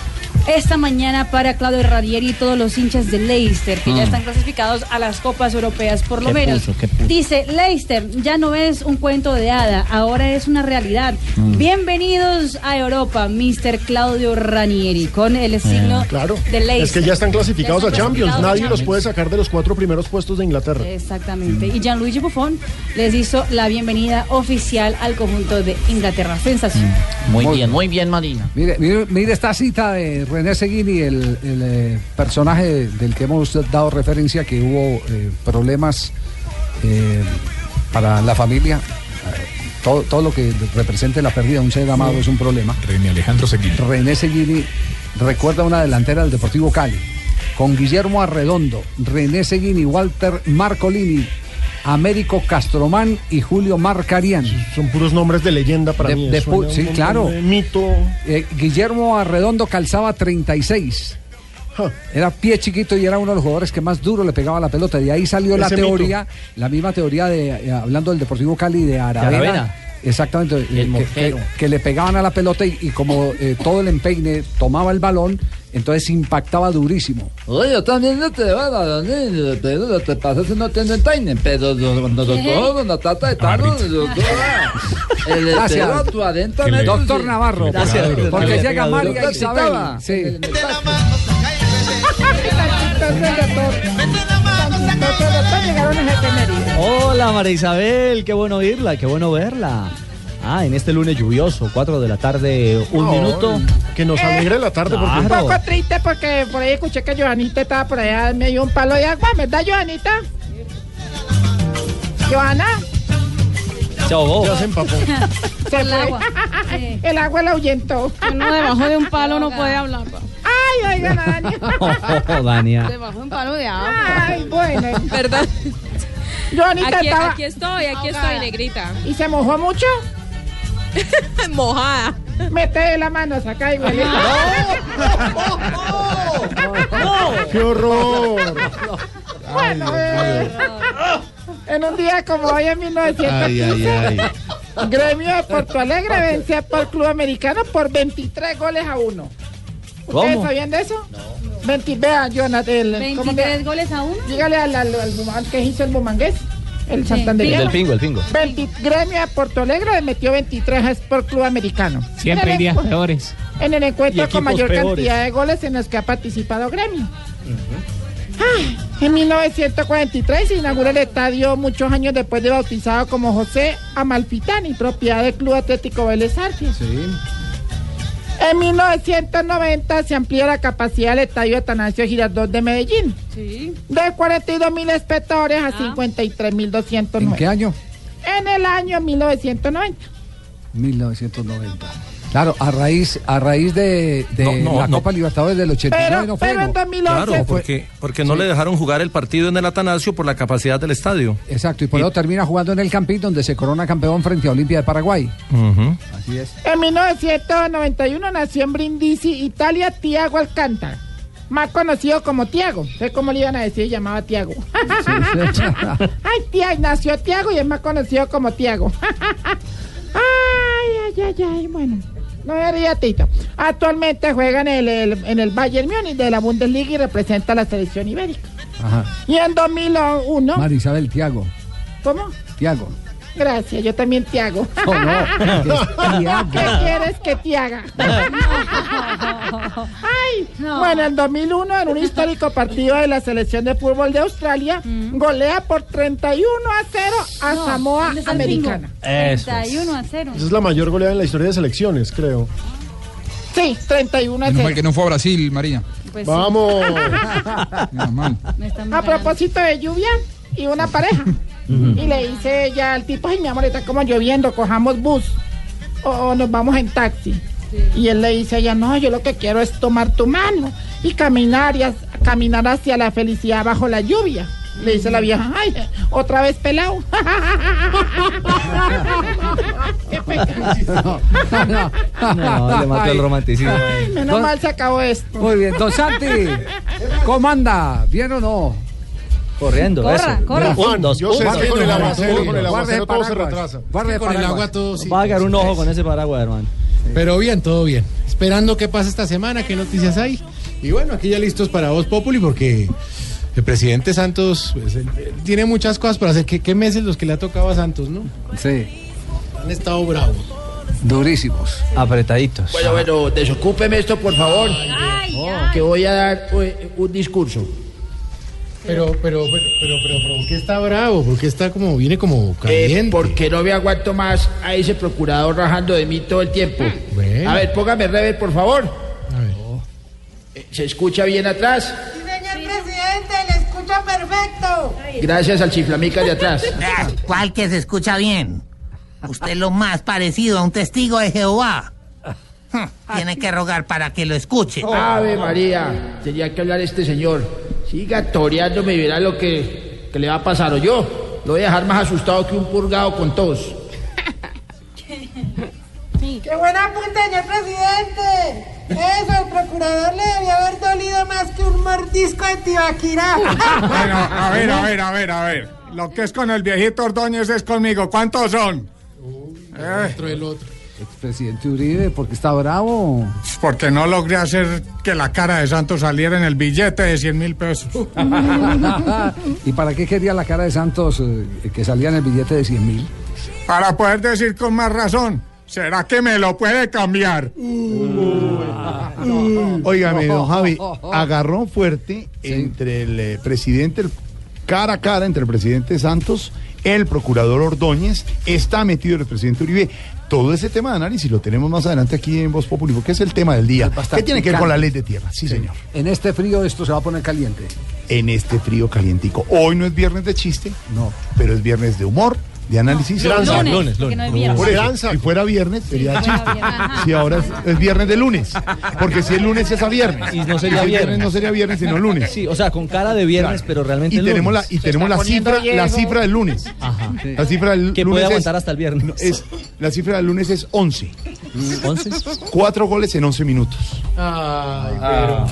[SPEAKER 19] esta mañana para Claudio Radieri y todos los hinchas de Leicester que ya
[SPEAKER 20] Mm.
[SPEAKER 19] están clasificados a las copas europeas por lo
[SPEAKER 20] ¿Qué
[SPEAKER 19] menos.
[SPEAKER 20] puso? ¿Qué puso?
[SPEAKER 19] Dice Leicester ya no es un cuento de hada, ahora es una realidad.
[SPEAKER 20] Mm.
[SPEAKER 19] Bienvenidos a Europa, Mr. Claudio Ranieri con
[SPEAKER 20] Eh,
[SPEAKER 19] el signo
[SPEAKER 4] Claro.
[SPEAKER 19] de Leicester.
[SPEAKER 4] Es que ya están clasificados
[SPEAKER 19] Ya están
[SPEAKER 4] a Champions.
[SPEAKER 19] clasificados a
[SPEAKER 4] Nadie los
[SPEAKER 19] Champions. Eh,
[SPEAKER 4] puede sacar de los cuatro primeros puestos de Inglaterra.
[SPEAKER 19] Exactamente. Y Gianluigi Buffon les hizo la bienvenida oficial al conjunto de Inglaterra. Sensación.
[SPEAKER 20] Muy bien, muy bien, Marina.
[SPEAKER 15] Mire, mire, mire esta cita de René Seguini, el, el, eh, personaje del que hemos dado referencia que hubo eh, problemas eh, para la familia. Eh, Todo, todo lo que represente la pérdida de un ser amado es un problema.
[SPEAKER 17] René Alejandro Seguini.
[SPEAKER 15] René Seguini recuerda una delantera del Deportivo Cali. Con Guillermo Arredondo, René Seguini, Walter Marcolini, Américo Castromán y Julio Marcarián.
[SPEAKER 4] Son puros nombres de leyenda para mí.
[SPEAKER 15] de
[SPEAKER 4] suena
[SPEAKER 15] pu-
[SPEAKER 4] un
[SPEAKER 15] sí,
[SPEAKER 4] montón
[SPEAKER 15] claro.
[SPEAKER 4] de mito.
[SPEAKER 15] Eh, Guillermo Arredondo calzaba 36. Era pie chiquito y era uno de los jugadores que más duro le pegaba la pelota. De ahí salió la
[SPEAKER 4] Ese mito.
[SPEAKER 15] teoría, la misma teoría de, eh, hablando del Deportivo Cali de Aravena.
[SPEAKER 4] Aravena.
[SPEAKER 15] Exactamente, eh, que- que,
[SPEAKER 4] mortero.
[SPEAKER 15] que le pegaban a la pelota y, y como eh, todo el empeine tomaba el balón, entonces impactaba durísimo.
[SPEAKER 9] Oye, también no te van a dar ni- pero no te pasas no tienen timing, pero los- nosotros, la tata de Tano, nosotros, ah, el
[SPEAKER 15] Gracias.
[SPEAKER 9] espero a 40
[SPEAKER 15] Que le-
[SPEAKER 9] metros.
[SPEAKER 15] Doctor Navarro,
[SPEAKER 9] Gracias.
[SPEAKER 15] porque
[SPEAKER 9] Que le
[SPEAKER 15] llega
[SPEAKER 9] pega duro.
[SPEAKER 15] María Isabel. Sí.
[SPEAKER 2] Hola María Isabel, qué bueno oírla, qué bueno verla. Ah, en este lunes lluvioso, 4 de la tarde, un
[SPEAKER 4] No,
[SPEAKER 2] minuto.
[SPEAKER 4] Que
[SPEAKER 7] Eh.
[SPEAKER 4] nos alegre la tarde,
[SPEAKER 2] Claro.
[SPEAKER 4] porque
[SPEAKER 2] Claro.
[SPEAKER 4] Claro.
[SPEAKER 2] Un poco
[SPEAKER 5] triste porque por ahí escuché que Joanita estaba por allá, me dio un palo de agua, ¿verdad, Joanita? Joana.
[SPEAKER 2] Se ahogó.
[SPEAKER 4] Ya se empapó.
[SPEAKER 5] Se el agua. el agua la ahuyentó.
[SPEAKER 23] Uno debajo de un palo no puede hablar. pa.
[SPEAKER 5] Ay, oigan, Dani.
[SPEAKER 2] Dania.
[SPEAKER 23] Debajo de un palo de agua.
[SPEAKER 5] Ay, bueno.
[SPEAKER 23] ¿Verdad?
[SPEAKER 5] Joanita
[SPEAKER 23] Aquí,
[SPEAKER 5] estaba.
[SPEAKER 23] aquí estoy, aquí estoy,
[SPEAKER 5] Ahogada.
[SPEAKER 23] negrita.
[SPEAKER 5] ¿Y se mojó mucho? Mojada. Mete la mano, saca y huele.
[SPEAKER 9] ah.
[SPEAKER 4] ¡Qué horror!
[SPEAKER 5] Bueno, eh, en un día como hoy en 1915, Gremio de Porto Alegre vence por Club Americano por 23 goles a uno. ¿Ustedes
[SPEAKER 23] ¿Cómo?
[SPEAKER 5] sabían de eso? No. 20, vean, Jonathan. El, ¿cómo
[SPEAKER 19] 23
[SPEAKER 5] que-
[SPEAKER 19] goles a uno.
[SPEAKER 5] Dígale al, al, al- al que hizo el bumangués, el
[SPEAKER 19] Sí.
[SPEAKER 5] Santander.
[SPEAKER 2] El del pingo, el pingo.
[SPEAKER 5] Gremio de Porto Alegre le metió 23 a Sport Club Americano. pues, En el encu-
[SPEAKER 2] peores.
[SPEAKER 5] En el
[SPEAKER 2] Y
[SPEAKER 5] encuentro
[SPEAKER 2] equipos
[SPEAKER 5] con mayor
[SPEAKER 2] peores.
[SPEAKER 5] cantidad de goles en los que ha participado Gremio. Ay, en 1943 se inaugura el estadio muchos años después de bautizado como José Amalfitani, propiedad del Club Atlético Vélez Arfield. En 1990 se amplía la capacidad del estadio Atanasio Girardot de Medellín. De 42 mil espectadores a 53 mil
[SPEAKER 15] ¿En qué año?
[SPEAKER 5] En el año 1990.
[SPEAKER 15] 1990. Claro, a raíz, a raíz de, de
[SPEAKER 28] No, no,
[SPEAKER 15] la
[SPEAKER 28] no.
[SPEAKER 15] Copa Libertadores del 89
[SPEAKER 5] Pero-
[SPEAKER 15] no fue.
[SPEAKER 5] pero en
[SPEAKER 15] ¿no?
[SPEAKER 5] 2011
[SPEAKER 28] Claro, porque, porque no le dejaron jugar el partido en el Atanasio por la capacidad del estadio.
[SPEAKER 15] Exacto, y por eso termina jugando en el Campín donde se corona campeón frente a Olimpia de Paraguay.
[SPEAKER 28] Ujú.
[SPEAKER 15] Así es.
[SPEAKER 5] En 1991 nació en Brindisi, Italia, Tiago Alcántara. Más conocido como Tiago. sé cómo le iban a decir, llamaba Tiago. Ay, tía, nació Tiago y es más conocido como Tiago. ay, ay, ay, ay, bueno. No era Tito. Actualmente juega en el, el- en el Bayern Múnich de la Bundesliga y representa a la selección ibérica.
[SPEAKER 15] Ajá.
[SPEAKER 5] Y en 2001,
[SPEAKER 15] María Isabel, Tiago.
[SPEAKER 5] ¿cómo?
[SPEAKER 15] Tiago.
[SPEAKER 5] Gracias, yo también te hago.
[SPEAKER 6] Oh,
[SPEAKER 31] No, no,
[SPEAKER 5] ¿Qué
[SPEAKER 31] es Tiago.
[SPEAKER 5] quieres que te haga? Ay, bueno, en 2001, en un histórico partido de la selección de fútbol de Australia, golea por 31 a 0 a
[SPEAKER 32] Mm. No,
[SPEAKER 5] Samoa
[SPEAKER 32] ¿dónde está el bingo?
[SPEAKER 5] Americana.
[SPEAKER 4] Eso
[SPEAKER 32] 31 a 0.
[SPEAKER 4] Esa es la mayor goleada en la historia de selecciones, creo.
[SPEAKER 5] Sí, 31 a
[SPEAKER 6] Menos
[SPEAKER 5] 0.
[SPEAKER 6] mal que no fue a Brasil, María.
[SPEAKER 5] Pues sí.
[SPEAKER 4] ¡Vamos!
[SPEAKER 6] Menos mal.
[SPEAKER 5] A propósito de lluvia y una pareja. Y le dice ella al tipo, ay mi amor, está como lloviendo, cojamos bus o, o nos vamos en taxi. Y él le dice a ella, no, yo lo que quiero es tomar tu mano y caminar, y as- caminar hacia la felicidad bajo la lluvia. Le dice la vieja, ay, otra vez pelado. Qué pecado.
[SPEAKER 2] No, le mató el romanticismo.
[SPEAKER 5] Ay, menos mal se acabó esto.
[SPEAKER 15] Muy bien, Don Santi, ¿cómo anda? ¿Bien o no?
[SPEAKER 2] Corriendo, Corra, eso. corra. Juan, yo sé que con el aguacero, con el aguacero todo se retrasa.
[SPEAKER 15] Guarde
[SPEAKER 9] Es que con el
[SPEAKER 15] paraguas.
[SPEAKER 9] agua todo sí.
[SPEAKER 2] Va a agarrar un ojo con ese paraguas, hermano.
[SPEAKER 9] Pero bien, todo bien. Esperando qué pasa esta semana, qué noticias hay. Y bueno, aquí ya listos para Voz Populi porque el presidente Santos pues, él- él tiene muchas cosas para hacer. ¿Qué, qué meses los que le ha tocado a Santos, no?
[SPEAKER 15] Sí.
[SPEAKER 9] Han estado bravos.
[SPEAKER 15] Durísimos. Ah,
[SPEAKER 2] Apretaditos.
[SPEAKER 3] Bueno, bueno, desocúpeme esto, por favor. Oh, Que voy a dar eh, un discurso.
[SPEAKER 9] Pero, pero, pero, pero, pero, pero, ¿por qué está bravo? ¿Por qué está como, viene como
[SPEAKER 3] Eh,
[SPEAKER 9] caliente?
[SPEAKER 3] porque no me aguanto más a ese procurador rajando de mí todo el tiempo.
[SPEAKER 9] Bueno.
[SPEAKER 3] A ver, póngame rever, por favor. Eh, ¿Se escucha bien atrás?
[SPEAKER 19] Señor presidente, le escucho perfecto.
[SPEAKER 3] Gracias al chiflamica de atrás.
[SPEAKER 19] Ah, ¿Cuál que se escucha bien? Usted es lo más parecido a un testigo de Jehová. Hm, Tiene que rogar para que lo escuche.
[SPEAKER 3] Oh.
[SPEAKER 19] Ah.
[SPEAKER 3] Ave María, tenía que hablar este señor. Siga toreándome y verá lo que, que le va a pasar. O yo lo voy a dejar más asustado que un purgado con tos.
[SPEAKER 19] ¡Qué buen apunte, señor presidente! Eso, el procurador le debería haber dolido más que un mordisco de tibaquirá.
[SPEAKER 23] Bueno, a ver, a ver, a ver, a ver. Lo que es con el viejito Ordóñez es conmigo. ¿Cuántos son? Eh,
[SPEAKER 9] Otro el otro.
[SPEAKER 15] Presidente Uribe, porque está bravo.
[SPEAKER 23] Porque no logré hacer que la cara de Santos saliera en el billete de 100 mil pesos.
[SPEAKER 15] ¿Y para qué quería la cara de Santos eh, que salía en el billete de 100 mil?
[SPEAKER 23] Para poder decir con más razón, ¿será que me lo puede cambiar?
[SPEAKER 21] Óigame, don Javi,
[SPEAKER 15] Oh,
[SPEAKER 21] agarró fuerte entre el eh, presidente, el- cara a cara entre el presidente Santos, el procurador Ordóñez, está metido el presidente Uribe. Todo ese tema de análisis lo tenemos más adelante aquí en Voz Populi, porque es el tema del día.
[SPEAKER 15] Bastante
[SPEAKER 21] ¿Qué tiene que ver con la ley de
[SPEAKER 15] picante.
[SPEAKER 21] tierra? Sí, señor.
[SPEAKER 15] En este frío esto se va a poner caliente.
[SPEAKER 21] En este frío calientico. Hoy no es viernes de chiste, no, pero es viernes de humor, de análisis.
[SPEAKER 19] No, Lunes, lunes, lunes, porque no es viernes.
[SPEAKER 21] Por eso,
[SPEAKER 19] Tranza.
[SPEAKER 21] si fuera viernes, sería chiste. Si ahora es, es viernes de lunes, porque si el lunes es a viernes.
[SPEAKER 2] Y no sería
[SPEAKER 21] Si el
[SPEAKER 2] viernes.
[SPEAKER 21] no sería viernes, sino lunes.
[SPEAKER 2] Sí, o sea, con cara de viernes, pero realmente
[SPEAKER 21] Y
[SPEAKER 2] es
[SPEAKER 21] tenemos la,
[SPEAKER 2] lunes.
[SPEAKER 21] y tenemos la cifra, la cifra del lunes.
[SPEAKER 2] Ajá.
[SPEAKER 21] La cifra del
[SPEAKER 2] Que
[SPEAKER 21] lunes
[SPEAKER 2] puede
[SPEAKER 21] es-
[SPEAKER 2] aguantar hasta el viernes.
[SPEAKER 21] no, es- la cifra del lunes es 11. ¿11? Cuatro goles en 11 minutos.
[SPEAKER 9] Ay,
[SPEAKER 21] Ah.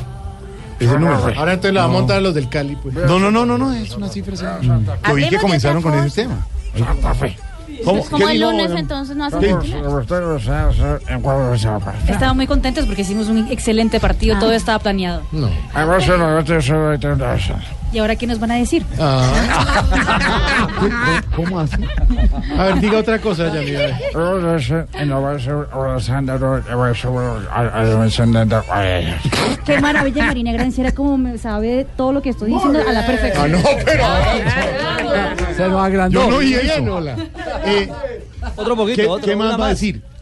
[SPEAKER 21] Es el número.
[SPEAKER 9] pero. Ahora entonces la va a
[SPEAKER 21] No.
[SPEAKER 9] montar los del Cali, pues.
[SPEAKER 21] No, no, no, no, no, es una cifra. señor. Yo vi
[SPEAKER 19] Hablemos de
[SPEAKER 21] que comenzaron
[SPEAKER 19] otra
[SPEAKER 21] con ese tema.
[SPEAKER 19] Pues como
[SPEAKER 21] ¿Qué
[SPEAKER 19] el
[SPEAKER 21] digo,
[SPEAKER 19] lunes,
[SPEAKER 21] don-
[SPEAKER 19] entonces no hace
[SPEAKER 21] ¿Qué?
[SPEAKER 32] Estamos muy contentos porque hicimos un excelente
[SPEAKER 21] Ah.
[SPEAKER 32] partido, todo estaba planeado.
[SPEAKER 9] No.
[SPEAKER 32] ¿Y ahora qué nos van a decir?
[SPEAKER 19] Ah.
[SPEAKER 9] ¿Cómo hace? A ver, diga otra cosa, ya, mira.
[SPEAKER 19] Qué maravilla, Marina Granciera, como me sabe todo lo que estoy diciendo a la perfección.
[SPEAKER 21] Ah, no, pero-
[SPEAKER 15] Se lo agrandó.
[SPEAKER 21] Yo no oí eso. Eh,
[SPEAKER 2] Otro
[SPEAKER 21] ¿Qué, qué más va a decir?